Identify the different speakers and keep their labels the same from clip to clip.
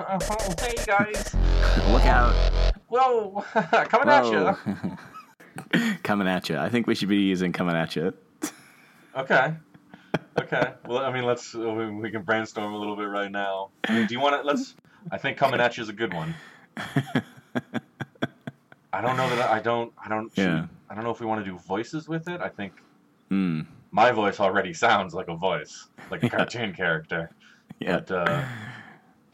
Speaker 1: Uh-huh. guys.
Speaker 2: Look out.
Speaker 1: Whoa, coming at you.
Speaker 2: Whoa. coming at you. I think we should be using coming at you.
Speaker 1: Okay. Okay. Well, I mean, let's uh, we, we can brainstorm a little bit right now. I mean, do you want to? Let's. I think coming at you is a good one. I don't know that I, I don't. I don't. should-
Speaker 2: Yeah.
Speaker 1: I don't know if we want to do voices with it. I think
Speaker 2: Mm.
Speaker 1: my voice already sounds like a voice, like a cartoon character.
Speaker 2: Yeah.
Speaker 1: But uh,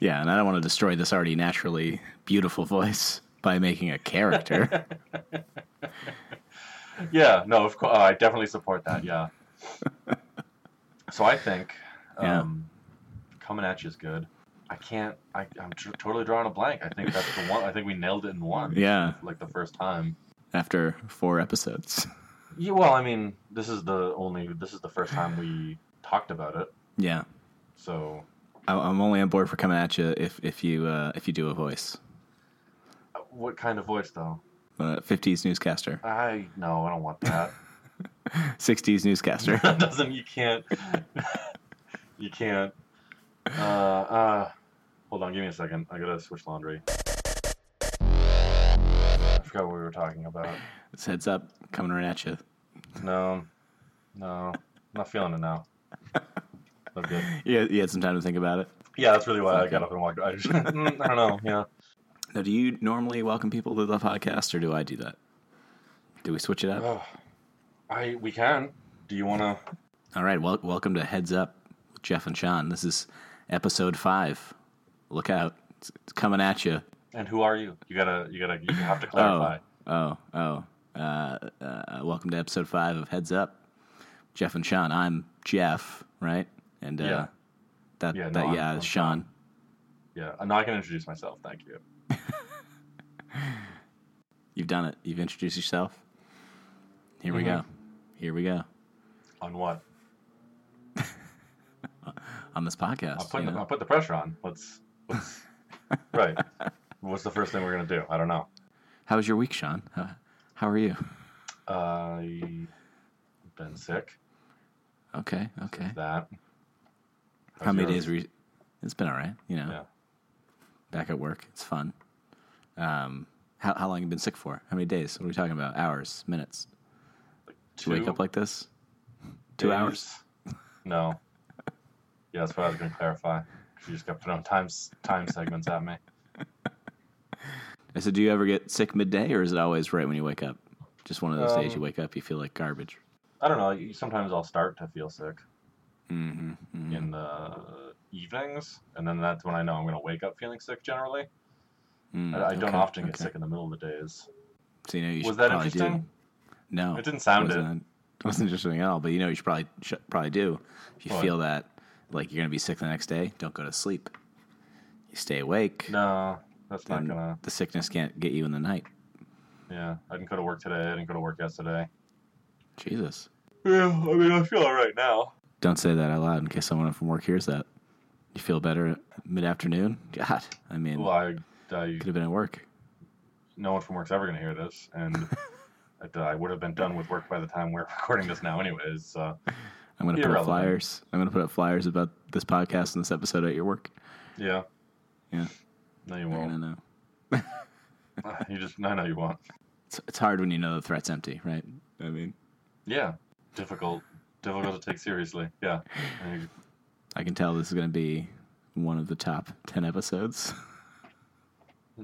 Speaker 2: Yeah, and I don't want to destroy this already naturally beautiful voice by making a character.
Speaker 1: yeah, no, of course, I definitely support that. Yeah. so I think
Speaker 2: Yeah.
Speaker 1: um, coming at you is good. I can't. I, I'm tr- totally drawing a blank. I think that's the one. I think we nailed it in one.
Speaker 2: yeah,
Speaker 1: Like the first time.
Speaker 2: after four episodes.
Speaker 1: Yeah, well, I mean, this is the only. This is the first time we talked about it.
Speaker 2: Yeah,
Speaker 1: So
Speaker 2: I, I'm only on board for coming at you if if you uh, if you do a voice.
Speaker 1: uh, what kind of voice though?
Speaker 2: Uh, 50s newscaster,
Speaker 1: I no, I don't want that.
Speaker 2: 60s newscaster.
Speaker 1: That doesn't you can't you can't uh uh hold on give me a second i gotta switch laundry i forgot what we were talking about
Speaker 2: it's heads up, coming right at you.
Speaker 1: no no not feeling it now not good
Speaker 2: Yeah, you had some time to think about it.
Speaker 1: yeah that's really why i got up and walked i, just, mm, I don't know yeah
Speaker 2: Now, do you normally welcome people to the podcast, or do I do that? Do we switch it up?
Speaker 1: Ugh. i we can do you want to
Speaker 2: All right, wel- welcome to Heads Up with Jeff and Sean. This is episode five. Look out, it's, it's coming at you.
Speaker 1: and who are you you gotta you gotta you have to clarify
Speaker 2: Oh, oh. Uh, uh, welcome to episode five of Heads Up. Jeff and Sean. I'm Jeff, right? And uh,
Speaker 1: Yeah.
Speaker 2: that,
Speaker 1: Yeah, no,
Speaker 2: that
Speaker 1: I'm-
Speaker 2: yeah,
Speaker 1: I'm
Speaker 2: Sean.
Speaker 1: yeah i'm not gonna introduce myself thank you
Speaker 2: You've done it. You've introduced yourself. Here we
Speaker 1: Mhm.
Speaker 2: go. Here we go
Speaker 1: on what
Speaker 2: on this podcast.
Speaker 1: I'll put,
Speaker 2: you
Speaker 1: the,
Speaker 2: know?
Speaker 1: I'll put the pressure on. Let's, let's right. What's the first thing we're gonna do? I don't know.
Speaker 2: How was your week, Sean? How, how are you?
Speaker 1: I've been sick.
Speaker 2: Okay, okay.
Speaker 1: That.
Speaker 2: how
Speaker 1: How's
Speaker 2: many
Speaker 1: yours?
Speaker 2: days were you? It's been all right. You know,
Speaker 1: Yeah.
Speaker 2: back at work. It's fun. Um, how how long you been sick for? How many days? What are we talking about? Hours, minutes? To wake
Speaker 1: Two
Speaker 2: up like this? Two
Speaker 1: days?
Speaker 2: hours.
Speaker 1: No. Yeah, that's what I was gonna clarify. She just kept throwing time s- time segments at me.
Speaker 2: I said, do you ever get sick midday, or is it always right when you wake up? Just one of those days
Speaker 1: Um,
Speaker 2: you wake up, you feel like garbage.
Speaker 1: I don't know. you- Sometimes I'll start to feel sick
Speaker 2: Mm-hmm,
Speaker 1: in the evenings, and then that's when I know I'm gonna wake up feeling sick. Generally, I, I don't often get sick in the middle of the days.
Speaker 2: Mm, So you know you
Speaker 1: Was
Speaker 2: should
Speaker 1: that
Speaker 2: probably do.
Speaker 1: interesting?
Speaker 2: No,
Speaker 1: It didn't sound it.
Speaker 2: wasn't, wasn't interesting at all. But you know you should probably should probably do. If you
Speaker 1: What?
Speaker 2: feel that like you're gonna be sick the next day, don't go to sleep. You stay awake.
Speaker 1: No, that's not
Speaker 2: then
Speaker 1: gonna.
Speaker 2: the sickness can't get you in the night.
Speaker 1: Yeah, I didn't go to work today. I didn't go to work yesterday.
Speaker 2: Jesus,
Speaker 1: Yeah, I mean, I feel all right now.
Speaker 2: don't say that out loud in case someone from work hears that. You feel better mid afternoon? God, I mean,
Speaker 1: Well, I, I
Speaker 2: could have been at work.
Speaker 1: no one from work's ever going to hear this, and I, I would have been done with work by the time we're recording this now, anyways. So,
Speaker 2: I'm gonna put up
Speaker 1: Irrelevant.
Speaker 2: flyers. I'm gonna put up flyers about this podcast and this episode at your work.
Speaker 1: yeah,
Speaker 2: Yeah,
Speaker 1: no, you
Speaker 2: they're gonna
Speaker 1: won't.
Speaker 2: know.
Speaker 1: You just no, no, you won't.
Speaker 2: It's, it's hard when you know the threat's empty, right? I mean,
Speaker 1: Yeah, difficult, difficult to take seriously. Yeah, I-
Speaker 2: I can tell this is gonna be one of the top ten episodes.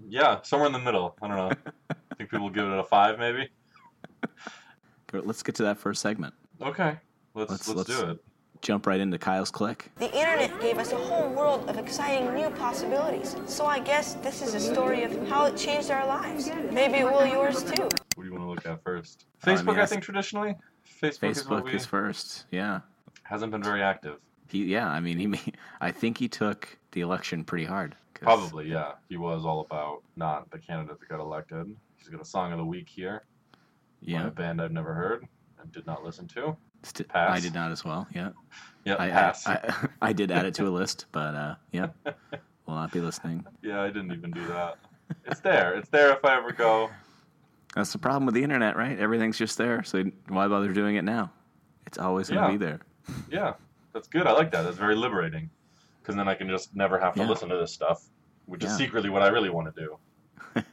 Speaker 1: yeah, somewhere in the middle. I don't know. I think people give it a five, maybe.
Speaker 2: but let's get to that first segment.
Speaker 1: Okay, let's let's,
Speaker 2: Let's- let's-
Speaker 1: do it.
Speaker 2: Jump right into Kyle's click.
Speaker 3: The internet gave us a whole world of exciting new possibilities. So I guess this is a story of how it changed our lives. Maybe it will yours too.
Speaker 1: What do you want to look at first?
Speaker 2: Uh, I mean,
Speaker 1: Facebook, I,
Speaker 2: that's-
Speaker 1: think traditionally, Facebook, is what
Speaker 2: Facebook
Speaker 1: we
Speaker 2: is first. Yeah,
Speaker 1: hasn't been very active.
Speaker 2: he. Yeah, I mean, he. may- I think he took the election pretty hard. 'cause-
Speaker 1: Probably, yeah. He was all about not the candidate that got elected. He's got a song of the week here by a
Speaker 2: Yeah.
Speaker 1: band I've never heard and did not listen to.
Speaker 2: St-
Speaker 1: Pass.
Speaker 2: I did not as well. Yeah.
Speaker 1: Yeah,
Speaker 2: I, I,
Speaker 1: pass.
Speaker 2: I, I did add it to a list, but uh, yeah, will not be listening.
Speaker 1: yeah, I didn't even do that. It's there. It's there if I ever go.
Speaker 2: That's the problem with the internet, right? Everything's just there. So why bother doing it now? It's always going to
Speaker 1: Yeah.
Speaker 2: be there.
Speaker 1: Yeah, that's good. I like that. That's very liberating because then I can just never have to
Speaker 2: Yeah.
Speaker 1: listen to this stuff which is
Speaker 2: Yeah.
Speaker 1: secretly what I really want to do.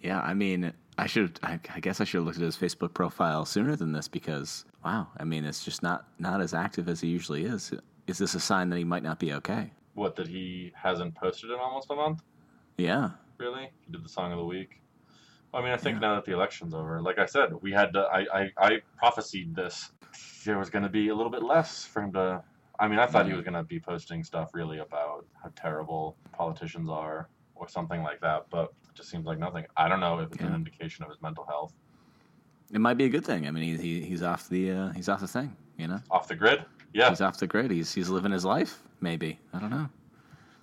Speaker 2: Yeah, I mean, I should. I, I guess I should have looked at his Facebook profile sooner than this because wow, I mean, it's just not not as active as he usually is. Is this a sign that he might not be okay?
Speaker 1: What that he hasn't posted in almost a month?
Speaker 2: Yeah,
Speaker 1: Really? He did the song of the week. I mean, I think now that the election's over, like I said, we had to. I I, I prophesied this. There was going to be a little bit less for him to. I mean, I thought he was going to be posting stuff really about how terrible politicians are or something like that, but it just seems like nothing. I don't know if it's an
Speaker 2: Yeah.
Speaker 1: indication of his mental health.
Speaker 2: it might be a good thing. I mean, he, he he's off the uh, he's off the thing. You know,
Speaker 1: Off the grid? Yeah.
Speaker 2: he's off the grid. He's he's living his life. Maybe I don't know.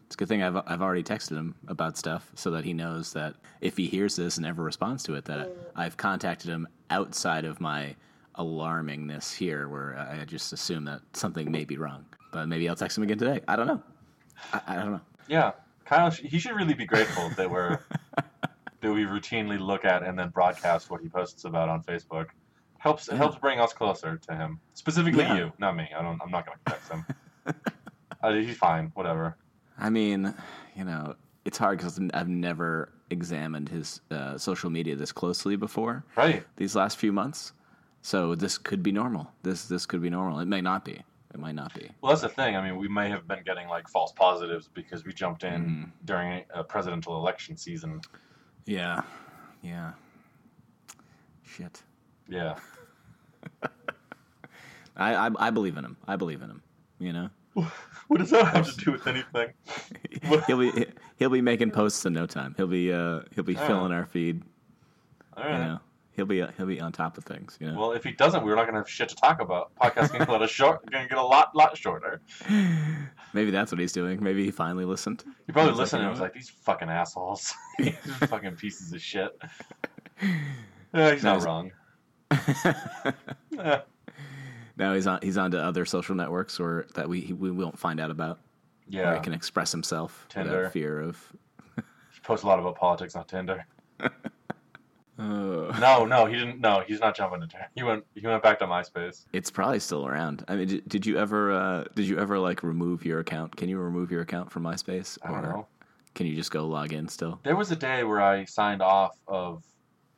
Speaker 2: It's a good thing I've I've already texted him about stuff so that he knows that if he hears this and ever responds to it, that I've contacted him outside of my alarmingness here, where I I just assume that something may be wrong. But maybe I'll text him again today. I don't know. I, I don't know.
Speaker 1: Yeah. Kyle, sh- he should really be grateful that we're. That we routinely look at and then broadcast what he posts about on Facebook helps
Speaker 2: Yeah.
Speaker 1: helps bring us closer to him. Specifically,
Speaker 2: Yeah.
Speaker 1: you, not me. I don't. I'm not going to text him. uh, he's fine. Whatever.
Speaker 2: I mean, you know, it's hard because I've never examined his uh, social media this closely before.
Speaker 1: Right.
Speaker 2: these last few months. So this could be normal. This this could be normal. It may not be. It might not be.
Speaker 1: Well, that's the thing. I mean, we may have been getting like false positives because we jumped in during a presidential election season.
Speaker 2: Yeah. Yeah. Shit.
Speaker 1: Yeah.
Speaker 2: I, I I believe in him. I believe in him. You know,
Speaker 1: What does that have to do with anything?
Speaker 2: he'll be he'll be making posts in no time. He'll be uh he'll be
Speaker 1: Yeah.
Speaker 2: filling our feed.
Speaker 1: All
Speaker 2: You
Speaker 1: right.
Speaker 2: know, he'll be he'll be on top of things. You know.
Speaker 1: Well, if he doesn't, we're not going to have shit to talk about. Podcast's going to let us short. Going to get a lot, lot shorter.
Speaker 2: Maybe that's what he's doing. Maybe he finally listened.
Speaker 1: He probably
Speaker 2: He's like,
Speaker 1: listened
Speaker 2: you
Speaker 1: and was
Speaker 2: know what?
Speaker 1: like, "These fucking assholes, these fucking pieces of shit." Yeah, he's not
Speaker 2: No, he's-
Speaker 1: wrong. Eh,
Speaker 2: now he's on he's on to other social networks or that we he, we won't find out about. Where
Speaker 1: yeah,
Speaker 2: he can express himself
Speaker 1: Tinder.
Speaker 2: without fear of.
Speaker 1: he posts a lot about politics on Tinder.
Speaker 2: Uh,
Speaker 1: No, no, he didn't. No, he's not jumping to Tinder. He went. He went back to MySpace.
Speaker 2: It's probably still around. I mean, did, did you ever uh, did you ever like remove your account? Can you remove your account from MySpace,
Speaker 1: I don't know.
Speaker 2: can you just go log in still?
Speaker 1: There was a day where I signed off of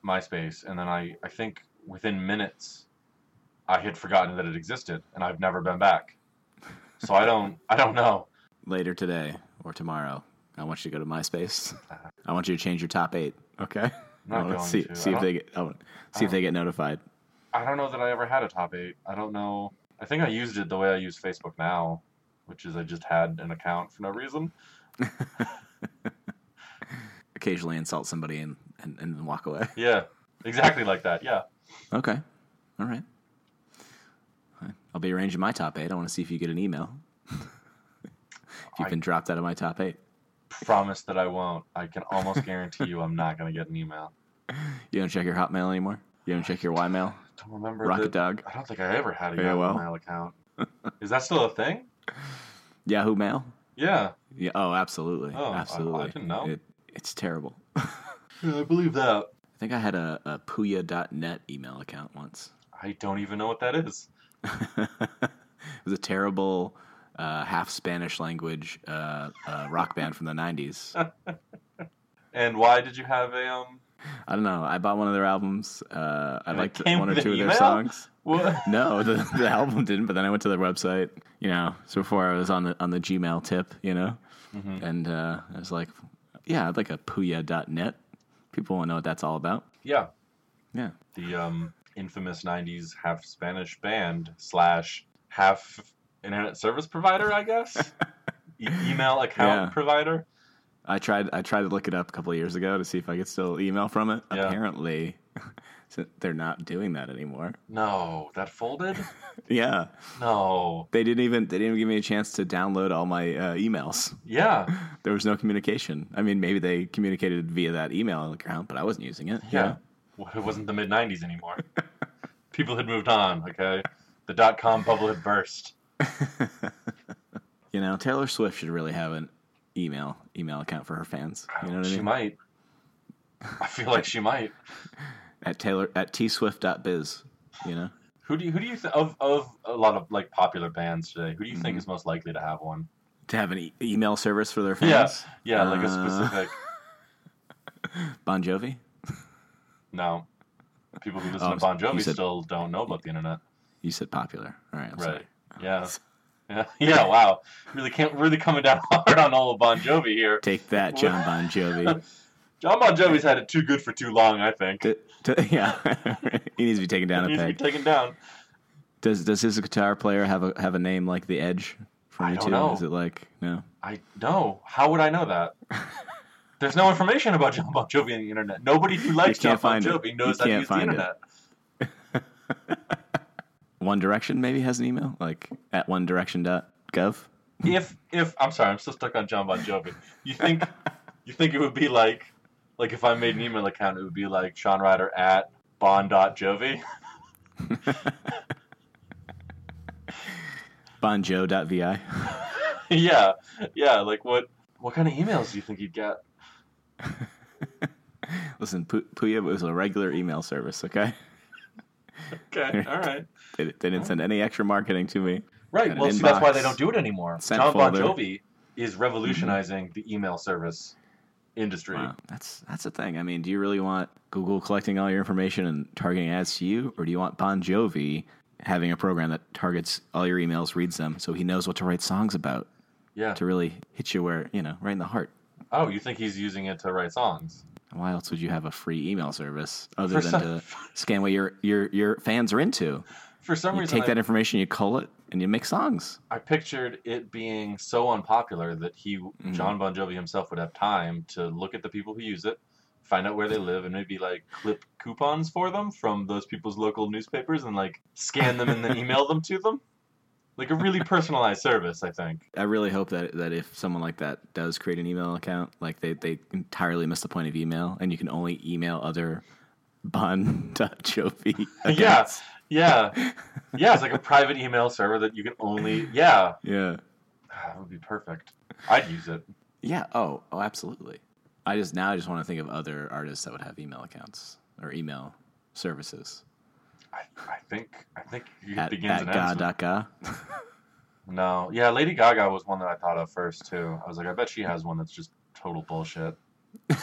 Speaker 1: MySpace, and then I, I think within minutes, I had forgotten that it existed, and I've never been back. So I don't. I don't know.
Speaker 2: Later today or tomorrow, I want you to go to MySpace. I want you to change your top eight. Okay.
Speaker 1: Uh-huh. not
Speaker 2: I wanna
Speaker 1: going
Speaker 2: see
Speaker 1: to.
Speaker 2: see
Speaker 1: I
Speaker 2: if they get I wanna see if they get notified.
Speaker 1: I don't know that I ever had a top eight. I don't know. I think I used it the way I use Facebook now, which is I just had an account for no reason.
Speaker 2: Occasionally insult somebody and and, and then walk away.
Speaker 1: Yeah, exactly like that. Yeah.
Speaker 2: Okay. All right. All right. I'll be arranging my top eight. I want to see if you get an email. if you
Speaker 1: I-
Speaker 2: can drop that of my top eight.
Speaker 1: Promise that I won't. I can almost guarantee you I'm not going to get an email.
Speaker 2: You don't check your Hotmail anymore. You don't check your Y mail.
Speaker 1: I don't remember.
Speaker 2: Rocket
Speaker 1: that-
Speaker 2: Dog.
Speaker 1: I don't think I ever had a
Speaker 2: Yeah,
Speaker 1: Yahoo
Speaker 2: well.
Speaker 1: Mail account. Is that still a thing?
Speaker 2: Yahoo Mail.
Speaker 1: Yeah,
Speaker 2: Yeah. Oh, absolutely.
Speaker 1: Oh, I- I
Speaker 2: absolutely.
Speaker 1: didn't know.
Speaker 2: It, it's terrible. I
Speaker 1: Yeah, I believe that.
Speaker 2: think I had a, a Puya.net email account once.
Speaker 1: I don't even know what that is.
Speaker 2: it was a terrible uh, half Spanish language uh, uh, rock band from the 90s.
Speaker 1: And why did you have a um?
Speaker 2: I don't know. I bought one of their albums. Uh, I
Speaker 1: it
Speaker 2: liked
Speaker 1: came
Speaker 2: one or
Speaker 1: with an
Speaker 2: two of their
Speaker 1: email?
Speaker 2: songs.
Speaker 1: What?
Speaker 2: No, the, the album didn't. But then I went to their website. You know, so before I was on the on the Gmail tip. You know, and uh, I was like, yeah, I'd like a Puya.net. People want to know what that's all about.
Speaker 1: Yeah,
Speaker 2: Yeah,
Speaker 1: the um infamous '90s half Spanish band slash half internet service provider, I guess. E- email account
Speaker 2: Yeah.
Speaker 1: provider.
Speaker 2: I tried. I tried to look it up a couple of years ago to see if I could still email from it.
Speaker 1: Yeah.
Speaker 2: Apparently, so they're not doing that anymore.
Speaker 1: No, that folded.
Speaker 2: Yeah,
Speaker 1: No.
Speaker 2: they didn't even they didn't even give me a chance to download all my uh, emails.
Speaker 1: Yeah.
Speaker 2: There was no communication. I mean, maybe they communicated via that email account, but I wasn't using it. you
Speaker 1: Yeah.
Speaker 2: know?
Speaker 1: Well, It wasn't the mid '90s anymore. People had moved on. Okay. The dot com bubble had burst.
Speaker 2: You know, Taylor Swift should really have an email email account for her fans. You know what I
Speaker 1: she
Speaker 2: mean?
Speaker 1: might. I feel like she might.
Speaker 2: At Taylor at tswift.biz. You know, Mm-hmm.
Speaker 1: Who do you who do you th- of of a lot of like popular bands today? Who do you think is most likely to have one?
Speaker 2: to have an e- email service for their
Speaker 1: Yeah,
Speaker 2: fans.
Speaker 1: yeah, like a
Speaker 2: Uh,
Speaker 1: specific.
Speaker 2: Bon Jovi.
Speaker 1: No, people who listen
Speaker 2: Oh,
Speaker 1: to Bon
Speaker 2: you
Speaker 1: Jovi
Speaker 2: said-
Speaker 1: still don't know about the internet,
Speaker 2: You said popular. All right. I'm
Speaker 1: right?
Speaker 2: sorry.
Speaker 1: Yeah, yeah, yeah. Wow, really can't really coming down hard on old Bon Jovi here.
Speaker 2: Take that, John Bon Jovi.
Speaker 1: John Bon Jovi's had it too good for too long, I think.
Speaker 2: To- to- yeah, he needs to be taken down
Speaker 1: He
Speaker 2: a
Speaker 1: needs to be
Speaker 2: peg.
Speaker 1: taken down.
Speaker 2: Does does his guitar player have a have a name like the Edge from
Speaker 1: I
Speaker 2: you
Speaker 1: don't
Speaker 2: two?
Speaker 1: know.
Speaker 2: Is it like no?
Speaker 1: I know. How would I know that? There's no information about John Bon Jovi on the internet. Nobody who likes John
Speaker 2: can't
Speaker 1: Bon
Speaker 2: find it.
Speaker 1: Jovi knows
Speaker 2: You
Speaker 1: that he
Speaker 2: can't
Speaker 1: used the
Speaker 2: find it.
Speaker 1: internet.
Speaker 2: One Direction maybe has an email like at onedirection.gov.
Speaker 1: if if I'm sorry, I'm still stuck on John Bon Jovi. You think you think it would be like like if I made an email account, it would be like Sean Ryder at Bon.Jovi?
Speaker 2: Bonjo.vi.
Speaker 1: yeah, yeah. Like what what kind of emails do you think you'd get?
Speaker 2: Listen, Pu- Puya was a regular email service. Okay,
Speaker 1: Okay, all right,
Speaker 2: they, they didn't send any extra marketing to me.
Speaker 1: right.
Speaker 2: Got an
Speaker 1: Well, see, that's why
Speaker 2: inbox,
Speaker 1: they don't do it anymore.
Speaker 2: sent
Speaker 1: John Bon
Speaker 2: folder. Mm-hmm.
Speaker 1: Jovi is revolutionizing the email service industry.
Speaker 2: Wow, that's that's the thing. I mean, do you really want Google collecting all your information and targeting ads to you, or do you want Bon Jovi having a program that targets all your emails, reads them, so he knows what to write songs about
Speaker 1: Yeah.
Speaker 2: to really hit you where you know, right in the heart?
Speaker 1: Oh, you think he's using it to write songs?
Speaker 2: Why else would you have a free email service other
Speaker 1: For
Speaker 2: than
Speaker 1: some-
Speaker 2: to scan what your your your fans are into?
Speaker 1: For some
Speaker 2: You
Speaker 1: reason,
Speaker 2: take
Speaker 1: I-
Speaker 2: that information, you cull it, and you make songs.
Speaker 1: I pictured it being so unpopular that he, John Bon Jovi himself, would have time to look at the people who use it, find out where they live, and maybe like clip coupons for them from those people's local newspapers and like scan them and then email them to them. Like a really personalized service, I think.
Speaker 2: I really hope that that if someone like that does create an email account, like they, they entirely miss the point of email, and you can only email other bon.jovi.
Speaker 1: Yeah,
Speaker 2: accounts.
Speaker 1: yeah, yeah. It's like a private email server that you can only. Yeah,
Speaker 2: yeah,
Speaker 1: that would be perfect. I'd use it.
Speaker 2: yeah. Oh, oh, absolutely. I just now I just want to think of other artists that would have email accounts or email services
Speaker 1: I, I think. I think it
Speaker 2: at,
Speaker 1: begins
Speaker 2: at
Speaker 1: and ends.
Speaker 2: ga
Speaker 1: with-
Speaker 2: dot ga.
Speaker 1: No, yeah, Lady Gaga was one that I thought of first too. I was like, I bet she has one that's just total bullshit.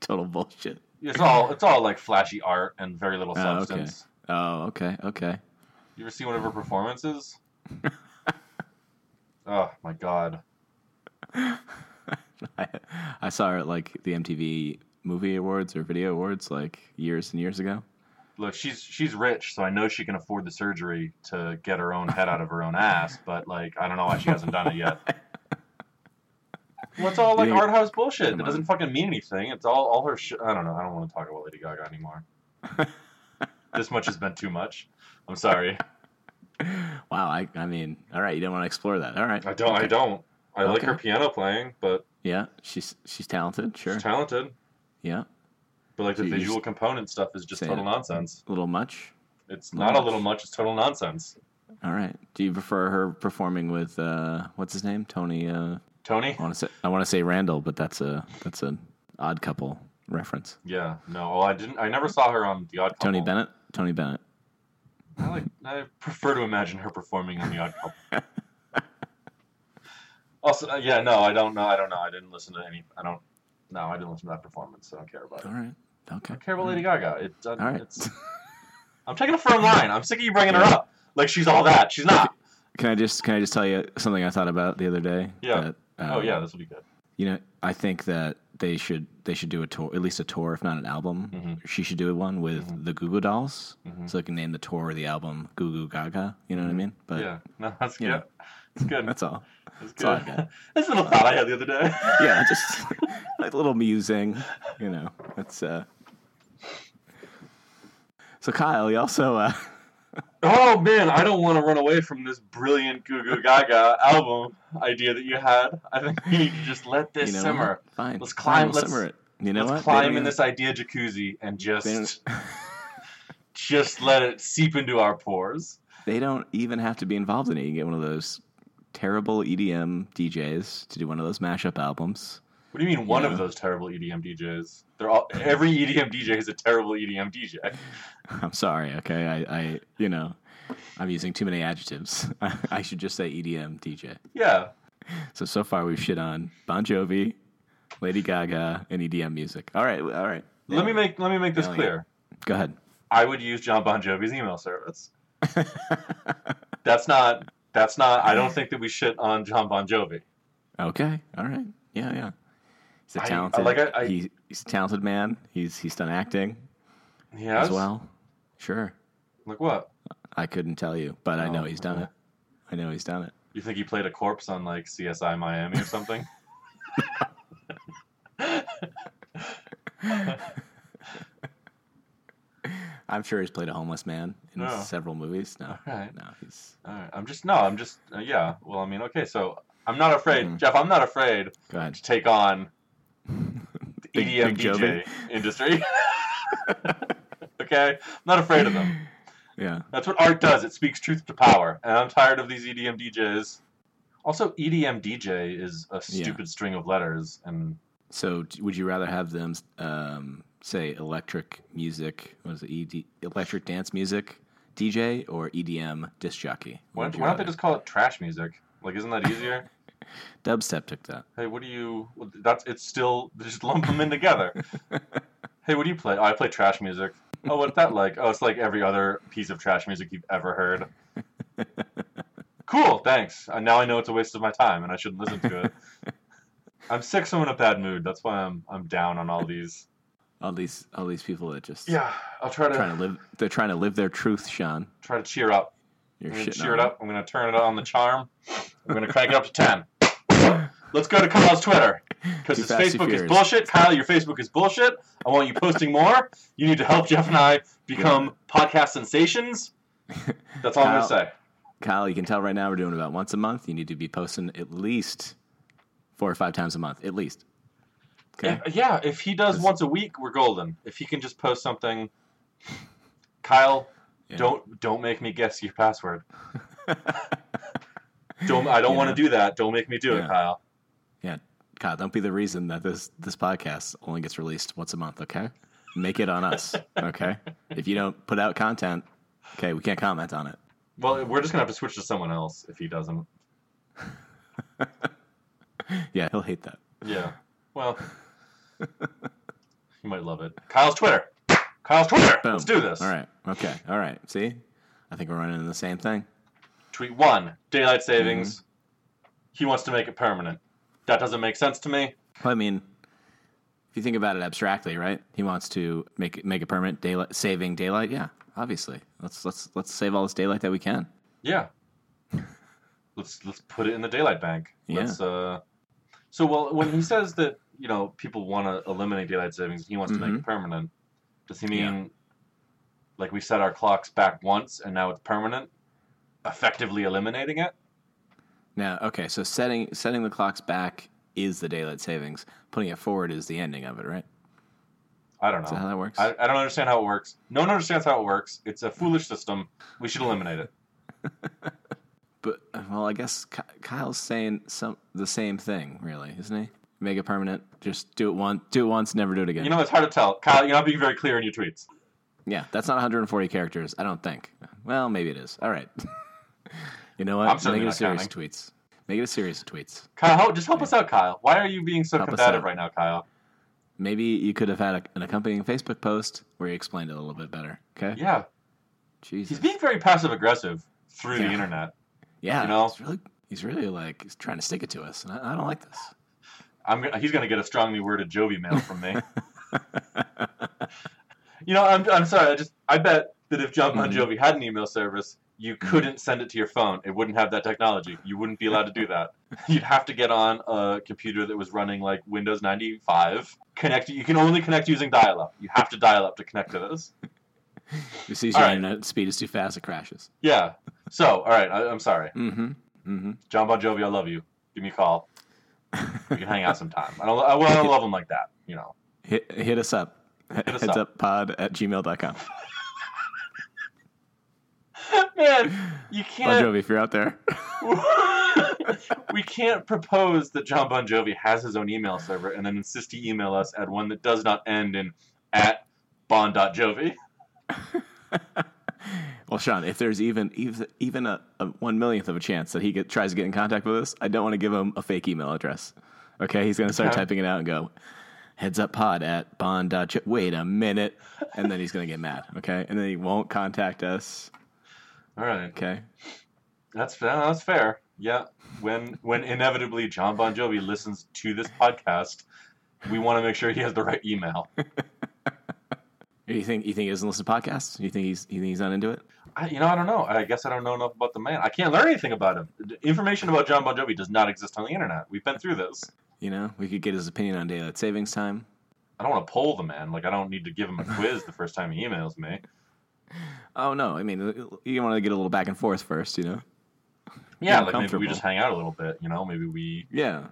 Speaker 2: Total bullshit.
Speaker 1: It's all it's all like flashy art and very little
Speaker 2: Oh, okay.
Speaker 1: substance.
Speaker 2: Oh, okay, okay.
Speaker 1: You ever see one of her performances? oh my god!
Speaker 2: I, I saw her at like the MTV Movie Awards or Video Awards like years and years ago.
Speaker 1: Look, she's she's rich, so I know she can afford the surgery to get her own head out of her own ass. But like, I don't know why she hasn't done it yet. Well, it's all like
Speaker 2: You think-
Speaker 1: art house bullshit.
Speaker 2: Come
Speaker 1: It doesn't
Speaker 2: on.
Speaker 1: fucking mean anything. It's all all her. Sh- I don't know. I don't want to talk about Lady Gaga anymore. this much has been too much. I'm sorry.
Speaker 2: Wow, I, I mean, all right, you didn't want to explore that. All right.
Speaker 1: I don't. I
Speaker 2: Okay.
Speaker 1: don't. I like
Speaker 2: Okay.
Speaker 1: her piano playing, but
Speaker 2: Yeah, she's she's talented, sure.
Speaker 1: she's talented.
Speaker 2: yeah,
Speaker 1: But like the
Speaker 2: You- you
Speaker 1: visual
Speaker 2: just-
Speaker 1: component stuff is just
Speaker 2: Say
Speaker 1: total
Speaker 2: it.
Speaker 1: nonsense.
Speaker 2: a little much.
Speaker 1: It's
Speaker 2: Little
Speaker 1: not a
Speaker 2: much.
Speaker 1: little much. It's total nonsense.
Speaker 2: All right. Do you prefer her performing with uh what's his name? Tony uh
Speaker 1: Tony.
Speaker 2: I want to say I want to say Randall, but that's a that's an odd couple reference.
Speaker 1: Yeah. No. Well, I didn't. I never saw her on The Odd Couple.
Speaker 2: Tony Bennett? Tony Bennett.
Speaker 1: I like. I prefer to imagine her performing on The Odd Couple. also, uh, yeah. No, I don't know. I don't know. I didn't listen to any. I don't. No, I didn't listen to that performance. so I don't care about it.
Speaker 2: All right. Okay.
Speaker 1: I don't care about Lady Gaga. It. Uh,
Speaker 2: Mm. All right.
Speaker 1: It's. I'm taking a firm line. I'm sick of you bringing her up. Like she's all that. She's not.
Speaker 2: Can I just can I just tell you something I thought about the other day?
Speaker 1: Yeah.
Speaker 2: That, uh,
Speaker 1: Oh yeah, this will be good.
Speaker 2: You know, I think that they should they should do a tour, at least a tour, if not an album.
Speaker 1: Mhm.
Speaker 2: She should do one with
Speaker 1: Mm-hmm.
Speaker 2: the Goo Goo Dolls,
Speaker 1: Mhm.
Speaker 2: so they can name the tour or the album Goo Goo Gaga. You know what I mean? But
Speaker 1: Mm-hmm. yeah, no, that's
Speaker 2: you
Speaker 1: good.
Speaker 2: know.
Speaker 1: It's good.
Speaker 2: that's all.
Speaker 1: That's
Speaker 2: all I
Speaker 1: good.
Speaker 2: got.
Speaker 1: That's a little thought I had the other day.
Speaker 2: Yeah, just like a little musing. You know, that's. Uh... So Kyle, you also uh,
Speaker 1: Oh man, I don't want to run away from this brilliant Goo Goo Gaga album idea that you had. I think we need to just let this
Speaker 2: you know
Speaker 1: simmer.
Speaker 2: what? Fine,
Speaker 1: Let's
Speaker 2: fine,
Speaker 1: climb-
Speaker 2: we'll
Speaker 1: let's-
Speaker 2: simmer it. You know
Speaker 1: Let's
Speaker 2: what? They don't
Speaker 1: climb in
Speaker 2: even-
Speaker 1: this idea jacuzzi and
Speaker 2: They
Speaker 1: just
Speaker 2: don't,
Speaker 1: just let it seep into our pores.
Speaker 2: they don't even have to be involved in it. You can get one of those terrible E EDM DJs to do one of those mashup albums.
Speaker 1: What do you mean one
Speaker 2: Yeah.
Speaker 1: of those terrible E EDM DJs? They're all every E EDM DJ is a terrible E EDM DJ.
Speaker 2: I'm sorry, okay? I, I E you know, I'm using too many adjectives. I should just say EDM DJ.
Speaker 1: Yeah.
Speaker 2: So so far we've shit on Bon Jovi, Lady Gaga, and EDM music. All right, all right.
Speaker 1: Let me make let me make this
Speaker 2: Yeah.
Speaker 1: clear.
Speaker 2: Go ahead.
Speaker 1: I would use John Bon Jovi's email service. that's not. That's not. I don't think that we shit on John Bon Jovi.
Speaker 2: Okay. All right. Yeah, yeah. He's a
Speaker 1: I- I-
Speaker 2: talented.
Speaker 1: like, I- I-
Speaker 2: he's, he's a talented man. He's he's done acting
Speaker 1: Yes.
Speaker 2: as well. Sure.
Speaker 1: Like what?
Speaker 2: I couldn't tell you, but I know
Speaker 1: Oh,
Speaker 2: he's done it. I know he's done it.
Speaker 1: You think he played a corpse on like CSI Miami or something?
Speaker 2: I'm sure he's played a homeless man in
Speaker 1: Yeah.
Speaker 2: several movies. No,
Speaker 1: Alright.
Speaker 2: no, he's.
Speaker 1: All right. I'm just no. I'm just uh, yeah. Well, I mean, okay. So I'm not afraid,
Speaker 2: Mhm.
Speaker 1: Jeff. I'm not afraid
Speaker 2: Go ahead.
Speaker 1: to take on the E
Speaker 2: Big-
Speaker 1: EDM DJ
Speaker 2: Big
Speaker 1: industry. okay, I'm not afraid of them.
Speaker 2: Yeah.
Speaker 1: That's what art does. It speaks truth to power. And I'm tired of these E EDM DJs. Also, E EDM DJ is a
Speaker 2: Yeah.
Speaker 1: stupid string of letters. And
Speaker 2: So, d- would you rather have them um, say electric music? What is it? ED, electric dance music DJ or EDM disc jockey?
Speaker 1: why,
Speaker 2: What would you
Speaker 1: why don't they
Speaker 2: rather?
Speaker 1: just call it trash music? Like, isn't that easier?
Speaker 2: dubstep took that?
Speaker 1: hey, what do you? That's it's still just lump them in together. hey, what do you play? Oh, I play trash music. Oh, what's that like? Oh, it's like every other piece of trash music you've ever heard. cool, thanks. Uh, now I know it's a waste of my time, and I shouldn't listen to it. I'm sick, so I'm in a bad mood. That's why I'm I'm down on all these.
Speaker 2: All these, all these people that just
Speaker 1: Yeah, I'll try to
Speaker 2: trying to live. They're trying to live their truth, Sean.
Speaker 1: try to cheer up.
Speaker 2: You're
Speaker 1: I'm gonna
Speaker 2: shitting
Speaker 1: cheer
Speaker 2: on
Speaker 1: it up. I'm gonna turn it on the charm. I'm gonna crank it up to ten. Let's go to Kyle's Twitter because
Speaker 2: Too
Speaker 1: his
Speaker 2: fast, too
Speaker 1: Facebook is
Speaker 2: furious.
Speaker 1: bullshit. Kyle, your Facebook is bullshit. I want you posting more. You need to help Jeff and I become podcast sensations. That's all I'm gonna
Speaker 2: Kyle-
Speaker 1: say.
Speaker 2: Kyle, you can tell right now we're doing about once a month. You need to be posting at least four or five times a month, at least. Okay.
Speaker 1: If- yeah, if he does
Speaker 2: Cause-
Speaker 1: once a week, we're golden. If he can just post something, Kyle,
Speaker 2: Yeah.
Speaker 1: don't don't make me guess your password. don't I don't want to do that. Don't make me do it,
Speaker 2: Yeah.
Speaker 1: Kyle.
Speaker 2: Yeah, Kyle, don't be the reason that this this podcast only gets released once a month. Okay, make it on us. Okay, if you don't put out content, okay, we can't comment on it.
Speaker 1: Well, we're just gonna have to switch to someone else if he doesn't.
Speaker 2: Yeah, he'll hate that.
Speaker 1: Yeah. Well, you might love it. Kyle's Twitter. Kyle's Twitter.
Speaker 2: Boom.
Speaker 1: Let's do this.
Speaker 2: All right. Okay. All right. See, I think we're running into the same thing.
Speaker 1: Tweet one. Daylight
Speaker 2: Mm-hmm.
Speaker 1: savings. He wants to make it permanent. That doesn't make sense to me.
Speaker 2: Well, I mean, if you think about it abstractly, right? He wants to make it- make a permanent daylight saving daylight. Yeah, obviously. Let's let's let's save all this daylight that we can.
Speaker 1: Yeah. Let's let's put it in the daylight bank.
Speaker 2: Yeah.
Speaker 1: Let's uh so well when he says that, you know, people wanna eliminate daylight savings and he wants to make
Speaker 2: Mhm.
Speaker 1: it permanent, does he mean
Speaker 2: Yeah.
Speaker 1: like we set our clocks back once and now it's permanent? Effectively eliminating it?
Speaker 2: Now, okay, so setting setting the clocks back is the daylight savings. Putting it forward is the ending of it, right?
Speaker 1: I don't know.
Speaker 2: Is that how that works?
Speaker 1: I, I don't understand how it works. No one understands how it works. It's a foolish system. We should eliminate it.
Speaker 2: But well, I guess Ky- Kyle's saying some the same thing, really, isn't he? Make it permanent. Just do it once. Do it once. Never do it again.
Speaker 1: You know, it's hard to tell. Kyle, you're not being very clear in your tweets.
Speaker 2: yeah, that's not 140 characters. I don't think. Well, maybe it is. All right. you know what?
Speaker 1: I'm certainly
Speaker 2: Make it a
Speaker 1: not
Speaker 2: series of tweets. Make it a series of tweets.
Speaker 1: Kyle, help, just help us out, Kyle. Why are you being so
Speaker 2: Help us
Speaker 1: combative
Speaker 2: out.
Speaker 1: right now, Kyle?
Speaker 2: Maybe you could have had a, an accompanying Facebook post where you explained it a little bit better. Okay.
Speaker 1: Yeah, he's
Speaker 2: Jesus.
Speaker 1: being very passive aggressive through
Speaker 2: Yeah.
Speaker 1: the internet.
Speaker 2: yeah.
Speaker 1: you know?
Speaker 2: He's really, he's really like he's trying to stick it to us, and I, I don't like this.
Speaker 1: I'm gonna, he's going to get a strongly worded Jovi mail from me. you know, I'm, I'm sorry. I just I bet that if John Bon
Speaker 2: Mhm.
Speaker 1: Jovi had an email service, you couldn't send it to your phone. It wouldn't have that technology. You wouldn't be allowed to do that. You'd have to get on a computer that was running like Windows 95. Connect. You can only connect using dial-up. You have to dial up to connect to this.
Speaker 2: He sees
Speaker 1: All
Speaker 2: your
Speaker 1: right.
Speaker 2: internet speed is too fast. It crashes.
Speaker 1: Yeah. So, all right. I, I'm sorry,
Speaker 2: Mm-hmm. Mm-hmm.
Speaker 1: John Bon Jovi. I love you. Give me a call. We can hang out sometime. I don't. I, well, I don't love him like that. You know.
Speaker 2: hit, hit us up. Hit
Speaker 1: us up.
Speaker 2: Heads up. pod at gmail.com.
Speaker 1: Man, you
Speaker 2: Bon
Speaker 1: can't.
Speaker 2: Jovi, if you're out there.
Speaker 1: we can't propose that John Bon Jovi has his own email server and then insist he email us at one that does not end in at bon.jovi.
Speaker 2: Well, Well, Sean, if there's even even, even a, a one millionth of a chance that he get, tries to get in contact with us, I don't want to give him a fake email address. Okay, he's going to start
Speaker 1: Okay.
Speaker 2: typing it out and go, heads up pod at bond. dot ch- Wait a minute. And then he's going to get mad. Okay. And then he won't contact us.
Speaker 1: All right.
Speaker 2: Okay.
Speaker 1: That's yeah, that's fair. Yeah. When when inevitably John Bon Jovi listens to this podcast, we want to make sure he has the right email.
Speaker 2: You think, you think he doesn't listen to podcasts? You think he's, you think he's not into it?
Speaker 1: I, you know, I don't know. I guess I don't know enough about the man. I can't learn anything about him. The Information about John Bon Jovi does not exist on the internet. We've been through this.
Speaker 2: You know, we could get his opinion on daylight savings time.
Speaker 1: I don't want to poll the man. Like I don't need to give him a quiz the first time he emails me.
Speaker 2: Oh, no. I mean, you want to get a little back and forth first, you know?
Speaker 1: Yeah,
Speaker 2: Yeah,
Speaker 1: like maybe we
Speaker 2: comfortable.
Speaker 1: just hang out a little bit. You know, maybe we
Speaker 2: Yeah.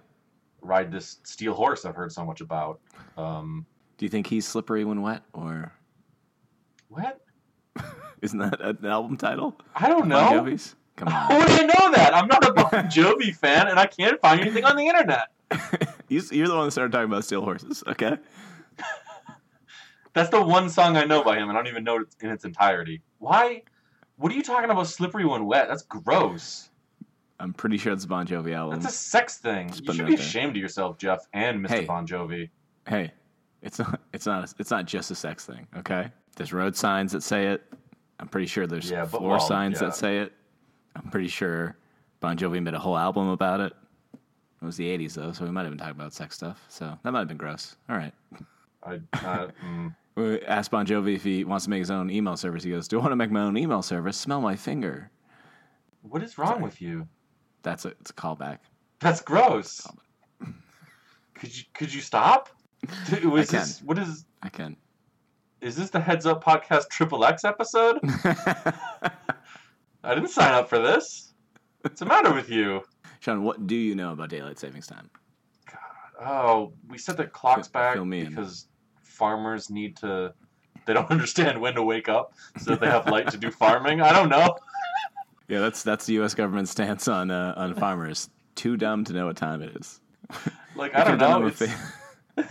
Speaker 1: ride this steel horse I've heard so much about. Um,
Speaker 2: Do you think he's slippery when wet or
Speaker 1: what?
Speaker 2: isn't that an album title?
Speaker 1: I don't
Speaker 2: Bon
Speaker 1: know.
Speaker 2: Jovi's? Come
Speaker 1: How
Speaker 2: on.
Speaker 1: would I know that? I'm not a Bon Jovi fan, and I can't find anything on the internet.
Speaker 2: You- You're the one that started talking about steel horses, okay?
Speaker 1: That's the one song I know by him, and I don't even know it in its entirety. Why? What are you talking about? Slippery when wet? That's gross.
Speaker 2: I'm pretty sure it's a Bon Jovi album.
Speaker 1: That's a sex thing.
Speaker 2: Just
Speaker 1: You
Speaker 2: putting
Speaker 1: should
Speaker 2: it
Speaker 1: be
Speaker 2: out there.
Speaker 1: ashamed of yourself, Jeff and Mr.
Speaker 2: Hey.
Speaker 1: Bon Jovi.
Speaker 2: Hey, it's not. It's not. It's not just a sex thing. Okay. There's road signs that say it. I'm pretty sure there's
Speaker 1: Yeah, but-
Speaker 2: floor
Speaker 1: well,
Speaker 2: signs
Speaker 1: yeah.
Speaker 2: that say it. I'm pretty sure Bon Jovi made a whole album about it. It was the '80s though, so we might have been talking about sex stuff. So that might have been gross. All right.
Speaker 1: I, uh, mm.
Speaker 2: We asked Bon Jovi if he wants to make his own email service. He goes, "Do I want to make my own email service? Smell my finger."
Speaker 1: What is wrong with you?
Speaker 2: That's a, it's a callback.
Speaker 1: That's gross. Could you could you stop? Was
Speaker 2: can.
Speaker 1: this, what is
Speaker 2: I can.
Speaker 1: is this the Heads Up Podcast Triple X episode? I didn't sign up for this. What's the matter with you?
Speaker 2: Sean, what do you know about daylight savings time?
Speaker 1: Oh, we set the clocks
Speaker 2: Fill-
Speaker 1: back
Speaker 2: fill me in.
Speaker 1: because farmers need to. They don't understand when to wake up, so that they have light to do farming. I don't know.
Speaker 2: Yeah, that's that's the U.S. government's stance on uh, on farmers. Too dumb to know what time it is.
Speaker 1: Like
Speaker 2: We
Speaker 1: I don't
Speaker 2: could've done
Speaker 1: know.
Speaker 2: them a
Speaker 1: It's,
Speaker 2: fa-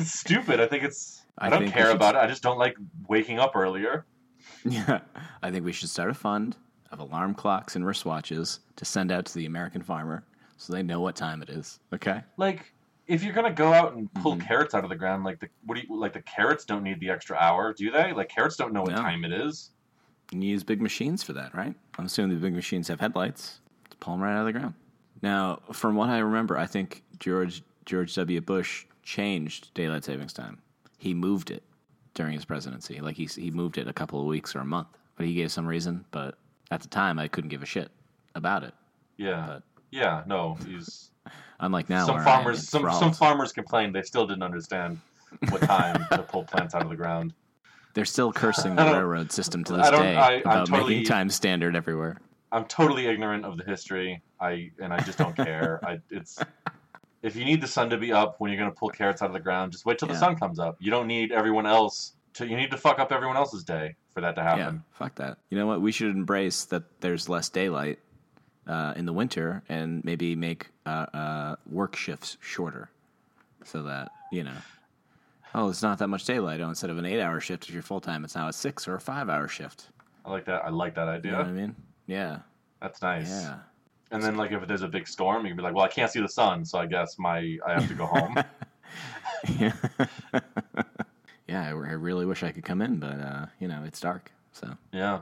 Speaker 1: it's stupid. I think it's. I,
Speaker 2: I
Speaker 1: don't
Speaker 2: think we
Speaker 1: care
Speaker 2: should
Speaker 1: about it. I just don't like waking up earlier.
Speaker 2: yeah, I think we should start a fund of alarm clocks and wristwatches to send out to the American farmer so they know what time it is. Okay.
Speaker 1: Like if you're gonna go out and pull
Speaker 2: Mm-hmm.
Speaker 1: carrots out of the ground, like the what do you like? The carrots don't need the extra hour, do they? Like carrots don't know what
Speaker 2: No.
Speaker 1: time it is.
Speaker 2: And you use big machines for that, right? I'm assuming the big machines have headlights to pull them right out of the ground. Now, from what I remember, I think George George W. Bush changed daylight savings time. He moved it during his presidency. Like he s- he moved it a couple of weeks or a month, but he gave some reason. But at the time, I couldn't give a shit about it.
Speaker 1: Yeah.
Speaker 2: But-
Speaker 1: yeah. No. He's.
Speaker 2: Unlike now,
Speaker 1: some
Speaker 2: where I am
Speaker 1: farmers some, some
Speaker 2: enthralled.
Speaker 1: farmers complained they still didn't understand what time to pull plants out of the ground.
Speaker 2: They're still cursing
Speaker 1: I
Speaker 2: the
Speaker 1: don't-
Speaker 2: railroad system to
Speaker 1: I
Speaker 2: this
Speaker 1: don't-
Speaker 2: day
Speaker 1: I- I'm
Speaker 2: about
Speaker 1: totally-
Speaker 2: making time standard everywhere.
Speaker 1: I'm totally ignorant of the history. I and I just don't care. I it's if you need the sun to be up when you're going to pull carrots out of the ground, just wait till the
Speaker 2: Yeah.
Speaker 1: sun comes up. You don't need everyone else to you need to fuck up everyone else's day for that to
Speaker 2: Yeah,
Speaker 1: happen.
Speaker 2: fuck that. You know what? We should embrace that there's less daylight uh, in the winter and maybe make uh, uh, work shifts shorter so that, you know, oh, it's not that much daylight. Oh, instead of an eight hour shift, if you're full time, it's now a six or a five hour shift.
Speaker 1: I like that. I like that idea.
Speaker 2: You know what I mean? Yeah.
Speaker 1: That's nice.
Speaker 2: Yeah.
Speaker 1: And then like if there's a big storm, you can be like, "Well, I can't see the sun, so I guess my I have to go home."
Speaker 2: yeah, I, I really wish I could come in, but, uh, you know, it's dark. So.
Speaker 1: yeah.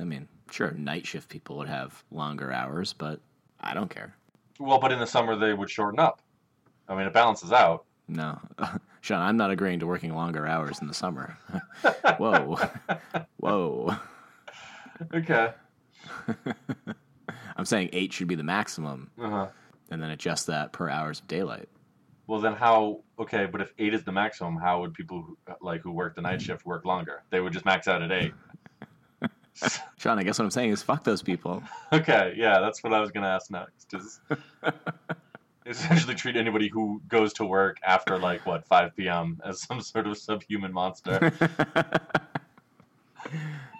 Speaker 2: I mean, sure, night shift people would have longer hours, but I don't care.
Speaker 1: Well, but in the summer they would shorten up. I mean, it balances out.
Speaker 2: No, Sean, I'm not agreeing to working longer hours in the summer. Whoa, whoa!
Speaker 1: Okay.
Speaker 2: I'm saying eight should be the maximum,
Speaker 1: Uh-huh.
Speaker 2: and then adjust that per hours of daylight.
Speaker 1: Well, then how? Okay, but if eight is the maximum, how would people who, like who work the night shift work longer? They would just max out at eight.
Speaker 2: Sean, I guess what I'm saying is fuck those people.
Speaker 1: Okay, yeah, that's what I was gonna ask next. Is essentially treat anybody who goes to work after like what 5 p.m. as some sort of subhuman monster.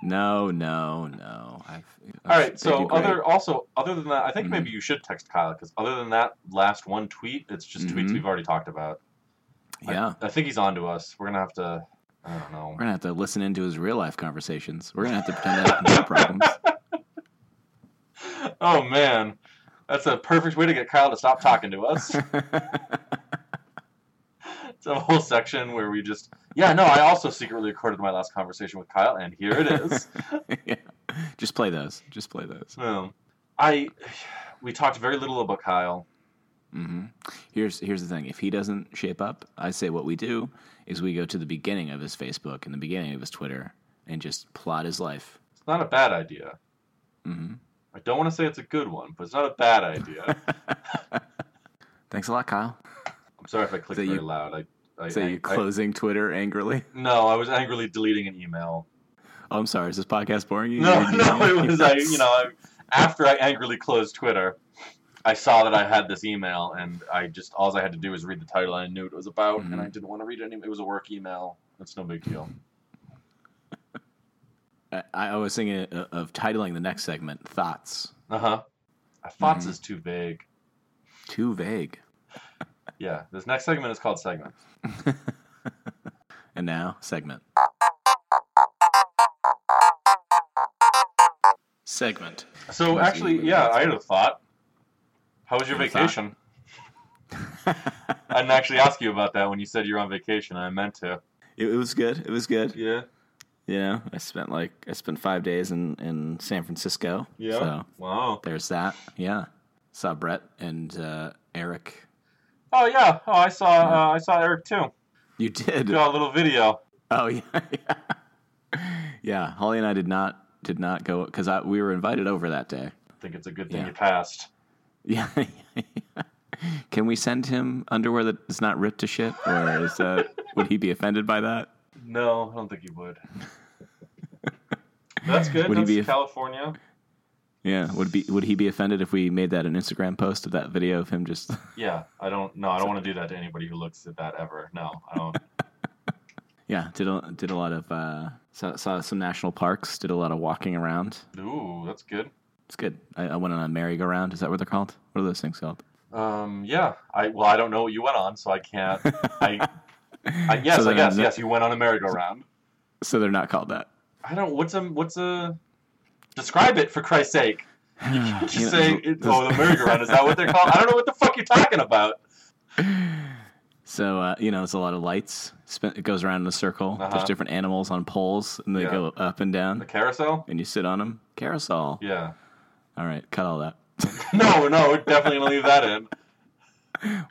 Speaker 2: No, no, no. I've, I've-
Speaker 1: All right,
Speaker 2: they
Speaker 1: so
Speaker 2: do great.
Speaker 1: other also other than that, I think
Speaker 2: Mhm.
Speaker 1: maybe you should text Kyle because other than that last one tweet, it's just tweets
Speaker 2: Mhm.
Speaker 1: we've already talked about. I-
Speaker 2: yeah,
Speaker 1: I, think he's on to us. We're gonna have to I don't know.
Speaker 2: We're gonna have to listen into his real life conversations. We're gonna have to pretend that no problems.
Speaker 1: Oh man, that's a perfect way to get Kyle to stop talking to us. it's a whole section where we just, yeah, no, I also secretly recorded my last conversation with Kyle, and here it is.
Speaker 2: yeah. Just play those. Just play those.
Speaker 1: um, I, we talked very little about Kyle.
Speaker 2: hmm Here's here's the thing. If he doesn't shape up, I say what we do is we go to the beginning of his Facebook and the beginning of his Twitter and just plot his life.
Speaker 1: It's not a bad idea.
Speaker 2: hmm
Speaker 1: I don't want to say it's a good one, but it's not a bad idea.
Speaker 2: Thanks a lot, Kyle.
Speaker 1: I'm sorry if I clicked
Speaker 2: So you-
Speaker 1: very loud. I, I,
Speaker 2: So
Speaker 1: I,
Speaker 2: you
Speaker 1: I-
Speaker 2: closing Twitter angrily.
Speaker 1: no, I was angrily deleting an email.
Speaker 2: Oh, I'm sorry. Is this podcast boring you?
Speaker 1: No,
Speaker 2: You-
Speaker 1: no, it was I. You know, I, after I angrily closed Twitter, I saw that I had this email, and I just all I had to do was read the title. and I knew what it was about, and I didn't want to read it. Any, it was a work email. That's no big deal.
Speaker 2: I, I was thinking of- of titling the next segment "Thoughts."
Speaker 1: Uh huh. Thoughts is too vague.
Speaker 2: Too vague.
Speaker 1: Yeah, this next segment is called segments.
Speaker 2: And now, segment. Segment.
Speaker 1: So
Speaker 2: Must
Speaker 1: actually,
Speaker 2: be-
Speaker 1: yeah, I had a thought. How was your
Speaker 2: Had a thought?
Speaker 1: vacation? I didn't actually ask you about that when you said you were on vacation. I meant to.
Speaker 2: It, it was good. It was good.
Speaker 1: Yeah.
Speaker 2: You know, I spent like I spent five days in in San Francisco.
Speaker 1: Yeah.
Speaker 2: So
Speaker 1: Wow.
Speaker 2: there's that. Yeah. Saw Brett and uh, Eric.
Speaker 1: Oh yeah. Oh, I saw. Uh, I saw Eric too.
Speaker 2: You did.
Speaker 1: Got a little video.
Speaker 2: Oh yeah, yeah. yeah. Holly and I did not did not go because we were invited over that day.
Speaker 1: I think it's a good thing
Speaker 2: Yeah.
Speaker 1: you passed.
Speaker 2: Yeah. Can we send him underwear that is not ripped to shit, or is that would he be offended by that?
Speaker 1: No, I don't think he would. That's good.
Speaker 2: Would he
Speaker 1: That's
Speaker 2: be if-
Speaker 1: California.
Speaker 2: Yeah, would be would he be offended if we made that an Instagram post of that video of him just?
Speaker 1: Yeah, I don't. No, I don't want to do that to anybody who looks at that ever. No, I don't.
Speaker 2: Yeah, did a, did a lot of uh, saw, saw some national parks, did a lot of walking around.
Speaker 1: Ooh, that's good.
Speaker 2: It's good. I, I went on a merry-go-round. Is that what they're called? What are those things called?
Speaker 1: Um, yeah. I well, I don't know what you went on, so I can't. I, I yes,
Speaker 2: So
Speaker 1: I
Speaker 2: then
Speaker 1: guess
Speaker 2: the-
Speaker 1: yes. You went on a merry-go-round.
Speaker 2: So they're not called that.
Speaker 1: I don't. What's a what's a describe it for Christ's sake. You
Speaker 2: You know,
Speaker 1: say
Speaker 2: th-
Speaker 1: it, oh the merry-go-round is that what they're called? I don't know what the fuck you're talking about.
Speaker 2: So uh, you know, it's a lot of lights. Spin, it goes around in a circle.
Speaker 1: Uh-huh.
Speaker 2: There's different animals on poles, and they
Speaker 1: Yeah.
Speaker 2: go up and
Speaker 1: The
Speaker 2: down,
Speaker 1: carousel.
Speaker 2: and you sit on them. Carousel.
Speaker 1: Yeah.
Speaker 2: All right, cut all that.
Speaker 1: No, no, we're definitely gonna leave that in.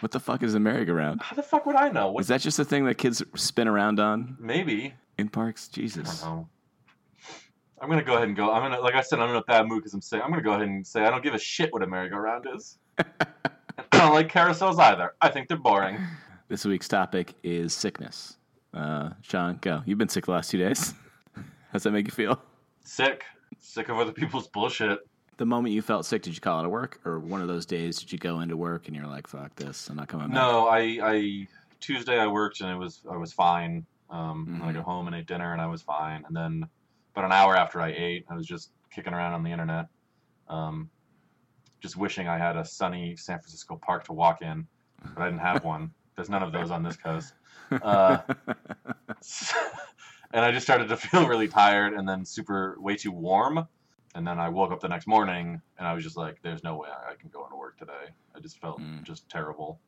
Speaker 2: What the fuck is a merry-go-round?
Speaker 1: How the fuck would I know? What's
Speaker 2: Is that just a thing that kids spin around on
Speaker 1: Maybe.
Speaker 2: in parks?
Speaker 1: I don't
Speaker 2: Jesus.
Speaker 1: know. I'm gonna go ahead and go. I'm gonna, like I said, I'm in a bad mood because I'm sick. I'm gonna go ahead and say I don't give a shit what a merry-go-round is. and I don't like carousels either. I think they're boring.
Speaker 2: This week's topic is sickness. Uh, Sean, go. You've been sick the last two days. How's that make you feel?
Speaker 1: Sick. Sick of other people's bullshit.
Speaker 2: The moment you felt sick, did you call out of work, or one of those days did you go into work and you're like, "Fuck this, I'm not coming back."
Speaker 1: No, I, I Tuesday I worked and it was I was fine. Um, and I
Speaker 2: Mhm.
Speaker 1: got home and ate dinner and I was fine. And then, but an hour after I ate, I was just kicking around on the internet, um, just wishing I had a sunny San Francisco park to walk in, but I didn't have one. There's none of those on this coast. Uh, and I just started to feel really tired and then super way too warm. And then I woke up the next morning and I was just like, "There's no way I can go into work today." I just felt
Speaker 2: Mm.
Speaker 1: just terrible,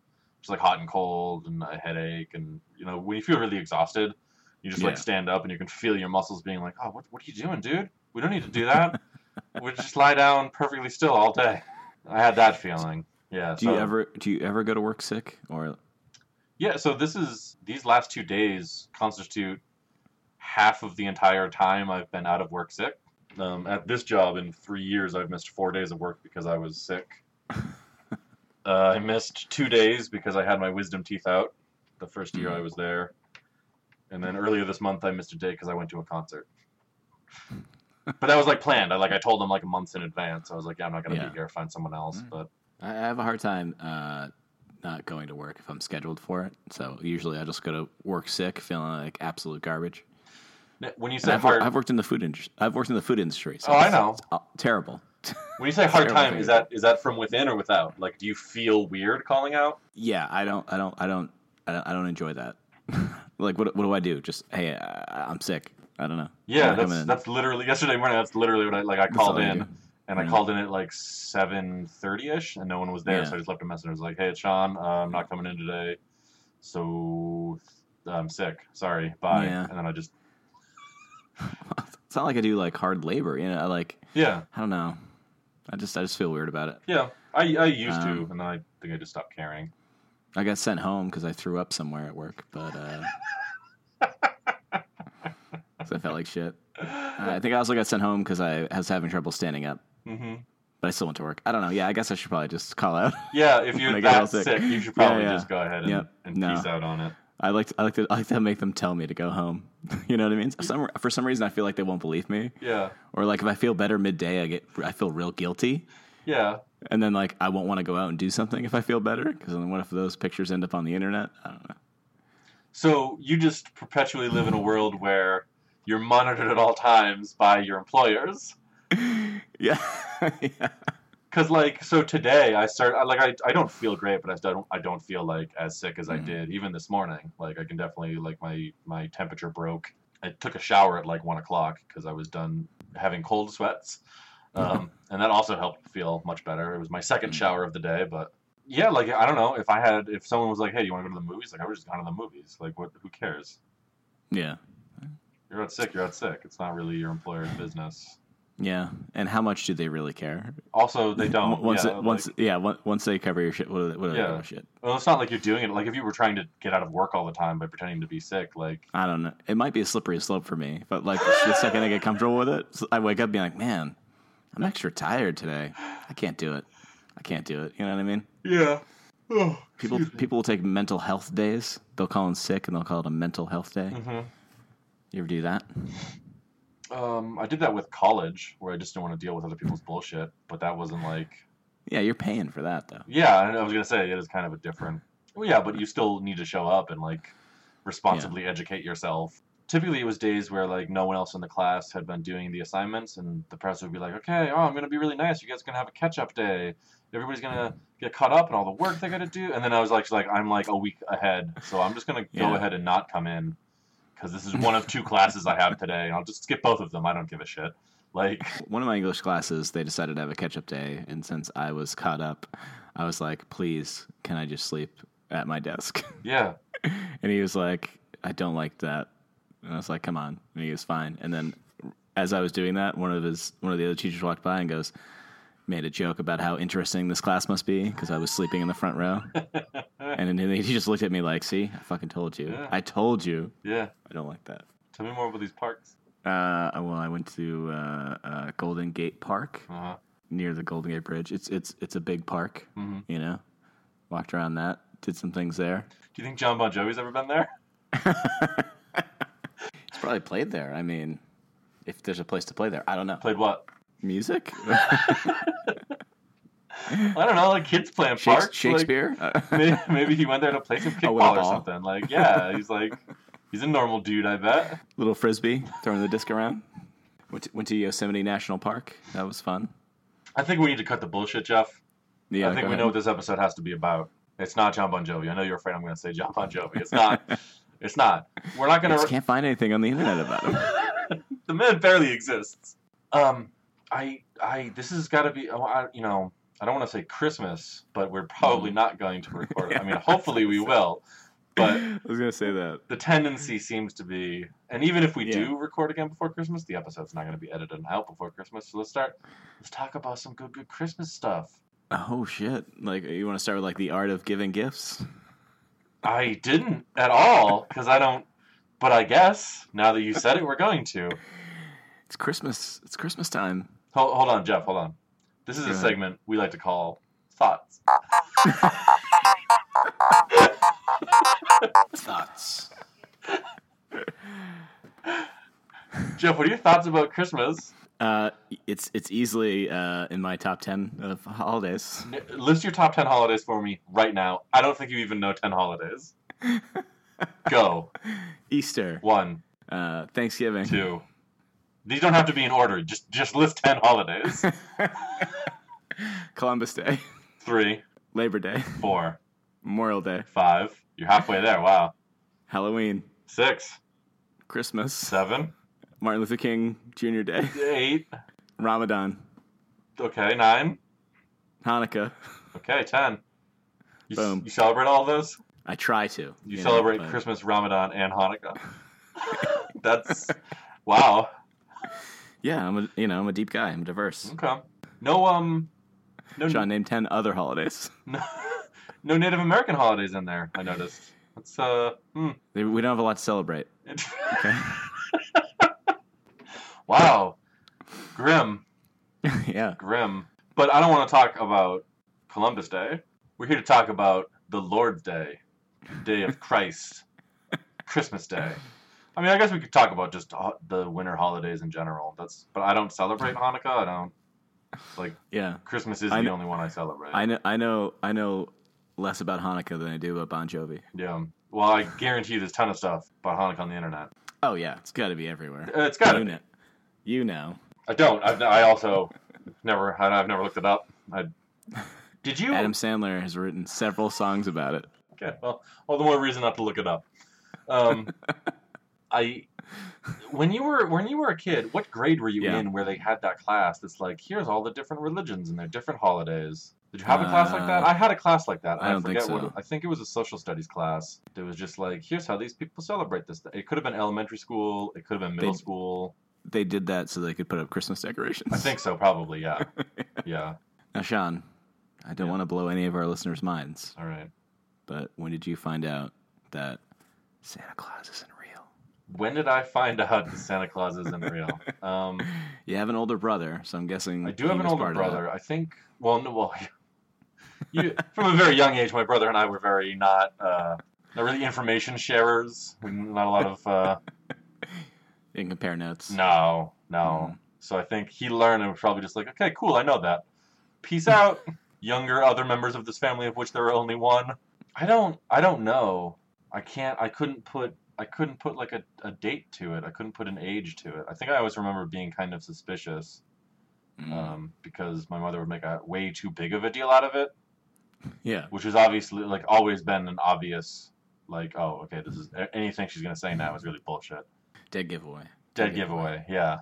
Speaker 1: just like hot and cold and a headache. And you know, when you feel really exhausted, you just like
Speaker 2: Yeah.
Speaker 1: stand up and you can feel your muscles being like, "Oh, what what are you doing, dude? We don't need to do that. we just lie down perfectly still all day." I had that feeling. Yeah.
Speaker 2: Do you
Speaker 1: so-
Speaker 2: ever do you ever go to work sick or
Speaker 1: yeah, so this is these last two days constitute half of the entire time I've been out of work sick. Um, at this job, in three years, I've missed four days of work because I was sick. uh, I missed two days because I had my wisdom teeth out the first
Speaker 2: Hmm.
Speaker 1: year I was there, and then earlier this month I missed a day because I went to a concert. but that was like planned. I like I told them like months in advance. I was like, yeah, I'm not gonna
Speaker 2: Yeah. Hmm.
Speaker 1: be here. Find someone else. But
Speaker 2: I I have a hard time uh, not going to work if I'm scheduled for it. So usually I just go to work sick, feeling like absolute garbage.
Speaker 1: when you
Speaker 2: And
Speaker 1: say
Speaker 2: I've,
Speaker 1: hard,
Speaker 2: I've worked in the food industry. I've worked in the food industry. So
Speaker 1: Oh, I
Speaker 2: it's-
Speaker 1: know.
Speaker 2: it's, uh, terrible.
Speaker 1: When you say hard
Speaker 2: Terrible
Speaker 1: time, is that is that from within or without? Like, do you feel weird calling out?
Speaker 2: yeah, I don't, I don't, I don't, I don't, I don't enjoy that. Like, what, what do I do? Just, hey, I, I'm sick. I don't know.
Speaker 1: Yeah,
Speaker 2: I'm gonna come
Speaker 1: that's
Speaker 2: in.
Speaker 1: that's literally yesterday morning. That's literally what I like. I
Speaker 2: That's
Speaker 1: called
Speaker 2: all you
Speaker 1: in
Speaker 2: do.
Speaker 1: and I
Speaker 2: Yeah.
Speaker 1: called in at like seven thirty ish, and no one was there,
Speaker 2: Yeah.
Speaker 1: so I just left a message. I was like, "Hey, it's Sean. Uh, I'm not coming in today, so I'm sick. Sorry, bye."
Speaker 2: Yeah.
Speaker 1: And then I just
Speaker 2: It's not like I do like hard labor, you know. I like
Speaker 1: yeah
Speaker 2: I don't know. I just I just feel weird about it.
Speaker 1: yeah I I used to,
Speaker 2: Um,
Speaker 1: and then I think I just stopped caring.
Speaker 2: I got sent home because I threw up somewhere at work, but uh, 'cause I felt like shit. I think I also got sent home because I was having trouble standing up,
Speaker 1: hmm
Speaker 2: but I still went to work. I don't know. Yeah, I guess I should probably just call out.
Speaker 1: Yeah, if
Speaker 2: When I
Speaker 1: you're
Speaker 2: get all
Speaker 1: that
Speaker 2: sick.
Speaker 1: sick. you should
Speaker 2: Yeah,
Speaker 1: probably
Speaker 2: yeah.
Speaker 1: just go ahead and,
Speaker 2: Yep.
Speaker 1: and
Speaker 2: No.
Speaker 1: peace out on it.
Speaker 2: I like to, I like to I like to make them tell me to go home. you know what I mean? Some, for some reason, I feel like they won't believe me,
Speaker 1: Yeah,
Speaker 2: or like if I feel better midday, I get I feel real guilty.
Speaker 1: yeah.
Speaker 2: And then like I won't want to go out and do something if I feel better because then what if those pictures end up on the internet? I don't know.
Speaker 1: So you just perpetually live in a world where you're monitored at all times by your employers.
Speaker 2: Yeah, yeah.
Speaker 1: Cause like so today I start I- like I, I don't feel great but I don't I don't feel like as sick as
Speaker 2: Mhm.
Speaker 1: I did even this morning like I can definitely like my my temperature broke I took a shower at like one o'clock because I was done having cold sweats um, and that also helped feel much better it was my 2nd
Speaker 2: Mhm.
Speaker 1: shower of the day but yeah like I don't know if I had if someone was like hey you want to go to the movies like I would just gone to the movies like what who cares
Speaker 2: Yeah.
Speaker 1: you're out sick you're out sick it's not really your employer's business
Speaker 2: Yeah, and how much do they really care?
Speaker 1: also they don't
Speaker 2: W- once,
Speaker 1: yeah,
Speaker 2: it-
Speaker 1: like-
Speaker 2: once, yeah, on- once they cover your shit, what do they, what do they
Speaker 1: Yeah.
Speaker 2: give a shit?
Speaker 1: Well, it's not like you're doing it. Like if you were trying to get out of work all the time by pretending to be sick, like
Speaker 2: I don't know. It might be a slippery slope for me, but like the second I get comfortable with it, I wake up being like, man, I'm extra tired today. I can't do it. I can't do it. You know what I mean?
Speaker 1: yeah,
Speaker 2: People, people will take mental health days. They'll call in sick and they'll call it a mental health day.
Speaker 1: hmm
Speaker 2: You ever do that?
Speaker 1: Um, I did that with college where I just didn't want to deal with other people's bullshit. But that wasn't like
Speaker 2: Yeah, you're paying for that though.
Speaker 1: yeah. And I was gonna say it is kind of a different. Well, yeah, but you still need to show up and like responsibly educate yourself. Typically, it was days where like no one else in the class had been doing the assignments, and the professor would be like, "Okay, oh, I'm gonna be really nice. You guys are gonna have a catch-up day. Everybody's gonna get caught up in all the work they gotta do." And then I was like, "Like I'm like a week ahead, so I'm just gonna
Speaker 2: Yeah.
Speaker 1: go ahead and not come in because this is one of two classes I have today, and I'll just skip both of them. I don't give a shit." Like,
Speaker 2: One of my English classes, they decided to have a catch up day. And since I was caught up, I was like, please, can I just sleep at my desk?
Speaker 1: yeah,
Speaker 2: and he was like, I don't like that. And I was like, come on. And he was fine. And then as I was doing that, one of his, one of the other teachers walked by and goes, made a joke about how interesting this class must be because I was sleeping in the front row. and then he just looked at me like, see, I fucking told you.
Speaker 1: Yeah.
Speaker 2: I told you.
Speaker 1: yeah.
Speaker 2: I don't like that.
Speaker 1: Tell me more about these parks.
Speaker 2: Uh, well, I went to uh, uh, Golden Gate Park
Speaker 1: Uh huh.
Speaker 2: near the Golden Gate Bridge. It's it's it's a big park,
Speaker 1: Mhm.
Speaker 2: you know. Walked around that, did some things there.
Speaker 1: Do you think John Bon Jovi's ever been there?
Speaker 2: It's probably played there. I mean, if there's a place to play there, I don't know.
Speaker 1: Played what?
Speaker 2: Music,
Speaker 1: I don't know, like kids playing
Speaker 2: Shakes-
Speaker 1: parks.
Speaker 2: Shakespeare. Uh,
Speaker 1: Like, may- maybe he went there to play some
Speaker 2: Oh, with a
Speaker 1: kickball or
Speaker 2: ball.
Speaker 1: something. Like, yeah, he's like, he's a normal dude, I bet.
Speaker 2: little frisbee, throwing the disc around. Went to, went to Yosemite National Park. That was fun.
Speaker 1: I think we need to cut the bullshit, Jeff. I
Speaker 2: Yeah,
Speaker 1: think
Speaker 2: go
Speaker 1: we
Speaker 2: ahead.
Speaker 1: know what this episode has to be about. It's not John Bon Jovi. I know you're afraid I'm going to say John Bon Jovi. It's not. it's not. We're not going
Speaker 2: Just
Speaker 1: to.
Speaker 2: can't find anything on the internet about him.
Speaker 1: The man barely exists. Um, I, I, this has got to be. Oh, I, you know, I don't want to say Christmas, but we're probably
Speaker 2: Mm.
Speaker 1: not going to record. it. I mean, hopefully we will, but
Speaker 2: I was gonna say that.
Speaker 1: the tendency seems to be, and even if we
Speaker 2: Mm-hmm. Yeah.
Speaker 1: do record again before Christmas, the episode's not going to be edited and out before Christmas. So let's start. Let's talk about some good, good Christmas stuff.
Speaker 2: Oh shit! Like you want to start with like the art of giving gifts?
Speaker 1: I didn't at all because I don't. But I guess now that you said it, we're going to.
Speaker 2: It's Christmas. It's Christmas time.
Speaker 1: Hold, hold on, Jeff. Hold on. This is
Speaker 2: Go
Speaker 1: a
Speaker 2: ahead.
Speaker 1: segment we like to call thoughts.
Speaker 2: Thoughts.
Speaker 1: Jeff, what are your thoughts about Christmas?
Speaker 2: Uh, it's it's easily uh, in my top ten of holidays.
Speaker 1: N- List your top ten holidays for me right now. I don't think you even know ten holidays. Go
Speaker 2: Easter,
Speaker 1: one.
Speaker 2: uh, Thanksgiving.
Speaker 1: two. These don't have to be in order. Just just list ten holidays.
Speaker 2: Columbus Day,
Speaker 1: Three,
Speaker 2: Labor Day,
Speaker 1: four,
Speaker 2: Memorial Day,
Speaker 1: five. You're halfway there. Wow.
Speaker 2: Halloween,
Speaker 1: Six.
Speaker 2: Christmas,
Speaker 1: Seven.
Speaker 2: Martin Luther King Jr. Day,
Speaker 1: Eight.
Speaker 2: Ramadan,
Speaker 1: Okay, nine.
Speaker 2: Hanukkah.
Speaker 1: Okay, ten. You,
Speaker 2: Boom.
Speaker 1: you celebrate all those?
Speaker 2: I try to.
Speaker 1: You,
Speaker 2: know,
Speaker 1: celebrate
Speaker 2: but-
Speaker 1: Christmas, Ramadan, and Hanukkah. That's wow.
Speaker 2: Yeah, I'm a you know I'm a deep guy. I'm diverse.
Speaker 1: Okay. No um. No,
Speaker 2: Sean, name ten other holidays.
Speaker 1: no, no Native American holidays in there. I noticed. That's uh. Hmm.
Speaker 2: They- We don't have a lot to celebrate. Okay.
Speaker 1: wow. Grim.
Speaker 2: yeah.
Speaker 1: grim. But I don't want to talk about Columbus Day. We're here to talk about the Lord's Day, Day of Christ, Christmas Day. I mean, I guess we could talk about just ho- the winter holidays in general. That's, but I don't celebrate Hanukkah. I don't like
Speaker 2: Yeah.
Speaker 1: Christmas is
Speaker 2: I
Speaker 1: the
Speaker 2: kn-
Speaker 1: only one I celebrate.
Speaker 2: I know I know I know less about Hanukkah than I do about Bon Jovi.
Speaker 1: yeah. Well, I guarantee there's a ton of stuff about Hanukkah on the internet.
Speaker 2: Oh yeah, it's got to be everywhere.
Speaker 1: Uh, It's got
Speaker 2: you
Speaker 1: it.
Speaker 2: know, you know.
Speaker 1: I don't. I've, I also never. I- I've never looked it up. I, did you?
Speaker 2: Adam Sandler has written several songs about it.
Speaker 1: Okay, well, all the more reason not to look it up. Um, I when you were when you were a kid, what grade were you
Speaker 2: Yeah.
Speaker 1: in where they had that class that's like here's all the different religions and their different holidays? Did you have a class like that?
Speaker 2: Uh,
Speaker 1: I had a class like that.
Speaker 2: I don't think
Speaker 1: forget
Speaker 2: so.
Speaker 1: what I think it was a social studies class. It was just like here's how these people celebrate this. It could have been elementary school. It could have been middle
Speaker 2: They-
Speaker 1: school.
Speaker 2: They did that so they could put up Christmas decorations.
Speaker 1: I think so, probably. Yeah, yeah.
Speaker 2: Now, Sean, I don't
Speaker 1: Yeah.
Speaker 2: want to blow any of our listeners' minds,
Speaker 1: All right.
Speaker 2: but when did you find out that Santa Claus isn't real?
Speaker 1: When did I find out that Santa Claus isn't real? Um,
Speaker 2: You have an older brother, so I'm guessing
Speaker 1: I do
Speaker 2: he
Speaker 1: have an
Speaker 2: was
Speaker 1: older
Speaker 2: part of that.
Speaker 1: brother. I think. Well, no, well, you, from a very young age, my brother and I were very not uh, not really information sharers. We- Not a lot of uh,
Speaker 2: You can compare notes.
Speaker 1: no, no.
Speaker 2: Mhm.
Speaker 1: So I think he learned and was probably just like, okay, cool, I know that. Peace out, younger other members of this family, of which there are only one. I don't. I don't know. I can't. I couldn't put. I couldn't put like a, a date to it. I couldn't put an age to it. I think I always remember being kind of suspicious
Speaker 2: Mm.
Speaker 1: um, because my mother would make a way too big of a deal out of it,
Speaker 2: yeah.
Speaker 1: which has obviously like always been an obvious like oh okay this is a- anything she's gonna say now is really bullshit.
Speaker 2: Dead giveaway.
Speaker 1: Dead giveaway, yeah,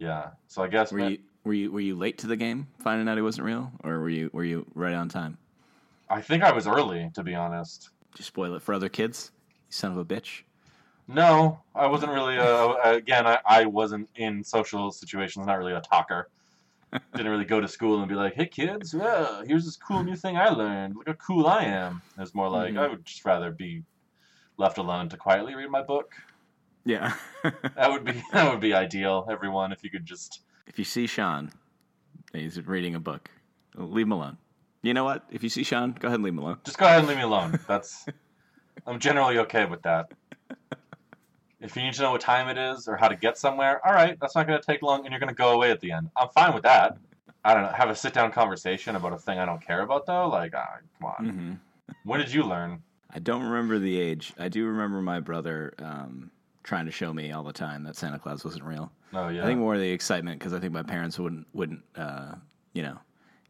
Speaker 1: yeah. So I guess
Speaker 2: Were
Speaker 1: ma-
Speaker 2: you were you were you late to the game finding out it wasn't real, or were you were you right on time?
Speaker 1: I think I was early to be honest.
Speaker 2: Did you spoil it for other kids? You son of a bitch.
Speaker 1: No, I wasn't really. Uh, again, I, I wasn't in social situations. Not really a talker. Didn't really go to school and be like, "Hey kids, yeah, here's this cool new thing I learned. Look how cool I am." It was more like
Speaker 2: Mhm.
Speaker 1: I would just rather be left alone to quietly read my book.
Speaker 2: Yeah.
Speaker 1: That would be that would be ideal, everyone, if you could just
Speaker 2: if you see Sean, and he's reading a book. Leave him alone. You know what? If you see Sean, go ahead and leave him alone.
Speaker 1: just go ahead and leave me alone. That's I'm generally okay with that. If you need to know what time it is or how to get somewhere, all right, that's not going to take long, and you're going to go away at the end. I'm fine with that. I don't know. Have a sit down conversation about a thing I don't care about, though. Like, ah, come on.
Speaker 2: Mm-hmm.
Speaker 1: When did you learn?
Speaker 2: I don't remember the age. I do remember my brother um, trying to show me all the time that Santa Claus wasn't real.
Speaker 1: Oh yeah.
Speaker 2: I think more of the excitement because I think my parents wouldn't wouldn't uh, you know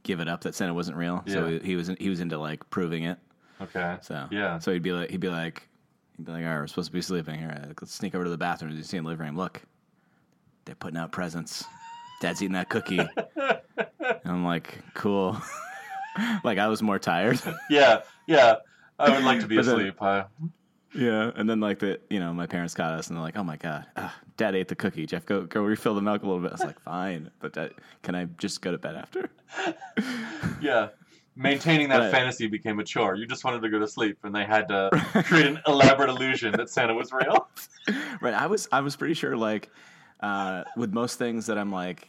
Speaker 2: give it up that Santa wasn't real. So
Speaker 1: Yeah.
Speaker 2: he, he was he was into like proving it.
Speaker 1: okay.
Speaker 2: So
Speaker 1: Yeah.
Speaker 2: so he'd be like he'd be like he'd be like, all right, we're supposed to be sleeping. All right, let's sneak over to the bathroom. You see in the living room. Look, they're putting out presents. Dad's eating that cookie. and I'm like, cool. like I was more tired.
Speaker 1: Yeah. Yeah. I would like to be
Speaker 2: But then-
Speaker 1: asleep. huh?
Speaker 2: Yeah, and then like the you know my parents caught us and they're like, oh my god, ah, dad ate the cookie. Jeff, go go refill the milk a little bit. I was like, fine, but dad, can I just go to bed after?
Speaker 1: Yeah. Maintaining that
Speaker 2: But-
Speaker 1: fantasy became a chore. You just wanted to go to sleep, and they had to create an elaborate illusion that Santa was real.
Speaker 2: right, I was I was pretty sure like uh, with most things that I'm like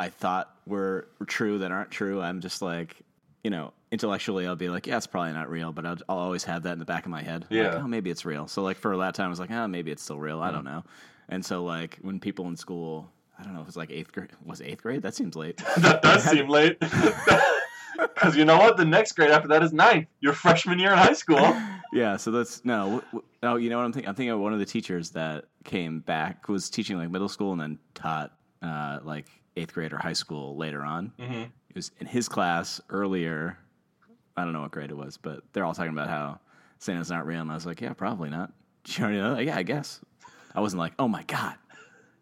Speaker 2: I thought were true that aren't true. I'm just like you know intellectually I'll be like, yeah, it's probably not real, but I'll, I'll always have that in the back of my head. Like,
Speaker 1: Yeah.
Speaker 2: oh, maybe it's real. So like for a lot of time, I was like, oh, maybe it's still real. I don't know. And so like when people in school. I don't know if it was like eighth grade. Was it eighth grade? That seems late.
Speaker 1: that does seem late. Because you know what? The next grade after that is ninth. Your freshman year in high school.
Speaker 2: yeah, so that's no, w- w- no. You know what I'm thinking? I'm thinking of one of the teachers that came back was teaching like middle school and then taught uh, like eighth grade or high school later on.
Speaker 1: hmm
Speaker 2: It was in his class earlier. I don't know what grade it was, but they're all talking about how Santa's not real, and I was like, yeah, probably not. She already know. Yeah, I guess. I wasn't like, oh my god,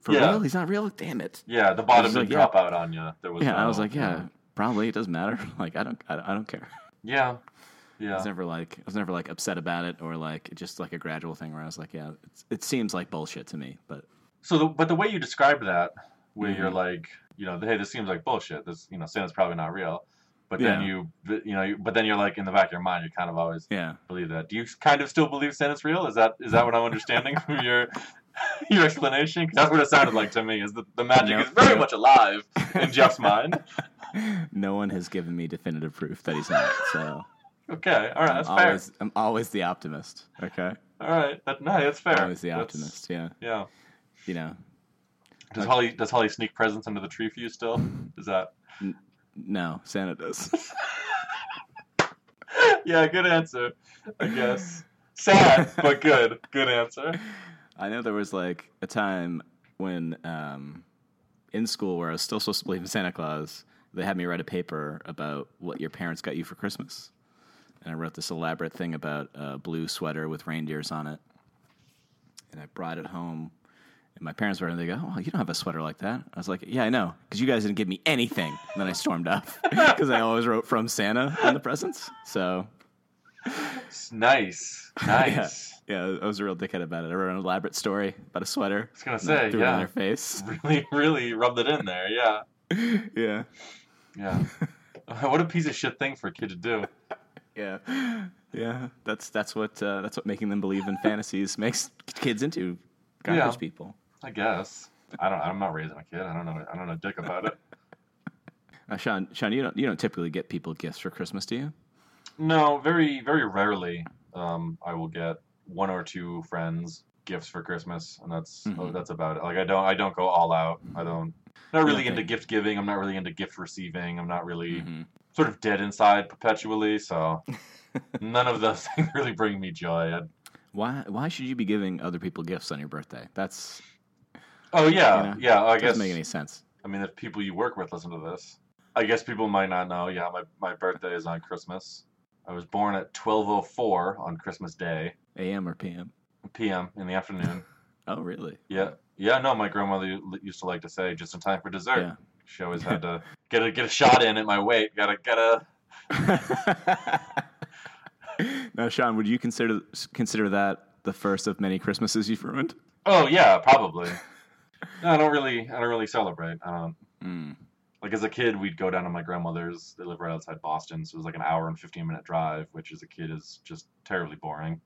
Speaker 2: for
Speaker 1: Yeah.
Speaker 2: real? He's not real. Damn it.
Speaker 1: Yeah, the bottom
Speaker 2: It's
Speaker 1: didn't
Speaker 2: like, yeah.
Speaker 1: drop out on you. There was
Speaker 2: Yeah, I
Speaker 1: no-
Speaker 2: was like, yeah, probably it doesn't matter. Like, I don't, I don't, I don't care.
Speaker 1: yeah, yeah.
Speaker 2: I was never like, I was never like upset about it or like it just like a gradual thing where I was like, yeah, it's, it seems like bullshit to me, but
Speaker 1: So, the, but the way you describe that, where you're
Speaker 2: Mhm.
Speaker 1: like, you know, hey, this seems like bullshit. This, you know, Santa's probably not real. But then
Speaker 2: Yeah.
Speaker 1: you, but, you know, you, but then you're like in the back of your mind, you kind of always
Speaker 2: yeah,
Speaker 1: believe that. Do you kind of still believe Santa's real? Is that is that what I'm understanding from your your explanation? 'Cause that's what it sounded like to me. Is that the magic
Speaker 2: No,
Speaker 1: is very
Speaker 2: no.
Speaker 1: much alive in Jeff's mind?
Speaker 2: no one has given me definitive proof that he's not. So
Speaker 1: Okay, all right,
Speaker 2: I'm
Speaker 1: that's fair.
Speaker 2: always, I'm always the optimist. Okay,
Speaker 1: All right, that, no, that's fair.
Speaker 2: always the
Speaker 1: That's-
Speaker 2: optimist. Yeah,
Speaker 1: Yeah.
Speaker 2: you know,
Speaker 1: Does Holly does Holly sneak presents under the tree for you still? Is that?
Speaker 2: no, Santa does.
Speaker 1: yeah, good answer. I guess. Sad, but good. Good answer.
Speaker 2: I know there was like a time when um, in school where I was still supposed to believe in Santa Claus. They had me write a paper about what your parents got you for Christmas, and I wrote this elaborate thing about a blue sweater with reindeers on it. And I brought it home, and my parents were and they go, "Oh, you don't have a sweater like that." I was like, "Yeah, I know, because you guys didn't give me anything." And then I stormed off because I always wrote from Santa on the presents. So
Speaker 1: It's nice. Nice.
Speaker 2: yeah, I was a real dickhead about it. I wrote an elaborate story about a sweater.
Speaker 1: I was
Speaker 2: and I
Speaker 1: gonna say,
Speaker 2: threw it in
Speaker 1: yeah.
Speaker 2: their face.
Speaker 1: Really, really rubbed it in there. Yeah.
Speaker 2: yeah,
Speaker 1: Yeah. what a piece of shit thing for a kid to do.
Speaker 2: yeah, yeah. That's that's what uh, that's what making them believe in fantasies makes kids into garbage
Speaker 1: Yeah.
Speaker 2: people.
Speaker 1: I guess. I don't. I'm not raising a kid. I don't know. I don't know dick about it.
Speaker 2: Uh, Sean, Sean, you don't you don't typically get people gifts for Christmas, do you?
Speaker 1: No, very, very rarely. Um, I will get one or two friends gifts for Christmas, and that's oh,
Speaker 2: Mhm.
Speaker 1: that's about it. Like I don't, I don't go all out. I don't. Not really into
Speaker 2: Okay.
Speaker 1: gift giving. I'm not really into gift receiving. I'm not really
Speaker 2: Mm-hmm.
Speaker 1: sort of dead inside perpetually. So none of those things really bring me joy. I,
Speaker 2: Why why should you be giving other people gifts on your birthday? That's
Speaker 1: oh
Speaker 2: You
Speaker 1: yeah,
Speaker 2: know,
Speaker 1: yeah. I guess.
Speaker 2: doesn't make any sense.
Speaker 1: I mean, if people you work with listen to this, I guess people might not know. Yeah, my my birthday is on Christmas. I was born at 12:04 on Christmas Day,
Speaker 2: A.M. or P.M.
Speaker 1: p.m. in the afternoon.
Speaker 2: Oh, really?
Speaker 1: Yeah, yeah. No, my grandmother l- used to like to say, "Just in time for dessert."
Speaker 2: Yeah.
Speaker 1: She always had to get a get a shot in at my weight. Gotta gotta.
Speaker 2: now, Sean, would you consider consider that the first of many Christmases you've ruined?
Speaker 1: Oh yeah, probably. no, I don't really. I don't really celebrate. I don't.
Speaker 2: Mm.
Speaker 1: Like as a kid, we'd go down to my grandmother's. They live right outside Boston, so it was like an hour and fifteen minute drive, which as a kid is just terribly boring.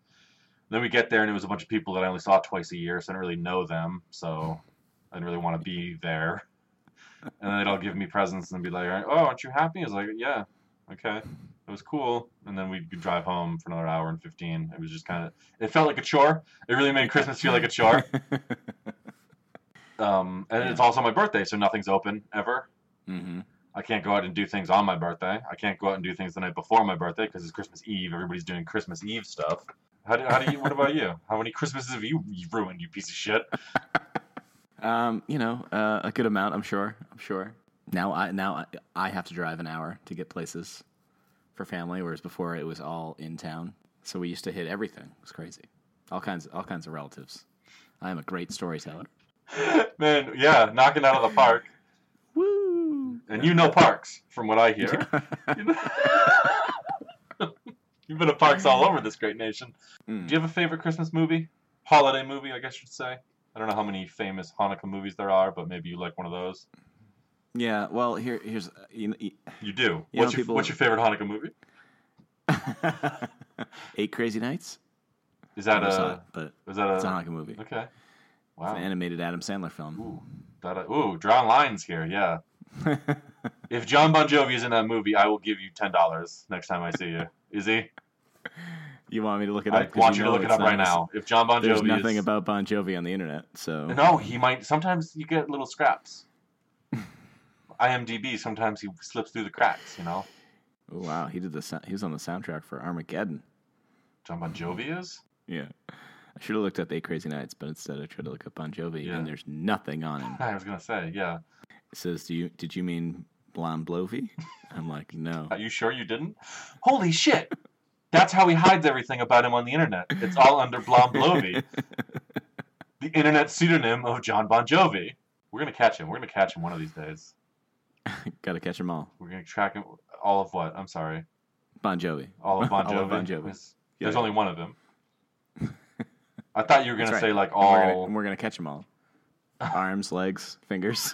Speaker 1: Then we get there, and it was a bunch of people that I only saw twice a year, so I didn't really know them. So I didn't really want to be there. And then they'd all give me presents and be like, "Oh, aren't you happy?" I was like, "Yeah, okay, it was cool." And then we'd drive home for another hour and fifteen. It was just kind of. It felt like a chore. It really made Christmas feel like a chore. Um, and it's
Speaker 2: Yeah.
Speaker 1: also my birthday, so nothing's open ever. Mm-hmm.
Speaker 2: hmm
Speaker 1: I can't go out and do things on my birthday. I can't go out and do things the night before my birthday because it's Christmas Eve. Everybody's doing Christmas Eve stuff. How do, how do you? What about you? How many Christmases have you ruined, you piece of shit?
Speaker 2: Um, you know, uh, a good amount, I'm sure. I'm sure. Now I now I, I have to drive an hour to get places for family, whereas before it was all in town. So we used to hit everything. It was crazy. All kinds, all kinds of relatives. I am a great storyteller.
Speaker 1: Man, yeah, knocking out of the park.
Speaker 2: Woo!
Speaker 1: And you know parks, from what I hear. You've been to parks all over this great nation.
Speaker 2: Hmm.
Speaker 1: Do you have a favorite Christmas movie? Holiday movie, I guess you'd say. I don't know how many famous Hanukkah movies there are, but maybe you like one of those.
Speaker 2: Yeah. Well, here, here's you, you,
Speaker 1: You do.
Speaker 2: You
Speaker 1: what's,
Speaker 2: know,
Speaker 1: your,
Speaker 2: people-
Speaker 1: what's your favorite Hanukkah movie?
Speaker 2: eight crazy nights.
Speaker 1: Is
Speaker 2: I
Speaker 1: that
Speaker 2: never saw it,
Speaker 1: a?
Speaker 2: but
Speaker 1: Is that a?
Speaker 2: it's a Hanukkah movie. It's
Speaker 1: Okay. Wow.
Speaker 2: an animated Adam Sandler film.
Speaker 1: Ooh, that I, ooh, drawing lines here. Yeah. if John Bon Jovi is in that movie, I will give you ten dollars next time I see you. Is he?
Speaker 2: You want me to look it up?
Speaker 1: I
Speaker 2: 'Cause
Speaker 1: want you to
Speaker 2: know
Speaker 1: look it
Speaker 2: it's
Speaker 1: up
Speaker 2: not
Speaker 1: right
Speaker 2: on this-
Speaker 1: now. If John Bon Jovi
Speaker 2: There's nothing
Speaker 1: is,
Speaker 2: about Bon Jovi on the internet, so
Speaker 1: no, he might. Sometimes you get little scraps. IMDb. Sometimes he slips through the cracks. You know,
Speaker 2: Ooh, Oh, wow, he did the sou- he was on the soundtrack for Armageddon.
Speaker 1: John Bon Jovi is.
Speaker 2: Yeah, I should have looked up Eight Crazy Nights, but instead I tried to look up Bon Jovi,
Speaker 1: Yeah.
Speaker 2: and there's nothing on him.
Speaker 1: I was gonna say, yeah.
Speaker 2: It says, "Do you did you mean Blonde Blovy?" I'm like, no.
Speaker 1: Are you sure you didn't? Holy shit! That's how he hides everything about him on the internet. It's all under Blom Blovy, the internet pseudonym of John Bon Jovi. We're gonna catch him. We're gonna catch him one of these days.
Speaker 2: Gotta catch them all.
Speaker 1: We're gonna track him. All of what? I'm sorry.
Speaker 2: Bon Jovi.
Speaker 1: All of Bon Jovi.
Speaker 2: All of Bon Jovi.
Speaker 1: There's,
Speaker 2: Yeah,
Speaker 1: there's
Speaker 2: yeah.
Speaker 1: only one of him. I thought you were gonna
Speaker 2: That's
Speaker 1: say
Speaker 2: right.
Speaker 1: like
Speaker 2: And we're gonna-
Speaker 1: all.
Speaker 2: and we're gonna catch them all. Arms, legs, fingers,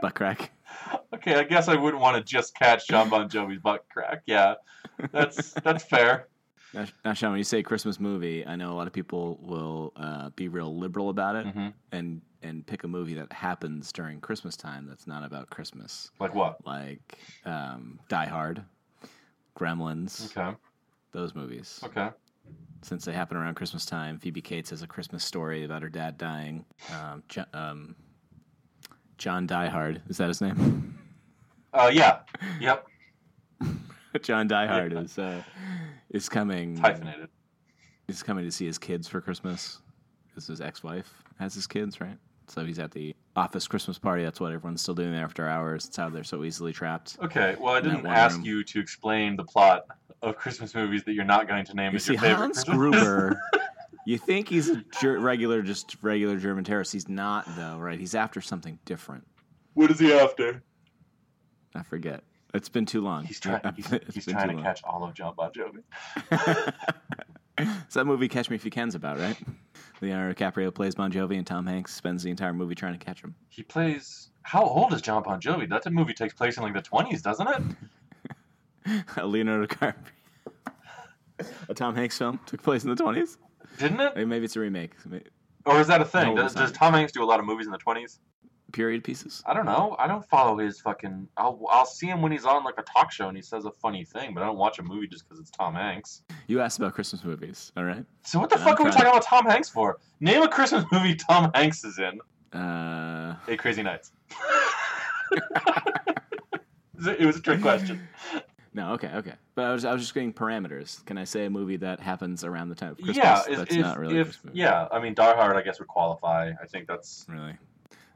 Speaker 2: butt crack.
Speaker 1: Okay, I guess I wouldn't want to just catch John Bon Jovi's butt crack. Yeah, that's that's fair.
Speaker 2: Now, now, Sean, when you say Christmas movie, I know a lot of people will uh, be real liberal about it
Speaker 1: Mhm.
Speaker 2: and and pick a movie that happens during Christmas time that's not about Christmas,
Speaker 1: Like what?
Speaker 2: like um, Die Hard, Gremlins,
Speaker 1: Okay,
Speaker 2: those movies.
Speaker 1: okay.
Speaker 2: Since they happen around Christmas time, Phoebe Cates has a Christmas story about her dad dying. Um, Jo- um, John Die Hard is that his name?
Speaker 1: Uh, yeah, yep.
Speaker 2: John Die Hard is uh, is coming.
Speaker 1: It's hyphenated.
Speaker 2: he's coming to see his kids for Christmas because his ex-wife has his kids, right? So he's at the office Christmas party. That's what everyone's still doing after hours. It's how they're so easily trapped.
Speaker 1: Okay. Well, I
Speaker 2: In that
Speaker 1: didn't
Speaker 2: one
Speaker 1: ask
Speaker 2: room.
Speaker 1: you to explain the plot of Christmas movies that you're not going to name
Speaker 2: You
Speaker 1: as
Speaker 2: see,
Speaker 1: your favorite.
Speaker 2: Hans
Speaker 1: Christmas-
Speaker 2: Gruber. You think he's a ger- regular, just regular German terrorist? He's not, though, right? He's after something different.
Speaker 1: What is he after?
Speaker 2: I forget. It's been too long.
Speaker 1: He's trying. He's,
Speaker 2: It's
Speaker 1: he's
Speaker 2: been
Speaker 1: trying
Speaker 2: too
Speaker 1: to
Speaker 2: long.
Speaker 1: catch all of John Bon Jovi.
Speaker 2: It's that movie Catch Me If You Can's about, right? Leonardo DiCaprio plays Bon Jovi, and Tom Hanks spends the entire movie trying to catch him.
Speaker 1: He plays. How old is John Bon Jovi? That movie takes place in like the 20s, doesn't it?
Speaker 2: Leonardo DiCaprio. a Tom Hanks film took place in the 20s.
Speaker 1: Didn't
Speaker 2: Hey,
Speaker 1: it?
Speaker 2: Maybe it's a remake. May-
Speaker 1: Or is that a thing?
Speaker 2: No,
Speaker 1: does,
Speaker 2: it's not.
Speaker 1: does Tom Hanks do a lot of movies in the 20s?
Speaker 2: Period pieces.
Speaker 1: I don't know. I don't follow his fucking. I'll, I'll see him when he's on like a talk show and he says a funny thing, but I don't watch a movie just because it's Tom Hanks.
Speaker 2: You asked about Christmas movies, all right?
Speaker 1: So what the
Speaker 2: I'm
Speaker 1: fuck are we
Speaker 2: trying-
Speaker 1: talking about Tom Hanks for? Name a Christmas movie Tom Hanks is in.
Speaker 2: Uh,
Speaker 1: Eight Crazy Nights. it was a trick question.
Speaker 2: no, okay, okay. But I was, I was just getting parameters. Can I say a movie that happens around the time of Christmas?
Speaker 1: yeah, if,
Speaker 2: that's
Speaker 1: if,
Speaker 2: not really a
Speaker 1: if-
Speaker 2: Christmas movie.
Speaker 1: yeah. I mean, Die Hard, I guess, would qualify. I think that's.
Speaker 2: Really.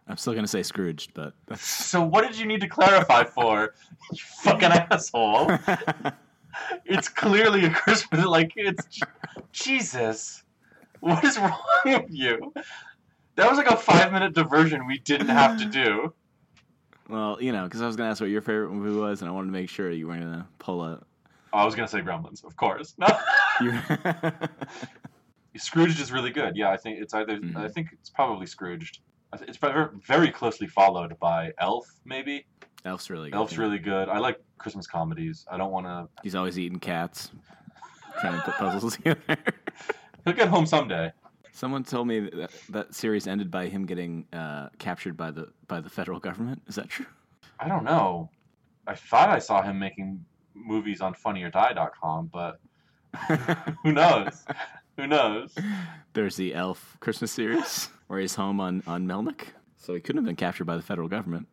Speaker 2: I'm still going to say Scrooged, but.
Speaker 1: So what did you need to clarify for? you fucking asshole! It's clearly a Christmas. Like it's Jesus. What is wrong with you? That was like a five-minute diversion we didn't have to do.
Speaker 2: well, you know, because I was going to ask what your favorite movie was, and I wanted to make sure you weren't going to pull a.
Speaker 1: Oh, I was gonna say Gremlins, of course. No.
Speaker 2: You...
Speaker 1: Scrooged is really good. Yeah, I think it's either.
Speaker 2: Mhm.
Speaker 1: I think it's probably Scrooged. I th- It's very, very closely followed by Elf, maybe.
Speaker 2: Elf's really good.
Speaker 1: Elf's
Speaker 2: yeah.
Speaker 1: really good. I like Christmas comedies. I don't want to.
Speaker 2: He's always eating cats, trying to put puzzles together.
Speaker 1: He'll get home someday.
Speaker 2: Someone told me that that series ended by him getting uh, captured by the by the federal government. Is that true?
Speaker 1: I don't know. I thought I saw him making movies on funnyordie.com, but who knows? who knows?
Speaker 2: There's the Elf Christmas series where he's home on on Melnick, so he couldn't have been captured by the federal government.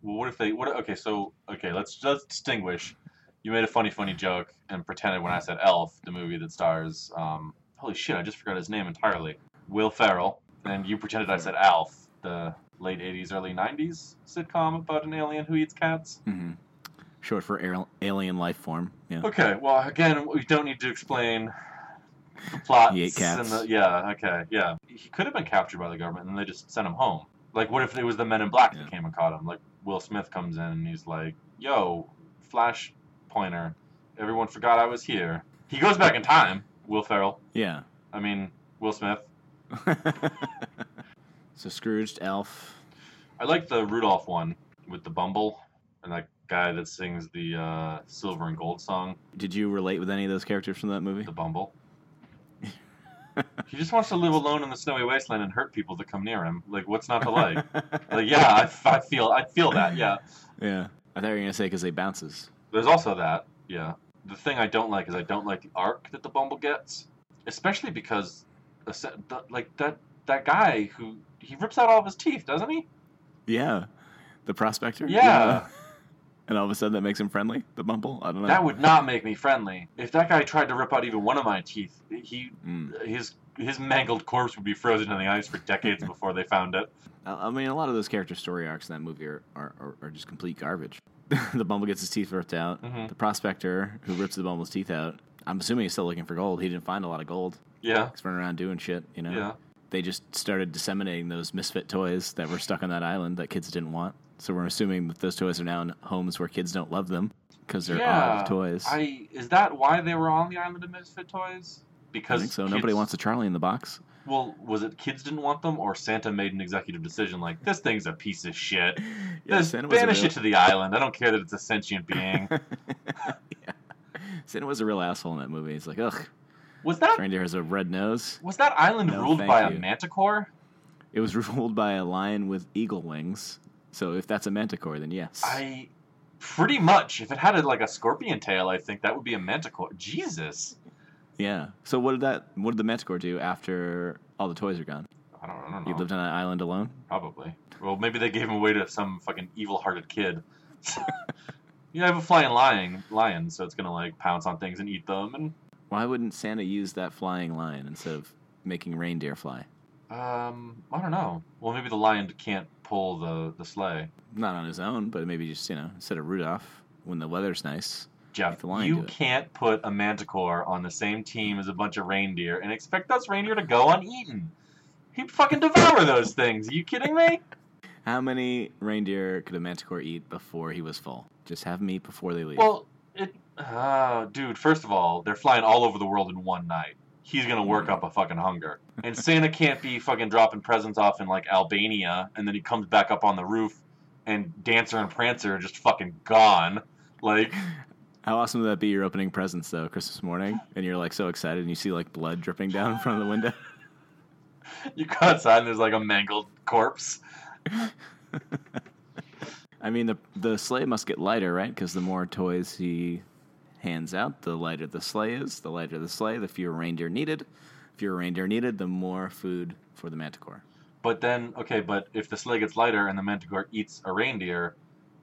Speaker 1: Well, what if they? What? Okay, so okay, let's let's distinguish. You made a funny, funny joke and pretended when I said Elf, the movie that stars. Um, holy shit! I just forgot his name entirely. Will Ferrell, and you pretended I said Alf, the late '80s, early '90s sitcom about an alien who eats cats.
Speaker 2: Mm-hmm. Short for aer- alien life form. Yeah.
Speaker 1: Okay, well, again, we don't need to explain the plots.
Speaker 2: He ate cats.
Speaker 1: And the, yeah, okay, yeah. He could have been captured by the government and they just sent him home. Like, what if it was the men in black
Speaker 2: Yeah.
Speaker 1: that came and caught him? Like, Will Smith comes in and he's like, yo, flash pointer, everyone forgot I was here. He goes back in time, Will Ferrell.
Speaker 2: Yeah.
Speaker 1: I mean, Will Smith.
Speaker 2: so Scrooged Elf.
Speaker 1: I like the Rudolph one with the bumble and that guy that sings the uh, silver and gold song,
Speaker 2: Did you relate with any of those characters from that movie?
Speaker 1: the bumble. He just wants to live alone in the snowy wasteland and hurt people that come near him. Like, what's not to like? like, yeah, I f I feel, I feel that. Yeah,
Speaker 2: yeah. I thought you were gonna say because they bounces.
Speaker 1: there's also that. Yeah, the thing I don't like is I don't like the arc that the Bumble gets, especially because, a se- the- like that that guy who he rips out all of his teeth, doesn't he?
Speaker 2: Yeah. The prospector.
Speaker 1: Yeah.
Speaker 2: And all of a sudden, that makes him friendly. The Bumble. I don't know.
Speaker 1: That would not make me friendly. If that guy tried to rip out even one of my teeth, he
Speaker 2: Mm.
Speaker 1: his his mangled corpse would be frozen in the ice for decades before they found it.
Speaker 2: I I mean, a lot of those character story arcs in that movie are, are, are, are just complete garbage. the bumble gets his teeth ripped out. The prospector who rips the bumble's teeth out. I'm assuming he's still looking for gold. He didn't find a lot of gold.
Speaker 1: Yeah.
Speaker 2: He's running around doing shit. You know.
Speaker 1: Yeah.
Speaker 2: They just started disseminating those misfit toys that were stuck on that island that kids didn't want. So we're assuming that those toys are now in homes where kids don't love them because they're
Speaker 1: yeah.
Speaker 2: odd toys.
Speaker 1: I is that why they were on the island of misfit toys?
Speaker 2: I
Speaker 1: Because
Speaker 2: think so. Nobody
Speaker 1: kids-
Speaker 2: wants a Charlie in the box.
Speaker 1: Well, was it kids didn't want them, or Santa made an executive decision like this thing's a piece of shit?
Speaker 2: Yeah,
Speaker 1: Just
Speaker 2: Santa was a
Speaker 1: banish
Speaker 2: real-
Speaker 1: it to the island. I don't care that it's a sentient being.
Speaker 2: yeah. Santa was a real asshole in that movie. He's like, ugh,
Speaker 1: Was that
Speaker 2: reindeer has a red nose.
Speaker 1: was that island
Speaker 2: No,
Speaker 1: ruled
Speaker 2: thank
Speaker 1: by
Speaker 2: you.
Speaker 1: a manticore?
Speaker 2: It was ruled by a lion with eagle wings. So if that's a manticore, then yes.
Speaker 1: I pretty much. If it had a, like a scorpion tail, I think that would be a manticore. Jesus,
Speaker 2: Yeah. So what did that? What did the manticore do after all the toys are gone?
Speaker 1: I don't, I
Speaker 2: He
Speaker 1: don't know.
Speaker 2: lived on an island alone.
Speaker 1: Probably. Well, maybe they gave him away to some fucking evil-hearted kid. you have a flying lion, lion, so it's gonna like pounce on things and eat them. And
Speaker 2: Why wouldn't Santa use that flying lion instead of making reindeer fly?
Speaker 1: um, I don't know. Well, maybe the lion can't pull the the sleigh.
Speaker 2: Not on his own, but maybe just you know instead of Rudolph when the weather's nice.
Speaker 1: Jeff,
Speaker 2: the lion do
Speaker 1: you
Speaker 2: it.
Speaker 1: can't put a manticore on the same team as a bunch of reindeer and expect those reindeer to go uneaten. He'd fucking devour those things. Are you kidding me?
Speaker 2: How many reindeer could a manticore eat before he was full? Just have them eat before they leave.
Speaker 1: Well, it, uh, dude. First of all, they're flying all over the world in one night. He's gonna work up a fucking hunger, and Santa can't be fucking dropping presents off in like Albania, and then he comes back up on the roof, and Dancer and Prancer are just fucking gone. Like,
Speaker 2: How awesome would that be? Your opening presents though, Christmas morning, and you're like so excited, and you see like blood dripping down from the window.
Speaker 1: you go outside and there's like a mangled corpse.
Speaker 2: I mean, the the sleigh must get lighter, right? Because the more toys he hands out, the lighter the sleigh is. The lighter the sleigh, the fewer reindeer needed. Fewer reindeer needed, the more food for the manticore.
Speaker 1: But then, okay, but if the sleigh gets lighter and the manticore eats a reindeer,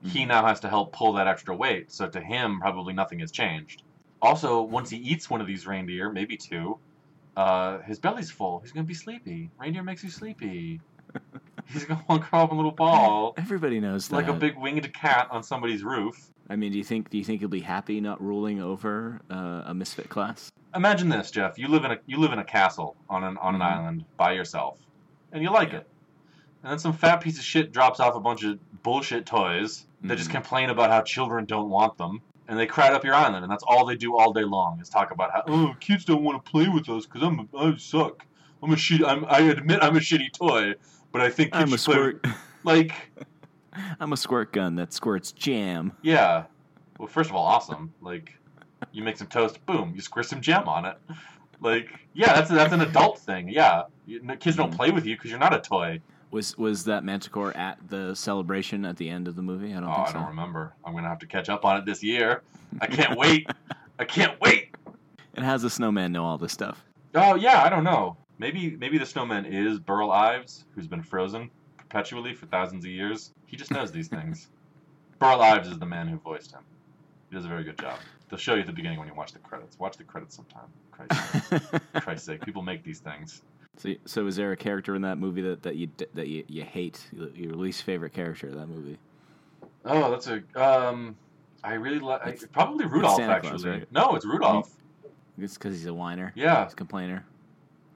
Speaker 1: he now has to help pull that extra weight. So to him, probably nothing has changed. Also, once he eats one of these reindeer, maybe two, uh, his belly's full. He's gonna be sleepy. Reindeer makes you sleepy. He's gonna curl up in a little ball,
Speaker 2: Everybody knows that.
Speaker 1: like a big winged cat on somebody's roof.
Speaker 2: I mean, do you think do you think he'll be happy not ruling over uh, a misfit class?
Speaker 1: Imagine this, Jeff. You live in a you live in a castle on an on an
Speaker 2: Mhm.
Speaker 1: island by yourself, and you like
Speaker 2: Yeah.
Speaker 1: it. And then some fat piece of shit drops off a bunch of bullshit toys that just
Speaker 2: Mhm.
Speaker 1: complain about how children don't want them, and they crowd up your island, and that's all they do all day long is talk about how oh kids don't want to play with us because I'm a, I suck. I'm a shit. I'm, I admit I'm a shitty toy, but I think kids
Speaker 2: I'm a
Speaker 1: should play with-"
Speaker 2: squirt.
Speaker 1: Like
Speaker 2: I'm a squirt gun that squirts jam.
Speaker 1: yeah. Well, first of all, awesome. Like you make some toast, boom, you squirt some jam on it. Like yeah, that's that's an adult thing. Yeah, You- no- kids don't
Speaker 2: Mhm.
Speaker 1: play with you because you're not a toy.
Speaker 2: Was was that manticore at the celebration at the end of the movie? I don't
Speaker 1: oh,
Speaker 2: think
Speaker 1: I
Speaker 2: so.
Speaker 1: don't remember. I'm gonna have to catch up on it this year. I can't wait. I can't wait.
Speaker 2: And how's the snowman know all this stuff?
Speaker 1: Oh yeah, I don't know. Maybe maybe the snowman is Burl Ives, who's been frozen perpetually for thousands of years. He just knows these things. Burl Ives is the man who voiced him. He does a very good job. They'll show you at the beginning when you watch the credits. Watch the credits sometime. Christ. Christ's sake, people make these things.
Speaker 2: So, so is there a character in that movie that, that you d- that you, you hate your least favorite character of that movie?
Speaker 1: Oh, that's a. Um, I really like
Speaker 2: It's-
Speaker 1: probably Rudolph
Speaker 2: Santa
Speaker 1: actually.
Speaker 2: Claus, right?
Speaker 1: No, it's Rudolph,
Speaker 2: It's because he's a whiner.
Speaker 1: Yeah.
Speaker 2: he's a complainer,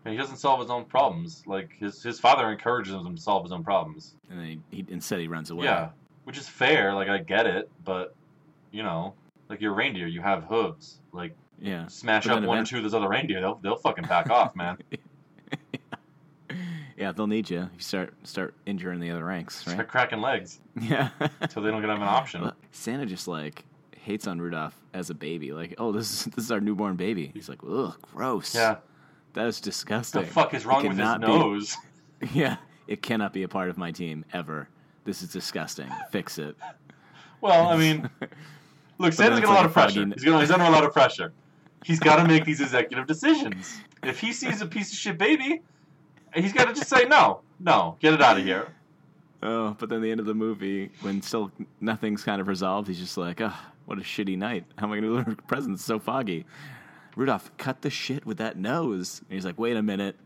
Speaker 1: and he doesn't solve his own problems. Like his his father encourages him to solve his own problems.
Speaker 2: and then he, he instead he runs away.
Speaker 1: Yeah, which is fair. Like I get it, but you know, like you're a reindeer, you have hooves. Like
Speaker 2: yeah.
Speaker 1: smash
Speaker 2: But
Speaker 1: up
Speaker 2: then
Speaker 1: one or
Speaker 2: event-
Speaker 1: two of those other reindeer, they'll they'll fucking back off, man.
Speaker 2: Yeah, they'll need you. You start start injuring the other ranks, right?
Speaker 1: Start cracking legs
Speaker 2: Yeah.
Speaker 1: until they don't get have an option.
Speaker 2: Well, Santa just like hates on Rudolph as a baby. Like, oh, this is this is our newborn baby. He's like, ugh, gross.
Speaker 1: Yeah,
Speaker 2: that is disgusting.
Speaker 1: the fuck is
Speaker 2: It
Speaker 1: wrong with his
Speaker 2: cannot be-
Speaker 1: nose?
Speaker 2: Yeah, it cannot be a part of my team ever. This is disgusting. Fix it.
Speaker 1: Well, I mean, look, Santa's got
Speaker 2: it's
Speaker 1: a lot
Speaker 2: like
Speaker 1: of
Speaker 2: a
Speaker 1: pressure.
Speaker 2: foggy-
Speaker 1: He's, gonna, he's under a lot of pressure. He's got to make these executive decisions. If he sees a piece of shit baby, he's got to just say no, no, get it out of here.
Speaker 2: Oh, but then the end of the movie, when still nothing's kind of resolved, he's just like, oh, what a shitty night. How am I going to deliver presents? It's so foggy. Rudolph, cut the shit with that nose. And he's like, wait a minute.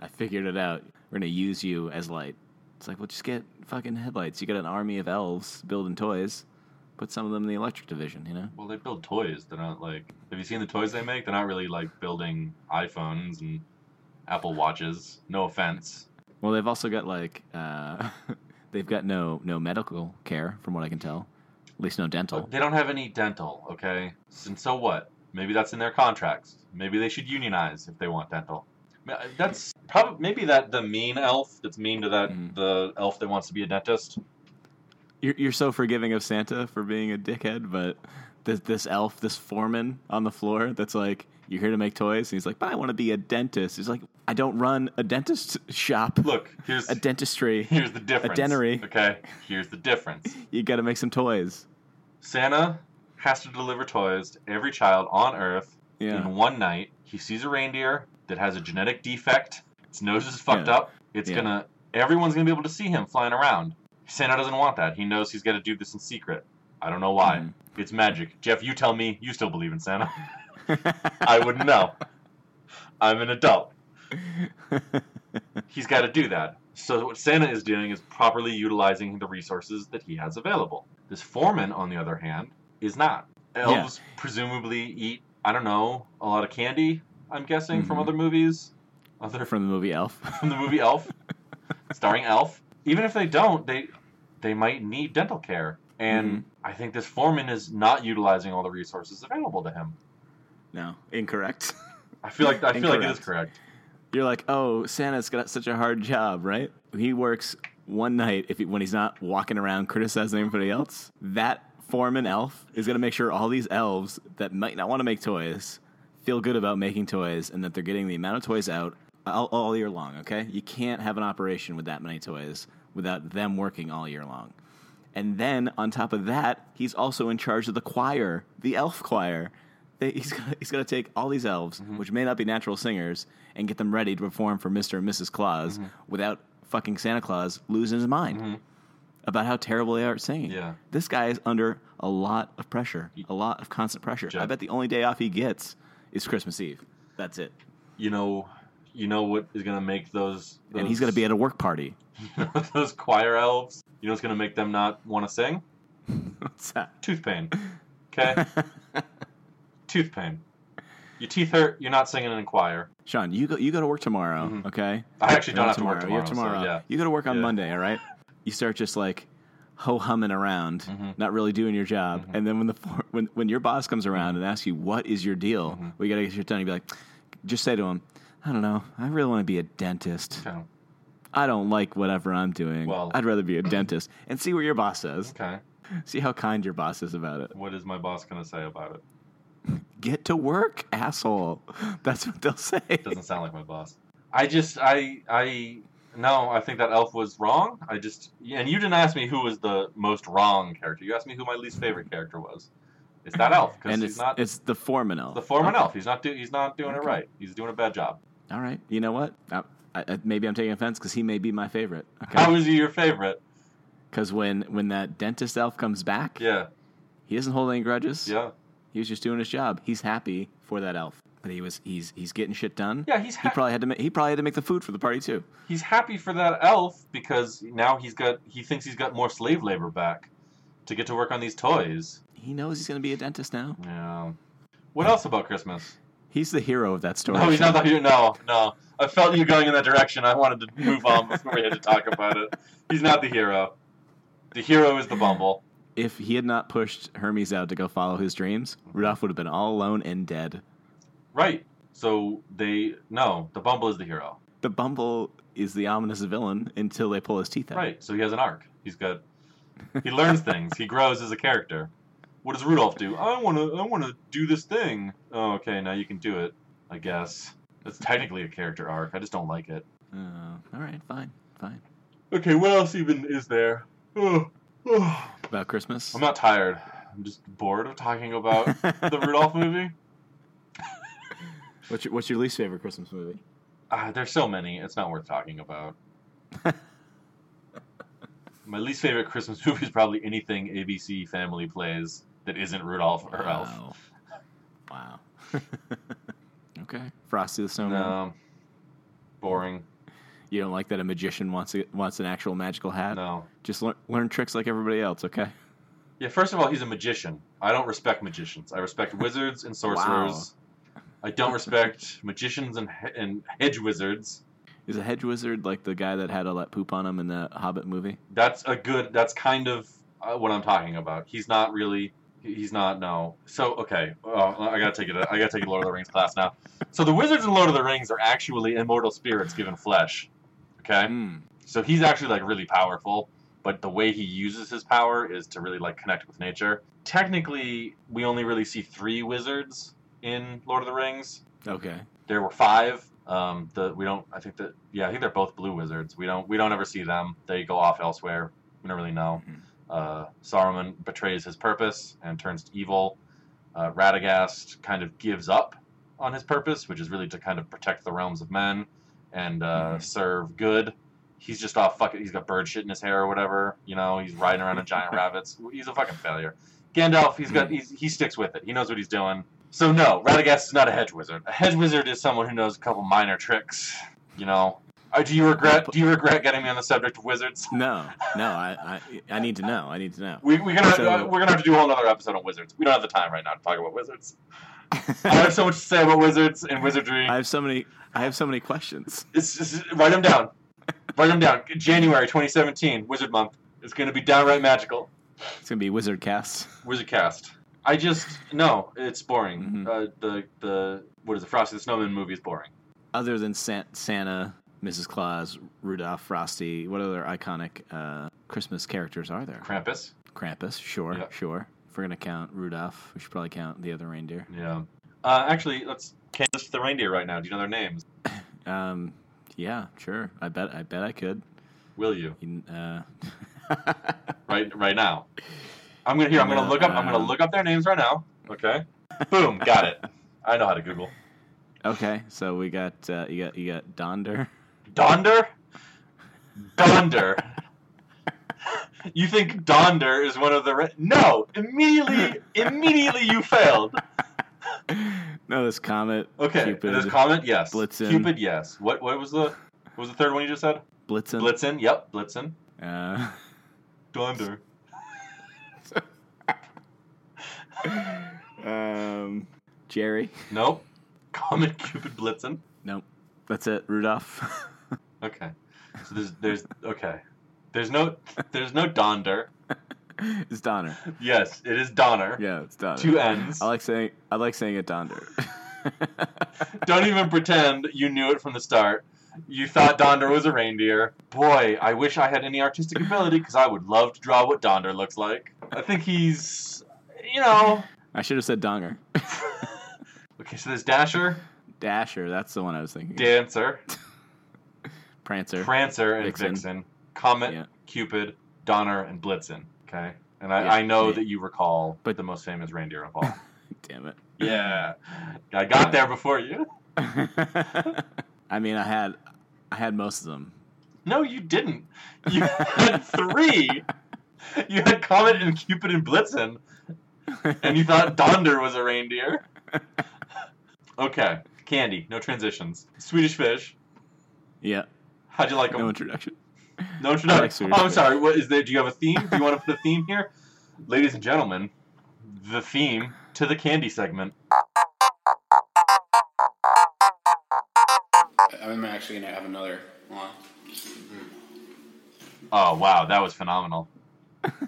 Speaker 2: I figured it out. We're going to use you as light. It's like, well, just get fucking headlights. You got an army of elves building toys. Put some of them in the electric division, you know?
Speaker 1: Well, they build toys. They're not like. Have you seen the toys they make? They're not really like building iPhones and Apple Watches. No offense.
Speaker 2: Well, they've also got like uh, they've got no no medical care from what I can tell, at least no dental.
Speaker 1: But they don't have any dental, okay? And so what? Maybe that's in their contracts. Maybe they should unionize if they want dental. Ma- That's probably maybe that the mean elf that's mean to that
Speaker 2: Mhm.
Speaker 1: the elf that wants to be a dentist.
Speaker 2: You're, you're so forgiving of Santa for being a dickhead, but this this elf, this foreman on the floor, that's like you're here to make toys, and he's like, but I want to be a dentist. He's like, I don't run a dentist shop,
Speaker 1: Look, here's
Speaker 2: a dentistry.
Speaker 1: here's the difference.
Speaker 2: dentary.
Speaker 1: Okay, here's the difference.
Speaker 2: You got to make some toys.
Speaker 1: Santa has to deliver toys to every child on Earth
Speaker 2: Yeah,
Speaker 1: in one night. He sees a reindeer that has a genetic defect. Its nose is fucked
Speaker 2: Yeah.
Speaker 1: up. It's
Speaker 2: Yeah.
Speaker 1: gonna. Everyone's gonna be able to see him flying around. Santa doesn't want that. He knows he's got to do this in secret. I don't know why.
Speaker 2: Mhm.
Speaker 1: It's magic. Jeff, you tell me. You still believe in Santa? I wouldn't know. I'm an adult. He's got to do that. So what Santa is doing is properly utilizing the resources that he has available. This foreman, on the other hand, is not. Elves presumably eat, I don't know, a lot of candy. I'm guessing from
Speaker 2: Mhm.
Speaker 1: other movies, other
Speaker 2: from the movie Elf.
Speaker 1: from the movie Elf, starring Elf. Even if they don't, they they might need dental care. And
Speaker 2: Mhm.
Speaker 1: I think this foreman is not utilizing all the resources available to him.
Speaker 2: no, incorrect.
Speaker 1: I feel like I feel like it is
Speaker 2: Incorrect.
Speaker 1: correct.
Speaker 2: You're like, oh, Santa's got such a hard job, right? He works one night if he, when he's not walking around criticizing everybody else. That foreman elf is going to make sure all these elves that might not want to make toys feel good about making toys and that they're getting the amount of toys out all, all year long, okay? You can't have an operation with that many toys without them working all year long. And then on top of that, he's also in charge of the choir, the elf choir. They, he's gonna, he's gonna take all these elves, which may not be natural singers, and get them ready to perform for Mister and Mrs. Claus without fucking Santa Claus losing his mind about how terrible they are at singing.
Speaker 1: Yeah.
Speaker 2: this guy is under a lot of pressure, a lot of constant pressure. I
Speaker 1: Jeff.
Speaker 2: bet the only day off he gets is Christmas Eve. That's it,
Speaker 1: You know, you know what is going to make those, those
Speaker 2: and he's gonna be at a work party.
Speaker 1: those choir elves. You know what's going to make them not want to sing?
Speaker 2: What's that?
Speaker 1: Tooth pain. Okay? Tooth pain. Your teeth hurt, you're not singing in a choir.
Speaker 2: Sean, you go you go to work tomorrow,
Speaker 1: Mhm.
Speaker 2: okay?
Speaker 1: I actually don't
Speaker 2: You're
Speaker 1: have to work
Speaker 2: You have
Speaker 1: tomorrow, so, yeah.
Speaker 2: You go to work on
Speaker 1: Yeah.
Speaker 2: Monday, all right? You start just like ho humming around,
Speaker 1: Mhm.
Speaker 2: not really doing your job,
Speaker 1: Mm-hmm.
Speaker 2: and then when the for- when when your boss comes around and asks you what is your deal,
Speaker 1: Mm-hmm.
Speaker 2: we gotta get your done. You be like, just say to him, I don't know, I really want to be a dentist.
Speaker 1: Okay.
Speaker 2: I don't like whatever I'm doing.
Speaker 1: Well- Mm-hmm.
Speaker 2: I'd rather be a dentist, and see what your boss says.
Speaker 1: Okay.
Speaker 2: See how kind your boss is about it.
Speaker 1: What is my boss going to say about it?
Speaker 2: Get to work, asshole. That's what they'll say.
Speaker 1: Doesn't sound like my boss. I just, I, I, no, I think that elf was wrong. I just, and you didn't ask me who was the most wrong character. You asked me who my least favorite character was. It's that elf because
Speaker 2: And
Speaker 1: he's
Speaker 2: it's
Speaker 1: not
Speaker 2: it's the foreman elf.
Speaker 1: the former
Speaker 2: Okay.
Speaker 1: elf. He's not do, he's not doing it
Speaker 2: Okay.
Speaker 1: right. He's doing a bad job.
Speaker 2: All right. You know what? I, I, I- maybe I'm taking offense because he may be my favorite.
Speaker 1: How
Speaker 2: Okay.
Speaker 1: is he your favorite?
Speaker 2: Because when when that dentist elf comes back,
Speaker 1: Yeah,
Speaker 2: he doesn't hold any grudges.
Speaker 1: yeah,
Speaker 2: He was just doing his job. He's happy for that elf, but he was he's he's getting shit done.
Speaker 1: yeah. He's
Speaker 2: He
Speaker 1: happy.
Speaker 2: probably had to make, he probably had to make the food for the party too.
Speaker 1: he's happy for that elf because now he's got he thinks he's got more slave labor back to get to work on these toys.
Speaker 2: He knows he's going to be a dentist now.
Speaker 1: Yeah. What else about Christmas? Oh,
Speaker 2: He's the hero of that story.
Speaker 1: No, he's not the hero. No, no. I felt you going in that direction. I wanted to move on before we had to talk about it. He's not the hero. The hero is the Bumble.
Speaker 2: If he had not pushed Hermes out to go follow his dreams, Rudolph would have been all alone and dead.
Speaker 1: Right. So they no, the Bumble is the hero.
Speaker 2: The Bumble is the ominous villain until they pull his teeth out.
Speaker 1: Right. So he has an arc. He's got he learns things. He grows as a character. What does Rudolph do? I want to I want to do this thing. Oh, okay, now you can do it, I guess. That's technically a character arc. I just don't like it.
Speaker 2: Uh, all right. Fine. Fine.
Speaker 1: Okay, what else even is there? Oh, oh.
Speaker 2: About Christmas.
Speaker 1: I'm not tired. I'm just bored of talking about the Rudolph movie.
Speaker 2: What's your, what's your least favorite Christmas movie?
Speaker 1: Ah, there's so many. It's not worth talking about. My least favorite Christmas movie is probably anything ABC Family plays that isn't Rudolph or Elf.
Speaker 2: Wow. okay. Frosty the Snowman.
Speaker 1: No. Boring.
Speaker 2: You don't like that a magician wants a, wants an actual magical hat?
Speaker 1: No.
Speaker 2: Just learn, learn tricks like everybody else, okay?
Speaker 1: Yeah, first of all, he's a magician. I don't respect magicians. I respect wizards and sorcerers. I don't respect magicians and, he- and hedge wizards.
Speaker 2: Is a hedge wizard like the guy that had all that poop on him in the Hobbit movie?
Speaker 1: That's a good. That's kind of uh, what I'm talking about. He's not really. he- He's not. No. So okay. Oh, I gotta take it. I gotta take a Lord of the Rings class now. So the wizards in Lord of the Rings are actually immortal spirits given flesh. Okay.
Speaker 2: Mm.
Speaker 1: So he's actually like really powerful, but the way he uses his power is to really like connect with nature. Technically, we only really see three wizards in Lord of the Rings.
Speaker 2: Okay.
Speaker 1: There were five. Um, the we don't. I think that yeah. I think they're both blue wizards. We don't. We don't ever see them. They go off elsewhere. We don't really know.
Speaker 2: Mhm.
Speaker 1: Uh, Saruman betrays his purpose and turns to evil. Uh, Radagast kind of gives up on his purpose, which is really to kind of protect the realms of men and uh,
Speaker 2: Mhm.
Speaker 1: serve good. He's just off fucking. He's got bird shit in his hair or whatever. You know, he's riding around in giant rabbits. He's a fucking failure. Gandalf, he's got.
Speaker 2: Mhm.
Speaker 1: He's, he sticks with it. He knows what he's doing. So no, Radagast is not a hedge wizard. A hedge wizard is someone who knows a couple minor tricks. You know. Uh, do you regret? Do you regret getting me on the subject of wizards?
Speaker 2: No, no, I, I, I need to know. I need to know.
Speaker 1: We, we're gonna
Speaker 2: So-
Speaker 1: uh, we're gonna have to do a whole other episode on wizards. We don't have the time right now to talk about wizards. I have so much to say about wizards and wizardry.
Speaker 2: I have so many. I have so many questions.
Speaker 1: It's just, write them down. write them down. January 2017, Wizard Month. It's gonna be downright magical.
Speaker 2: It's gonna be wizard cast.
Speaker 1: Wizard cast. I just no, it's boring.
Speaker 2: Mhm.
Speaker 1: Uh, the the what is the Frosty the Snowman movie is boring.
Speaker 2: Other than San- Santa, Mrs. Claus, Rudolph, Frosty, what other iconic uh, Christmas characters are there?
Speaker 1: Krampus.
Speaker 2: Krampus, sure,
Speaker 1: Yeah.
Speaker 2: sure. If we're gonna count Rudolph, we should probably count the other reindeer.
Speaker 1: Yeah. Uh, actually, let's can't list the reindeer right now. Do you know their names?
Speaker 2: Um, yeah, sure. I bet. I bet I could.
Speaker 1: Will you?
Speaker 2: You kn- Uh,
Speaker 1: Right right now. I'm gonna here. I'm gonna look up. I'm gonna look up their names right now. Okay. Boom. Got it. I know how to Google.
Speaker 2: okay, so we got uh, you got you got Donder.
Speaker 1: Donder? Donder. you think Donder is one of the re- No, immediately immediately you failed.
Speaker 2: no, this comet.
Speaker 1: Okay.
Speaker 2: Cupid,
Speaker 1: This comment, yes.
Speaker 2: Blitzen.
Speaker 1: Cupid, yes. What what was the what was the third one you just said?
Speaker 2: Blitzen.
Speaker 1: Blitzen, yep, Blitzen.
Speaker 2: Uh,
Speaker 1: Donder.
Speaker 2: um, Jerry.
Speaker 1: Nope. Comet Cupid Blitzen.
Speaker 2: Nope. That's it. Rudolph.
Speaker 1: Okay. So there's there's okay. There's no there's no Donder.
Speaker 2: it's Donner.
Speaker 1: Yes, it is Donner.
Speaker 2: Yeah, it's Donner.
Speaker 1: Two N's.
Speaker 2: I like saying I like saying it Donder.
Speaker 1: Don't even pretend you knew it from the start. You thought Donder was a reindeer. Boy, I wish I had any artistic ability because I would love to draw what Donder looks like. I think he's, you know.
Speaker 2: I should have said Donger.
Speaker 1: Okay, so there's Dasher,
Speaker 2: Dasher. That's the one I was thinking. of.
Speaker 1: Dancer,
Speaker 2: Prancer.
Speaker 1: Prancer, and
Speaker 2: Vixen.
Speaker 1: Vixen, Comet,
Speaker 2: Yeah.
Speaker 1: Cupid, Donner, and Blitzen. Okay, and I,
Speaker 2: Yeah,
Speaker 1: I know
Speaker 2: yeah.
Speaker 1: that you recall
Speaker 2: But-
Speaker 1: the most famous reindeer of all.
Speaker 2: Damn it.
Speaker 1: yeah, I got there before you.
Speaker 2: I mean, I had I had most of them.
Speaker 1: No, you didn't. You had three. You had Comet and Cupid and Blitzen, and you thought Donder was a reindeer. Okay, candy, no transitions. Swedish fish.
Speaker 2: yeah.
Speaker 1: How'd you like them?
Speaker 2: No
Speaker 1: No,
Speaker 2: introduction. I like
Speaker 1: introduction.
Speaker 2: Swedish
Speaker 1: oh, I'm
Speaker 2: fish.
Speaker 1: sorry. What is there? Do you have a theme? Do you want to put a theme here, ladies and gentlemen? The theme to the candy segment.
Speaker 4: I'm actually gonna have another one.
Speaker 1: Oh wow, that was phenomenal.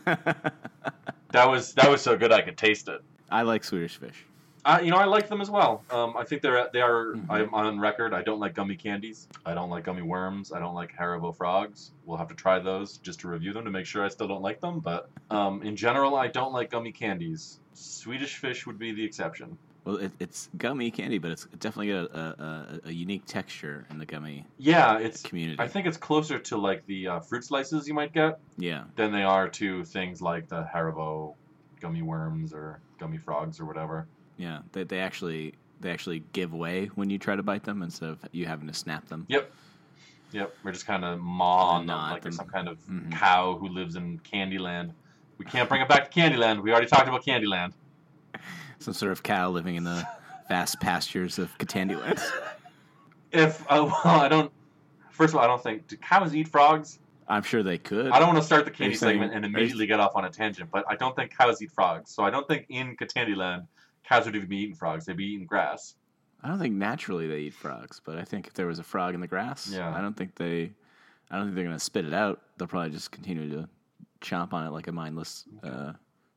Speaker 1: That was that was so good I could taste it.
Speaker 2: I like Swedish fish.
Speaker 1: Uh, you know, I like them as well. Um, I think they're they are. I'm on record. I don't like gummy candies. I don't like gummy worms. I don't like Haribo frogs. We'll have to try those just to review them to make sure I still don't like them. But um, in general, I don't like gummy candies. Swedish fish would be the exception.
Speaker 2: Well, it, it's gummy candy, but it's definitely got a, a, a, a unique texture in the gummy
Speaker 1: Yeah, it's.
Speaker 2: community.
Speaker 1: I think it's closer to like the uh, fruit slices you might get
Speaker 2: yeah.
Speaker 1: than they are to things like the Haribo gummy worms or gummy frogs or whatever.
Speaker 2: Yeah, they, they actually they actually give way when you try to bite them instead of you having to snap them.
Speaker 1: Yep. Yep. We're just kind of maw on them
Speaker 2: Nod
Speaker 1: like they're
Speaker 2: them.
Speaker 1: some kind of
Speaker 2: Mhm.
Speaker 1: cow who lives in Candyland. We can't bring it back to Candyland. We already talked about Candyland.
Speaker 2: Some sort of cow living in the vast pastures of Catandyland.
Speaker 1: If uh, well, I don't. First of all, I don't think do cows eat frogs.
Speaker 2: I'm sure they could.
Speaker 1: I don't want to start the candy
Speaker 2: Are you saying-
Speaker 1: segment and
Speaker 2: are you-
Speaker 1: immediately get off on a tangent, but I don't think cows eat frogs. So I don't think in Katandyland cows would even be eating frogs. They'd be eating grass.
Speaker 2: I don't think naturally they eat frogs, but I think if there was a frog in the grass,
Speaker 1: Yeah.
Speaker 2: I don't think they, I don't think they're gonna spit it out. They'll probably just continue to chomp on it like a mindless uh,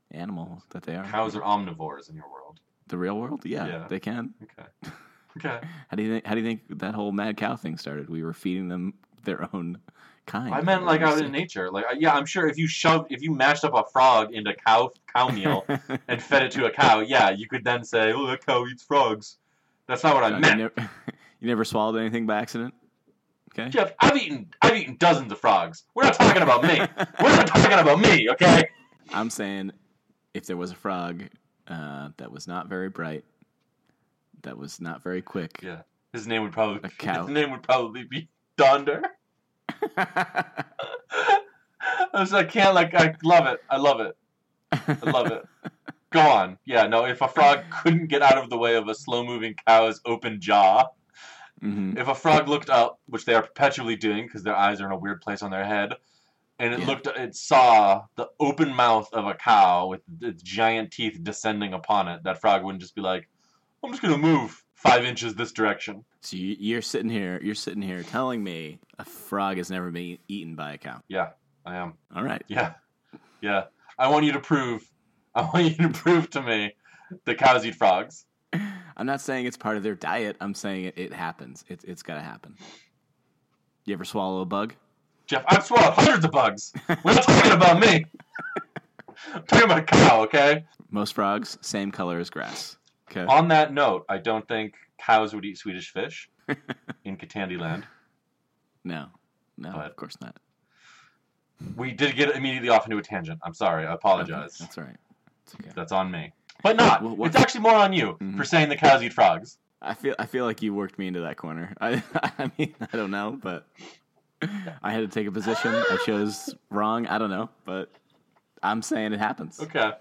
Speaker 2: animal that they are.
Speaker 1: Cows are omnivores in your world.
Speaker 2: the real world, yeah,
Speaker 1: Yeah.
Speaker 2: they can.
Speaker 1: Okay. Okay.
Speaker 2: How do you think? How do you think that whole mad cow thing started? We were feeding them their own kind.
Speaker 1: I meant like
Speaker 2: They were
Speaker 1: out in nature. Like I- yeah, I'm sure if you shoved if you mashed up a frog into cow cow meal
Speaker 2: sick.
Speaker 1: and fed it to a cow, yeah, you could then say, "Oh, that cow eats frogs." That's not what I
Speaker 2: John,
Speaker 1: meant.
Speaker 2: you, never, you never swallowed anything by accident. Okay.
Speaker 1: Jeff, I've eaten I've eaten dozens of frogs. We're not talking about me. We're not talking about me, okay?
Speaker 2: I'm saying if there was a frog uh, that was not very bright, that was not very quick.
Speaker 1: Yeah. His name would probably
Speaker 2: A cow.
Speaker 1: His name would probably be Donder. I was- I can't like I love it. I love it. I love it. Go on. Yeah, no, if a frog couldn't get out of the way of a slow moving cow's open jaw,
Speaker 2: Mhm.
Speaker 1: if a frog looked up, which they are perpetually doing because their eyes are in a weird place on their head, and it
Speaker 2: Yeah.
Speaker 1: looked it saw the open mouth of a cow with its giant teeth descending upon it, that frog wouldn't just be like, I'm just gonna move five inches this direction.
Speaker 2: So you, you're sitting here, you're sitting here telling me a frog has never been e-, eaten by a cow.
Speaker 1: Yeah, I am.
Speaker 2: All right.
Speaker 1: Yeah. Yeah. I want you to prove I want you to prove to me that cows eat frogs.
Speaker 2: I'm not saying it's part of their diet. I'm saying it, it happens. It, it's got to happen. You ever swallow a bug?
Speaker 1: Jeff, I've swallowed hundreds of bugs. We're not talking about me. I'm talking about a cow, okay?
Speaker 2: Most frogs, same color as grass. Okay.
Speaker 1: On that note, I don't think cows would eat Swedish fish in Katandyland.
Speaker 2: No, no,
Speaker 1: But-
Speaker 2: of course not.
Speaker 1: We did get immediately off into a tangent. I'm sorry. I apologize.
Speaker 2: That's all right. It's okay.
Speaker 1: That's on me. But not.
Speaker 2: Well, what-
Speaker 1: It's actually more on you
Speaker 2: Mhm.
Speaker 1: for saying that cows eat frogs.
Speaker 2: I feel I feel like you worked me into that corner. I I mean I don't know, but I had to take a position. I chose wrong. I don't know, but I'm saying it happens.
Speaker 1: Okay. All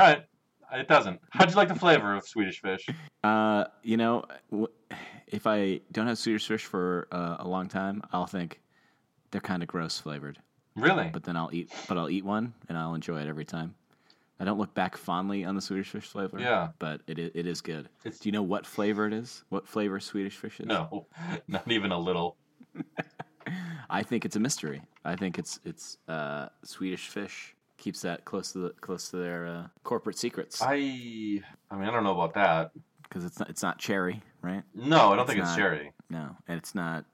Speaker 1: right. It doesn't. How'd you like the flavor of Swedish fish?
Speaker 2: Uh, you know, w- if I don't have Swedish fish for uh, a long time, I'll think they're kind of gross flavored.
Speaker 1: Really?
Speaker 2: But then I'll eat, but I'll eat one and I'll enjoy it every time. I don't look back fondly on the Swedish fish flavor.
Speaker 1: Yeah.
Speaker 2: but it i- it is good.
Speaker 1: It's-
Speaker 2: Do you know what flavor it is? What flavor Swedish fish is?
Speaker 1: No, not even a little.
Speaker 2: I think it's a mystery. I think it's it's uh, Swedish fish keeps that close to the close to their uh, corporate secrets
Speaker 1: I, I mean, I don't know about that.
Speaker 2: because it's not it's not cherry, right?
Speaker 1: No, I don't
Speaker 2: It's
Speaker 1: think it's
Speaker 2: not.
Speaker 1: cherry.
Speaker 2: No, and it's not.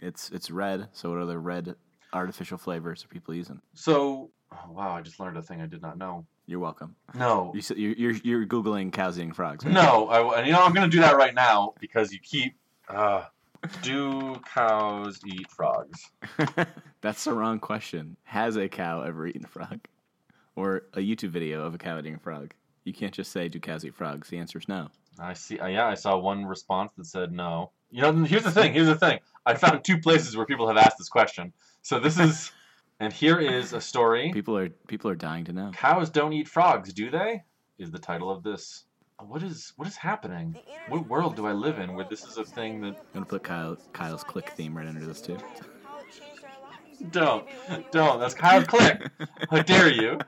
Speaker 2: It's it's red. So what other red artificial flavors are people using?
Speaker 1: So, oh, wow, I just learned a thing I did not know.
Speaker 2: You're welcome.
Speaker 1: No,
Speaker 2: You s- you're you're, you're googling cows eating frogs. right?
Speaker 1: no, I, and you know I'm gonna do that right now because you keep. Uh, do cows eat frogs?
Speaker 2: That's the wrong question. Has a cow ever eaten a frog? Or a YouTube video of a cow eating a frog? You can't just say, do cows eat frogs? The answer is no.
Speaker 1: I see. Uh, yeah, I saw one response that said no. You know, here's the thing. Here's the thing. I found two places where people have asked this question. So this is, and here is a story.
Speaker 2: People are people are dying to know.
Speaker 1: Cows don't eat frogs, do they? Is the title of this. What is what is happening? What world do I live in where this is a thing that
Speaker 2: I'm gonna put Kyle, Kyle's click theme right under this too.
Speaker 1: don't don't? That's Kyle's click. How dare you?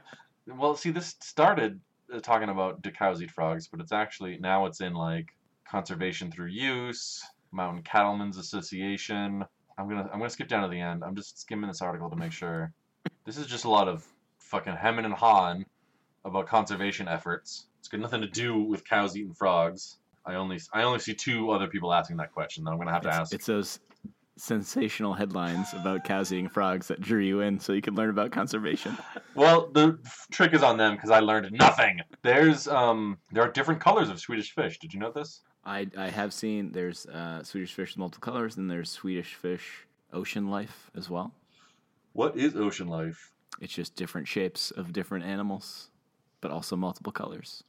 Speaker 1: Well, see, this started uh, talking about do cows eat frogs, but it's actually now it's in like conservation through use, Mountain Cattlemen's Association. I'm gonna I'm gonna skip down to the end. I'm just skimming this article to make sure. This is just a lot of fucking hemming and hawing about conservation efforts. It's got nothing to do with cows eating frogs. I only I only see two other people asking that question. That I'm gonna have to
Speaker 2: It's,
Speaker 1: ask.
Speaker 2: it's those sensational headlines about cows eating frogs that drew you in so you could learn about conservation.
Speaker 1: Well, the f- trick is on them because I learned nothing. There's um, there are different colors of Swedish fish. Did you know this?
Speaker 2: I, I have seen there's uh, Swedish fish with multiple colors, and there's Swedish fish ocean life as well.
Speaker 1: What is ocean life?
Speaker 2: It's just different shapes of different animals, but also multiple colors.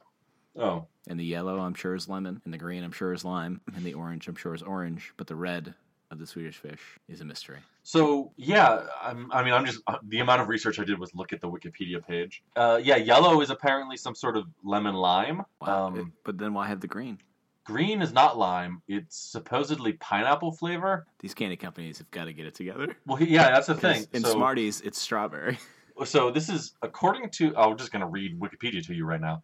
Speaker 1: Oh,
Speaker 2: And the yellow, I'm sure, is lemon. And the green, I'm sure, is lime. And the orange, I'm sure, is orange. But the red of the Swedish fish is a mystery.
Speaker 1: so yeah, I'm, I mean, I'm just uh, the amount of research I did was look at the Wikipedia page. Uh, yeah, yellow is apparently some sort of lemon lime.
Speaker 2: Wow.
Speaker 1: Um,
Speaker 2: It- but then why have the green?
Speaker 1: Green is not lime. It's supposedly pineapple flavor.
Speaker 2: These candy companies have got to get it together.
Speaker 1: Well, he- yeah, that's the
Speaker 2: 'Cause
Speaker 1: thing.
Speaker 2: In
Speaker 1: so,
Speaker 2: Smarties, it's strawberry.
Speaker 1: so this is according to. Oh, I'm just gonna read Wikipedia to you right now.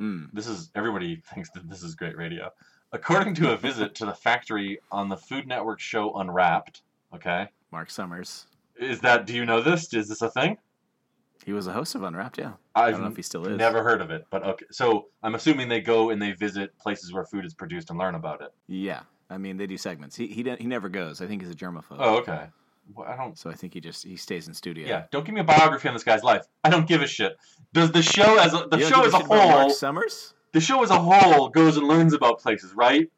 Speaker 2: Mm.
Speaker 1: This is everybody thinks that this is great radio. According to a visit to the factory on the Food Network show Unwrapped. Okay,
Speaker 2: Mark Summers.
Speaker 1: is that? Do you know this? Is this a thing?
Speaker 2: He was a host of Unwrapped, yeah.
Speaker 1: I've
Speaker 2: I don't know if he still is.
Speaker 1: Never heard of it, but okay. So I'm assuming they go and they visit places where food is produced and learn about it.
Speaker 2: Yeah. I mean, they do segments. He he, don't- he never goes. I think he's a germaphobe.
Speaker 1: Oh, okay. Well, I don't.
Speaker 2: So I think he just he stays in studio.
Speaker 1: Yeah. don't give me a biography on this guy's life. I don't give a shit. Does the show as a, the
Speaker 2: You don't
Speaker 1: show
Speaker 2: give
Speaker 1: as a
Speaker 2: shit about Mark
Speaker 1: whole?
Speaker 2: Summers.
Speaker 1: The show as a whole goes and learns about places, right?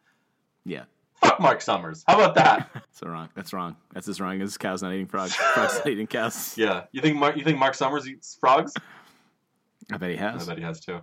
Speaker 2: Yeah.
Speaker 1: Fuck Mark Summers. How about that?
Speaker 2: That's wrong. That's wrong. That's as wrong as cows not eating frogs. frogs not eating cows.
Speaker 1: yeah. You think Mark? You think Mark Summers eats frogs?
Speaker 2: I bet he
Speaker 1: I
Speaker 2: has.
Speaker 1: bet he has too.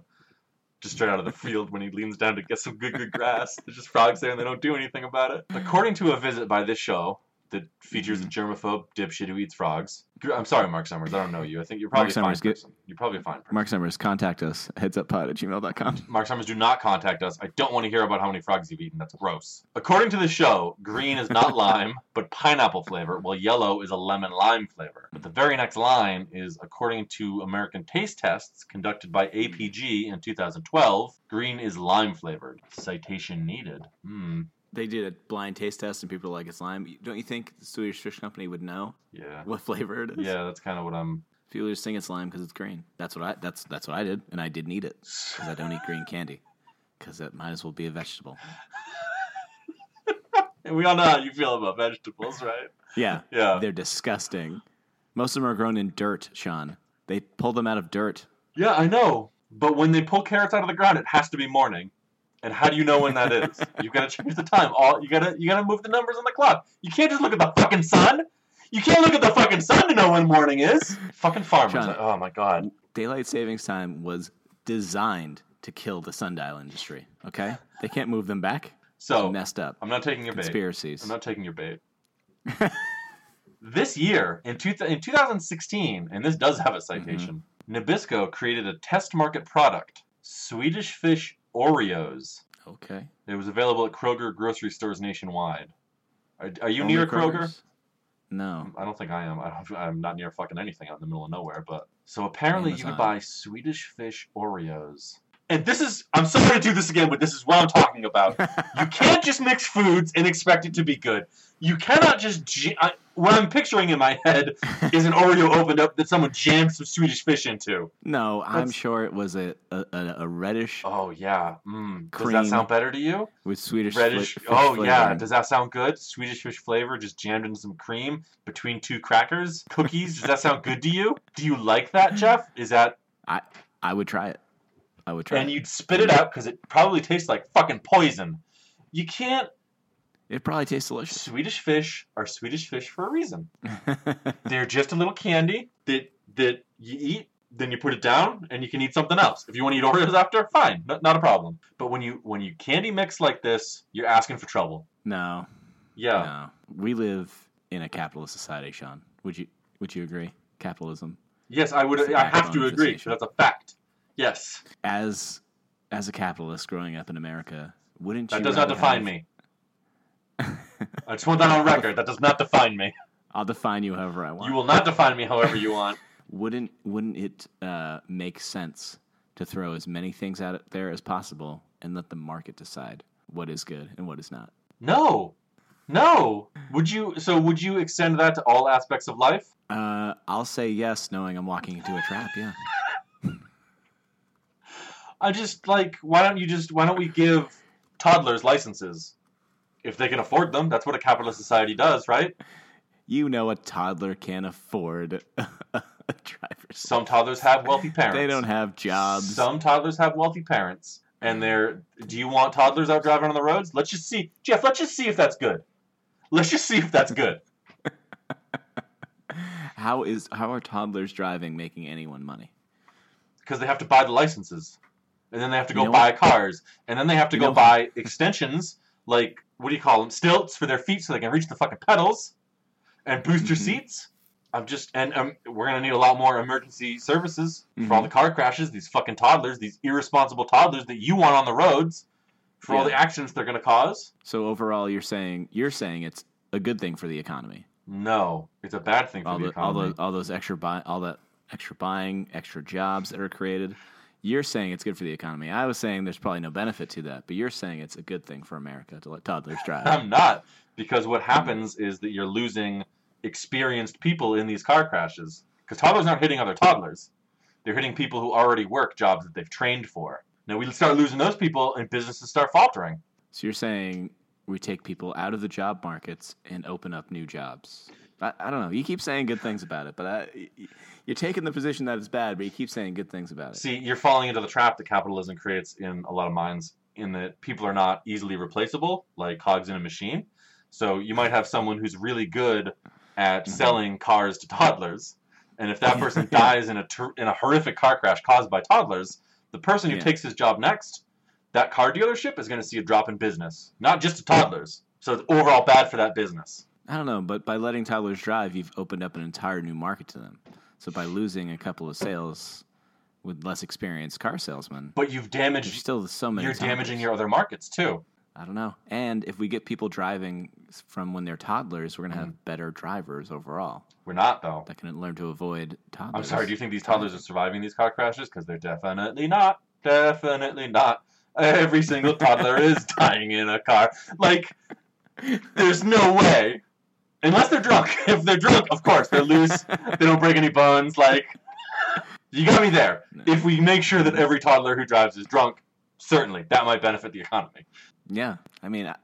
Speaker 1: Just straight out of the field when he leans down to get some good, good grass. There's just frogs there and they don't do anything about it. According to a visit by this show that features a germaphobe dipshit who eats frogs. I'm sorry, Mark Summers. I don't know you. I think you're probably
Speaker 2: Mark
Speaker 1: a fine
Speaker 2: Summers, get-
Speaker 1: person. You're probably a fine person.
Speaker 2: Mark Summers, contact us. Headsuppod at gmail.com.
Speaker 1: Mark Summers, do not contact us. I don't want to hear about how many frogs you've eaten. That's gross. According to the show, green is not lime, but pineapple flavor, while yellow is a lemon lime flavor. But the very next line is according to American taste tests conducted by APG in 2012, green is lime flavored. Citation needed. Hmm.
Speaker 2: They did a blind taste test and people are like, it's lime. Don't you think the Swedish Fish Company would know
Speaker 1: Yeah.
Speaker 2: what flavor it is?
Speaker 1: Yeah, that's kind of what I'm.
Speaker 2: People just think it's lime because it's green. That's what I. That's that's what I did, and I didn't eat it because I don't eat green candy because that might as well be a vegetable.
Speaker 1: And we all know how you feel about vegetables, right?
Speaker 2: Yeah,
Speaker 1: Yeah.
Speaker 2: they're disgusting. Most of them are grown in dirt, Sean. They pull them out of dirt.
Speaker 1: Yeah, I know. But when they pull carrots out of the ground, it has to be morning. And how do you know when that is? You've got to change the time. All you gotta you gotta move the numbers on the clock. You can't just look at the fucking sun. You can't look at the fucking sun to know when morning is. Fucking farmers.
Speaker 2: John.
Speaker 1: oh my god.
Speaker 2: Daylight savings time was designed to kill the sundial industry. Okay, they can't move them back.
Speaker 1: So
Speaker 2: messed up
Speaker 1: I'm not taking Oh. your bait.
Speaker 2: conspiracies.
Speaker 1: I'm not taking your bait. this year, in, two in 2016, and this does have a citation, Nabisco created a test market product, Swedish fish Oreos.
Speaker 2: Okay.
Speaker 1: It was available at Kroger grocery stores nationwide. Are, are you near Kroger?
Speaker 2: Kroger's? No.
Speaker 1: I don't think I am. I don't, I'm not near fucking anything out in the middle of nowhere. But so apparently you
Speaker 2: Amazon.
Speaker 1: can buy Swedish fish Oreos. And this is I'm sorry to do this again, but this is what I'm talking about. you can't just mix foods and expect it to be good. You cannot just. j I what I'm picturing in my head is an Oreo opened up that someone jammed some Swedish fish into.
Speaker 2: No, I'm
Speaker 1: That's-
Speaker 2: sure it was a a, a, a reddish
Speaker 1: Oh yeah. Mm. Does
Speaker 2: Cream.
Speaker 1: that sound better to you?
Speaker 2: with Swedish fli-
Speaker 1: reddish.
Speaker 2: fish
Speaker 1: oh yeah,
Speaker 2: flavoring.
Speaker 1: does that sound good? Swedish fish flavor, just jammed in some cream between two crackers, cookies. does that sound good to you? Do you like that, Jeff? Is that?
Speaker 2: I I would try it. I would try.
Speaker 1: And
Speaker 2: it.
Speaker 1: you'd spit it out because it probably tastes like fucking poison. You can't.
Speaker 2: It probably tastes delicious.
Speaker 1: Swedish fish are Swedish fish for a reason. They're just a little candy that that you eat, then you put it down, and you can eat something else. If you want to eat Oreos after, fine, not, not a problem. But when you when you candy mix like this, you're asking for trouble.
Speaker 2: no,
Speaker 1: Yeah.
Speaker 2: no. We live in a capitalist society, Sean. Would you Would you agree? Capitalism.
Speaker 1: Yes, I would.
Speaker 2: It's the
Speaker 1: I have
Speaker 2: backbone
Speaker 1: to
Speaker 2: of this
Speaker 1: agree.
Speaker 2: nation.
Speaker 1: That's a fact. Yes,
Speaker 2: As as a capitalist growing up in America, wouldn't
Speaker 1: that
Speaker 2: you?
Speaker 1: does not
Speaker 2: rather
Speaker 1: define
Speaker 2: have-
Speaker 1: me. I just want that on record. That does not define me.
Speaker 2: I'll define you however I want.
Speaker 1: You will not define me however you want.
Speaker 2: Wouldn't Wouldn't it uh, make sense to throw as many things out there as possible and let the market decide what is good and what is not?
Speaker 1: No, no. Would you? So would you extend that to all aspects of life?
Speaker 2: Uh, I'll say yes, knowing I'm walking into a trap. Yeah.
Speaker 1: I just like. Why don't you just? Why don't we give toddlers licenses if they can afford them? That's what a capitalist society does, right?
Speaker 2: You know, a toddler can't afford a driver's.
Speaker 1: Some toddlers have wealthy parents.
Speaker 2: They don't have jobs.
Speaker 1: Some toddlers have wealthy parents, and they're. Do you want toddlers out driving on the roads? Let's just see, Jeff. Let's just see if that's good. Let's just see if that's good.
Speaker 2: How is how are toddlers driving making anyone money?
Speaker 1: because they have to buy the licenses, and then they have to
Speaker 2: You
Speaker 1: go
Speaker 2: know
Speaker 1: buy cars, and then they have to
Speaker 2: You
Speaker 1: go
Speaker 2: know-
Speaker 1: buy extensions like what do you call them? Stilts for their feet so they can reach the fucking pedals, and booster
Speaker 2: Mhm.
Speaker 1: seats. I'm just and um, we're gonna need a lot more emergency
Speaker 2: Mm-hmm.
Speaker 1: services for all the car crashes. These fucking toddlers, these irresponsible toddlers that you want on the roads, for all the actions they're going to cause?
Speaker 2: So overall, you're saying you're saying it's a good thing for the economy.
Speaker 1: No, it's a bad thing for
Speaker 2: All
Speaker 1: the,
Speaker 2: the, all
Speaker 1: economy.
Speaker 2: the all those extra buy all that extra buying, extra jobs that are created. You're saying it's good for the economy. I was saying there's probably no benefit to that, but you're saying it's a good thing for America to let toddlers drive.
Speaker 1: I'm not because what happens is that you're losing experienced people in these car crashes because toddlers aren't hitting other toddlers; they're hitting people who already work jobs that they've trained for. Now we start losing those people, and businesses start faltering.
Speaker 2: so you're saying we take people out of the job markets and open up new jobs. I, I don't know. You keep saying good things about it, but I, y- y- you're taking the position that it's bad, but you keep saying good things about it.
Speaker 1: See, you're falling into the trap that capitalism creates in a lot of minds, in that people are not easily replaceable, like cogs in a machine. So you might have someone who's really good
Speaker 2: Mm-hmm.
Speaker 1: at selling cars to toddlers, and if that person dies in a ter- in a horrific car crash caused by toddlers, the person who
Speaker 2: Yeah.
Speaker 1: takes his job next, that car dealership is going to see a drop in business, not just to toddlers. So it's overall bad for that business.
Speaker 2: I don't know, but by letting toddlers drive, you've opened up an entire new market to them. So by losing a couple of sales with less experienced car salesmen,
Speaker 1: But you've
Speaker 2: there's
Speaker 1: damaged
Speaker 2: still so many.
Speaker 1: you're
Speaker 2: toddlers.
Speaker 1: damaging your other markets too.
Speaker 2: I don't know. And if we get people driving s- from when they're toddlers, we're gonna
Speaker 1: Mm-hmm.
Speaker 2: have better drivers overall
Speaker 1: We're not though.
Speaker 2: that can learn to avoid toddlers.
Speaker 1: I'm sorry, do you think these toddlers are surviving these car crashes? Because they're definitely not. Definitely not. Every single toddler is dying in a car. Like, there's no way. Unless they're drunk. If they're drunk, of course, they're loose. They don't break any bones. Like, you got me there. If we make sure that every toddler who drives is drunk, certainly that might benefit the economy.
Speaker 2: Yeah, I mean, I,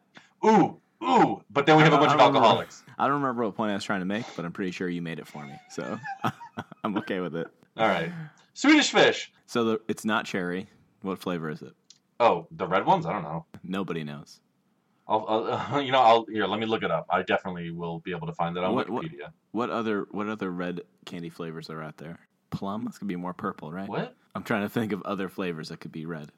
Speaker 1: Ooh, ooh. But then we have a bunch of
Speaker 2: I don't know.
Speaker 1: alcoholics.
Speaker 2: I don't remember what point I was trying to make, but I'm pretty sure you made it for me, so I'm okay with it.
Speaker 1: All right. Swedish fish.
Speaker 2: So the, it's not cherry. What flavor is it?
Speaker 1: Oh, the red ones? I don't know.
Speaker 2: Nobody knows.
Speaker 1: I'll, I'll you know, I'll here. Let me look it up. I definitely will be able to find that on
Speaker 2: What- what-
Speaker 1: Wikipedia.
Speaker 2: What other what other red candy flavors are out there? Plum. That's gonna be more purple, right?
Speaker 1: What?
Speaker 2: I'm trying to think of other flavors that could be red.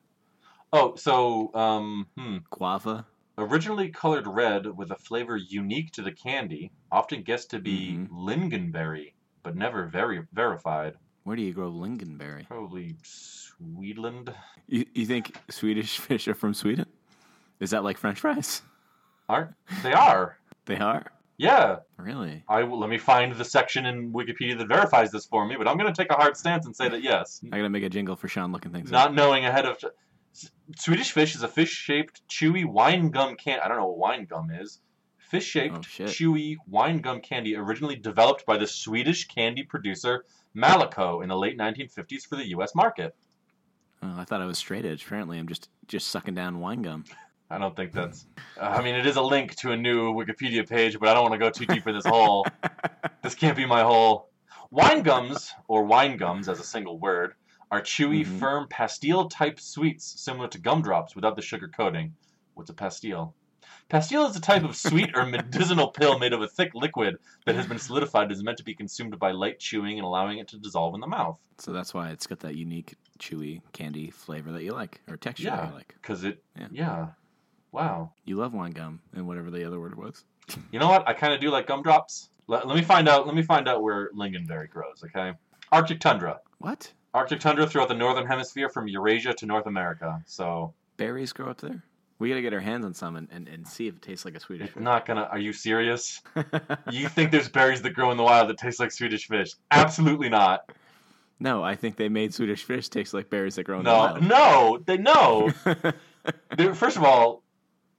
Speaker 1: Oh, so um, hmm.
Speaker 2: Guava.
Speaker 1: Originally colored red with a flavor unique to the candy, often guessed to be
Speaker 2: Mhm.
Speaker 1: lingonberry, but never very verified.
Speaker 2: Where do you grow lingonberry?
Speaker 1: Probably Swedenland.
Speaker 2: You, you think Swedish fish are from Sweden? Is that like French fries?
Speaker 1: Aren't they are?
Speaker 2: They are.
Speaker 1: Yeah.
Speaker 2: Really?
Speaker 1: I will, let me find the section in Wikipedia that verifies this for me. But I'm going to take a hard stance and say that yes.
Speaker 2: I gotta make a jingle for Sean looking things up.
Speaker 1: not knowing ahead of S- Swedish fish is a fish-shaped chewy wine gum can. I don't know what wine gum is. Fish-shaped
Speaker 2: Oh, shit.
Speaker 1: chewy wine gum candy originally developed by the Swedish candy producer Malaco in the late 1950s for the U.S. market.
Speaker 2: Oh, I thought I was straight edge. Apparently, I'm just just sucking down wine gum.
Speaker 1: I don't think that's. uh, I mean, it is a link to a new Wikipedia page, but I don't want to go too deep in this hole. this can't be my hole. Wine gums, or wine gums as a single word, are chewy,
Speaker 2: Mhm.
Speaker 1: firm, pastille type sweets similar to gumdrops without the sugar coating. What's a pastille? Pastille is a type of sweet or medicinal pill made of a thick liquid that has been solidified and is meant to be consumed by light chewing and allowing it to dissolve in the mouth.
Speaker 2: So that's why it's got that unique chewy candy flavor that you like or texture that
Speaker 1: Yeah.
Speaker 2: you like.
Speaker 1: Because it.
Speaker 2: Yeah.
Speaker 1: yeah. Wow.
Speaker 2: You love wine gum and whatever the other word was.
Speaker 1: You know what? I kind of do like gumdrops. Let, let me find out. Let me find out where lingonberry grows. Okay, Arctic tundra.
Speaker 2: What?
Speaker 1: Arctic tundra throughout the northern hemisphere from Eurasia to North America. So
Speaker 2: Berries grow up there. We gotta get our hands on some and, and, and see if it tastes like a Swedish.
Speaker 1: it's
Speaker 2: fish.
Speaker 1: not gonna. Are you serious? You think there's berries that grow in the wild that taste like Swedish fish? Absolutely not.
Speaker 2: no, I think they made Swedish fish taste like berries that grow in
Speaker 1: No,
Speaker 2: the
Speaker 1: no, they no.
Speaker 2: wild.
Speaker 1: They're- first of all,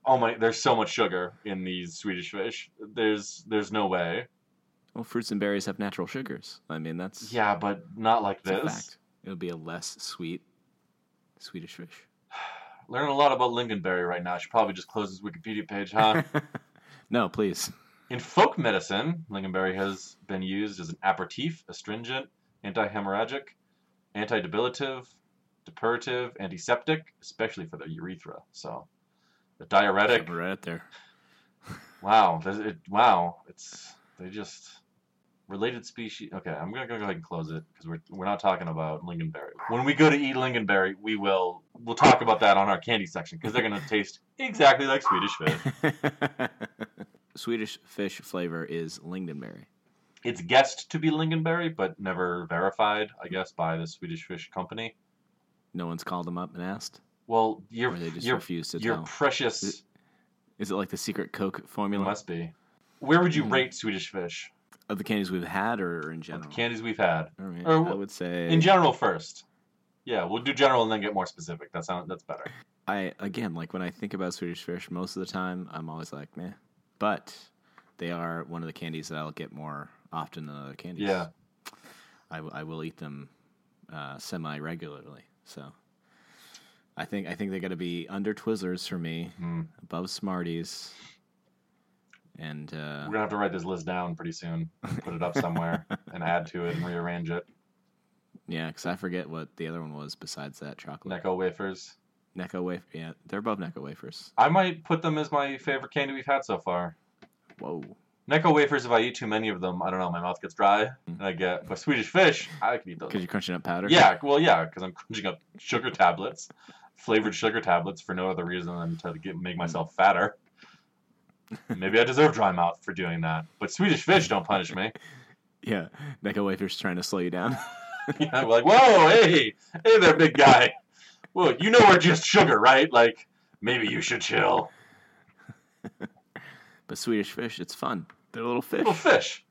Speaker 1: oh my, there's so much sugar in these Swedish fish. There's there's no way.
Speaker 2: well, fruits and berries have natural sugars. I mean, that's
Speaker 1: Yeah, but not like
Speaker 2: It's a
Speaker 1: this.
Speaker 2: fact. It'll be a less sweet Swedish fish.
Speaker 1: Learning a lot about lingonberry right now. I should probably just close this Wikipedia page, huh?
Speaker 2: No, please.
Speaker 1: In folk medicine, lingonberry has been used as an aperitif, astringent, anti-hemorrhagic, antidebilative, depurative, antiseptic, especially for the urethra. So, a diuretic.
Speaker 2: We're right up there.
Speaker 1: Wow, there's- it, wow, it's they just related species. Okay, I'm gonna go ahead and close it because we're we're not talking about lingonberry. When we go to eat lingonberry, we will we'll talk about that on our candy section because they're gonna taste exactly like Swedish fish.
Speaker 2: Swedish fish flavor is lingonberry.
Speaker 1: it's guessed to be lingonberry, but
Speaker 2: Hmm.
Speaker 1: never verified, I guess, by the Swedish Fish Company.
Speaker 2: No one's called them up and asked.
Speaker 1: Well, your
Speaker 2: Or they just
Speaker 1: your
Speaker 2: refuse to
Speaker 1: your
Speaker 2: tell.
Speaker 1: precious
Speaker 2: Is it like the secret Coke formula
Speaker 1: must be. Where would you rate Swedish Fish?
Speaker 2: of the candies we've had, or
Speaker 1: of The
Speaker 2: in Hmm. general?
Speaker 1: candies we've had.
Speaker 2: All right,
Speaker 1: or
Speaker 2: I
Speaker 1: wh-
Speaker 2: would say
Speaker 1: In general first. Yeah, we'll do general and then get more specific. That sound that's better.
Speaker 2: I again like when I think about Swedish fish, most of the time I'm always like, meh. But they are one of the candies that I'll get more often than other candies.
Speaker 1: Yeah.
Speaker 2: I, w- I will eat them uh, semi regularly. So I think I think they got to be under Twizzlers for me,
Speaker 1: Hmm.
Speaker 2: above Smarties, and uh,
Speaker 1: We're gonna have to write this list down pretty soon, put it up somewhere, and add to it and rearrange it.
Speaker 2: yeah, because I forget what the other one was besides that chocolate
Speaker 1: Necco wafers.
Speaker 2: Necco wafer. Yeah, they're above Necco wafers.
Speaker 1: I might put them as my favorite candy we've had so far.
Speaker 2: Whoa.
Speaker 1: Necco wafers. If I eat too many of them, I don't know. My mouth gets dry,
Speaker 2: Hmm.
Speaker 1: and I get. But Swedish fish, I can eat those.
Speaker 2: Because you're crunching up powder.
Speaker 1: Yeah, well, yeah, because I'm crunching up sugar tablets, flavored sugar tablets, for no other reason than to get, make myself fatter. Maybe I deserve dry mouth for doing that, but Swedish fish don't punish me.
Speaker 2: yeah. Necco wafers trying to slow you down.
Speaker 1: I'm like, whoa, hey, hey there, big guy. Well, you know we're just sugar, right? Like, maybe you should chill.
Speaker 2: But Swedish fish, it's fun. They're little fish.
Speaker 1: Well, fish,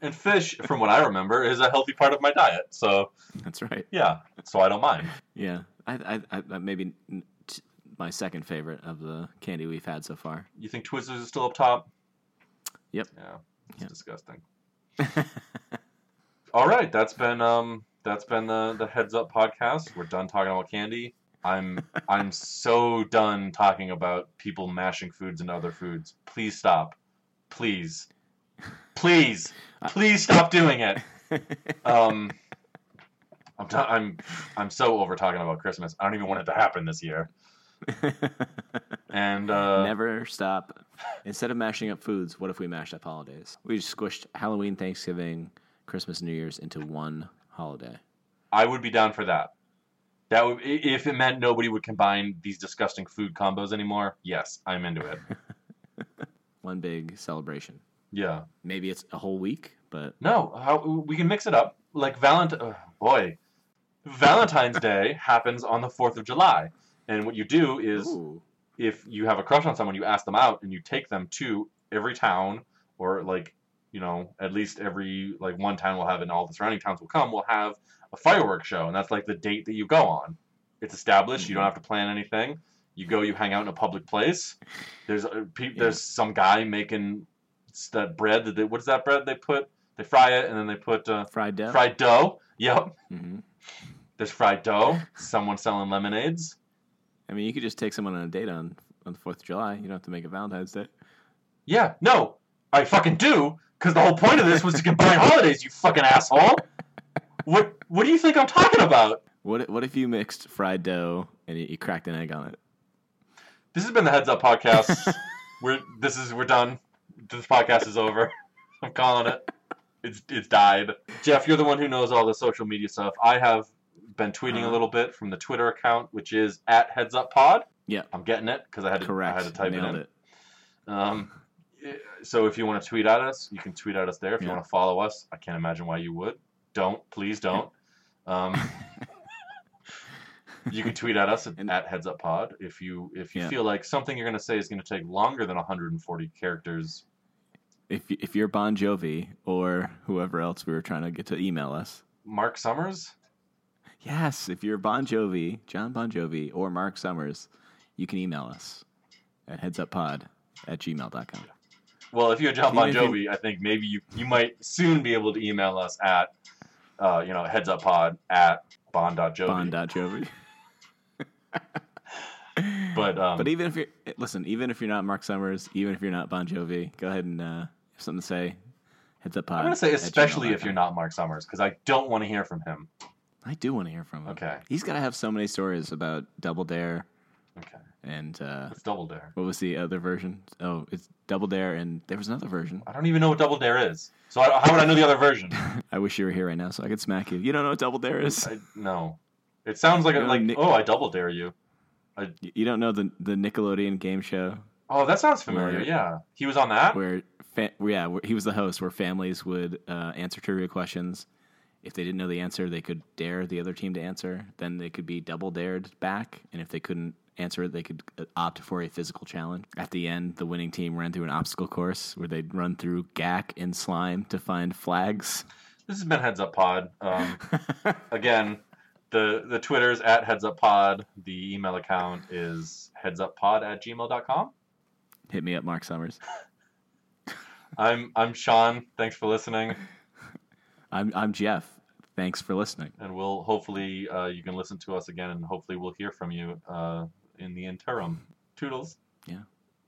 Speaker 1: and fish, from what I remember, is a healthy part of my diet. So
Speaker 2: That's right.
Speaker 1: yeah, so I don't mind.
Speaker 2: Yeah, I, I, I that may be n- t- my second favorite of the candy we've had so far.
Speaker 1: You think Twizzlers is still up top?
Speaker 2: Yep.
Speaker 1: Yeah, it's
Speaker 2: Yeah.
Speaker 1: disgusting. All right, that's been um that's been the the heads up podcast. We're done talking about candy. I'm I'm so done talking about people mashing foods into other foods. Please stop. Please. Please. Please stop doing it. Um I'm t- I'm I'm so over talking about Christmas. I don't even want it to happen this year. And uh
Speaker 2: Never stop. Instead of mashing up foods, what if we mashed up holidays? We just squished Halloween, Thanksgiving, Christmas, New Year's into one holiday.
Speaker 1: I would be down for that. That would i- if it meant nobody would combine these disgusting food combos anymore. Yes, I'm into it.
Speaker 2: One big celebration.
Speaker 1: Yeah.
Speaker 2: Maybe it's a whole week, but
Speaker 1: No, how, we can mix it up. Like Valentine, boy, Valentine's Day happens on the Fourth of July, and what you do is
Speaker 2: Ooh.
Speaker 1: if you have a crush on someone, you ask them out and you take them to every town or like you know at least every like one town will have and all the surrounding towns will come will have a fireworks show and that's like the date that you go on it's established you don't have to plan anything you go you hang out in a public place there's uh, pe- there's some guy making s- that bread that they, what's that bread they put they fry it and then they put uh,
Speaker 2: fried dough.
Speaker 1: fried dough yep
Speaker 2: hmm
Speaker 1: there's fried dough someone selling lemonades
Speaker 2: I mean, you could just take someone on a date on on the Fourth of July. You don't have to make it Valentine's Day.
Speaker 1: Yeah, no, I fucking do. Because the whole point of this was to combine holidays. You fucking asshole. What What do you think I'm talking about?
Speaker 2: What if- what if you mixed fried dough and you, you cracked an egg on it?
Speaker 1: This has been the Heads Up podcast. we're this is we're done. This podcast is over. I'm calling it. It's it's died. Jeff, you're the one who knows all the social media stuff. I have been tweeting a
Speaker 2: Uh-huh.
Speaker 1: little bit from the Twitter account, which is at Heads Up Pod.
Speaker 2: Yeah.
Speaker 1: I'm getting it because I had to
Speaker 2: Correct.
Speaker 1: I had to type
Speaker 2: Nailed
Speaker 1: it in. Um, so if you want to tweet at us, you can tweet at us there. If you
Speaker 2: Yeah.
Speaker 1: want to follow us, I can't imagine why you would. Don't please don't. Um, you can tweet at us at,
Speaker 2: And-
Speaker 1: at Heads Up Pod if you if you
Speaker 2: Yeah.
Speaker 1: feel like something you're going to say is going to take longer than 140 characters.
Speaker 2: If you- if you're Bon Jovi or whoever else we were trying to get to email us,
Speaker 1: Mark Summers,
Speaker 2: yes, if you're Bon Jovi, John Bon Jovi or Mark Summers, you can email us at headsuppod at gmail.com.
Speaker 1: Well, if you're John Bon
Speaker 2: Even if
Speaker 1: Jovi, I think maybe you, you might soon be able to email us at, uh, you know, headsuppod at bon.jovi.
Speaker 2: Bon dot Jovi.
Speaker 1: But, um,
Speaker 2: But even if you're listen, even if you're not Mark Summers, even if you're not Bon Jovi, go ahead and uh, have something to say. Heads up pod.
Speaker 1: I'm going to say
Speaker 2: at
Speaker 1: especially if
Speaker 2: gmail.com.
Speaker 1: you're not Mark Summers because I don't want to hear from him.
Speaker 2: I do want to hear from him.
Speaker 1: Okay.
Speaker 2: He's got to have so many stories about Double Dare
Speaker 1: Okay.
Speaker 2: and uh,
Speaker 1: It's Double Dare.
Speaker 2: what was the other version? Oh, it's Double Dare, and there was another version.
Speaker 1: I don't even know what Double Dare is. So I, how would I know the other version?
Speaker 2: I wish you were here right now so I could smack you. You don't know what Double Dare is.
Speaker 1: I, no. It sounds like,
Speaker 2: You know,
Speaker 1: like
Speaker 2: Nick-
Speaker 1: oh, I Double Dare you.
Speaker 2: You don't know the the Nickelodeon game show
Speaker 1: Oh, that sounds familiar.
Speaker 2: Where-
Speaker 1: yeah. He was on that?
Speaker 2: where, fa- where yeah, where he was the host, where families would uh, answer trivia questions, If they didn't know the answer, they could dare the other team to answer. Then they could be double dared back. And if they couldn't answer it, they could uh, opt for a physical challenge. At the end, the winning team ran through an obstacle course where they'd run through gack and slime to find flags.
Speaker 1: This has been Heads Up Pod. Um, again, the the Twitter's at Heads Up Pod. The email account is headsuppod at gmail.com.
Speaker 2: Hit me up, Mark Summers.
Speaker 1: I'm I'm Sean. Thanks for listening,
Speaker 2: I'm, I'm Jeff. Thanks for listening.
Speaker 1: and we'll hopefully uh, you can listen to us again, and hopefully we'll hear from you uh, in the interim. Toodles.
Speaker 2: Yeah.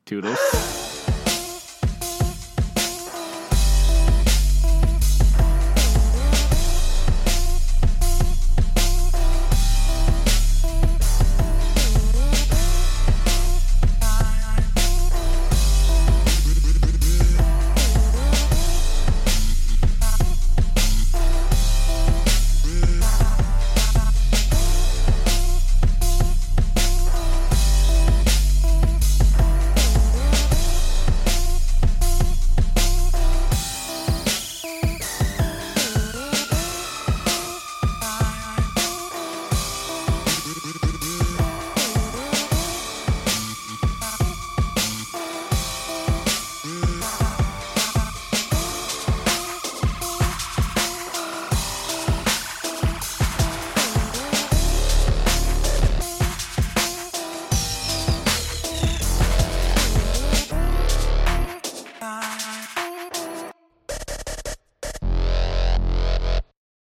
Speaker 2: Toodles.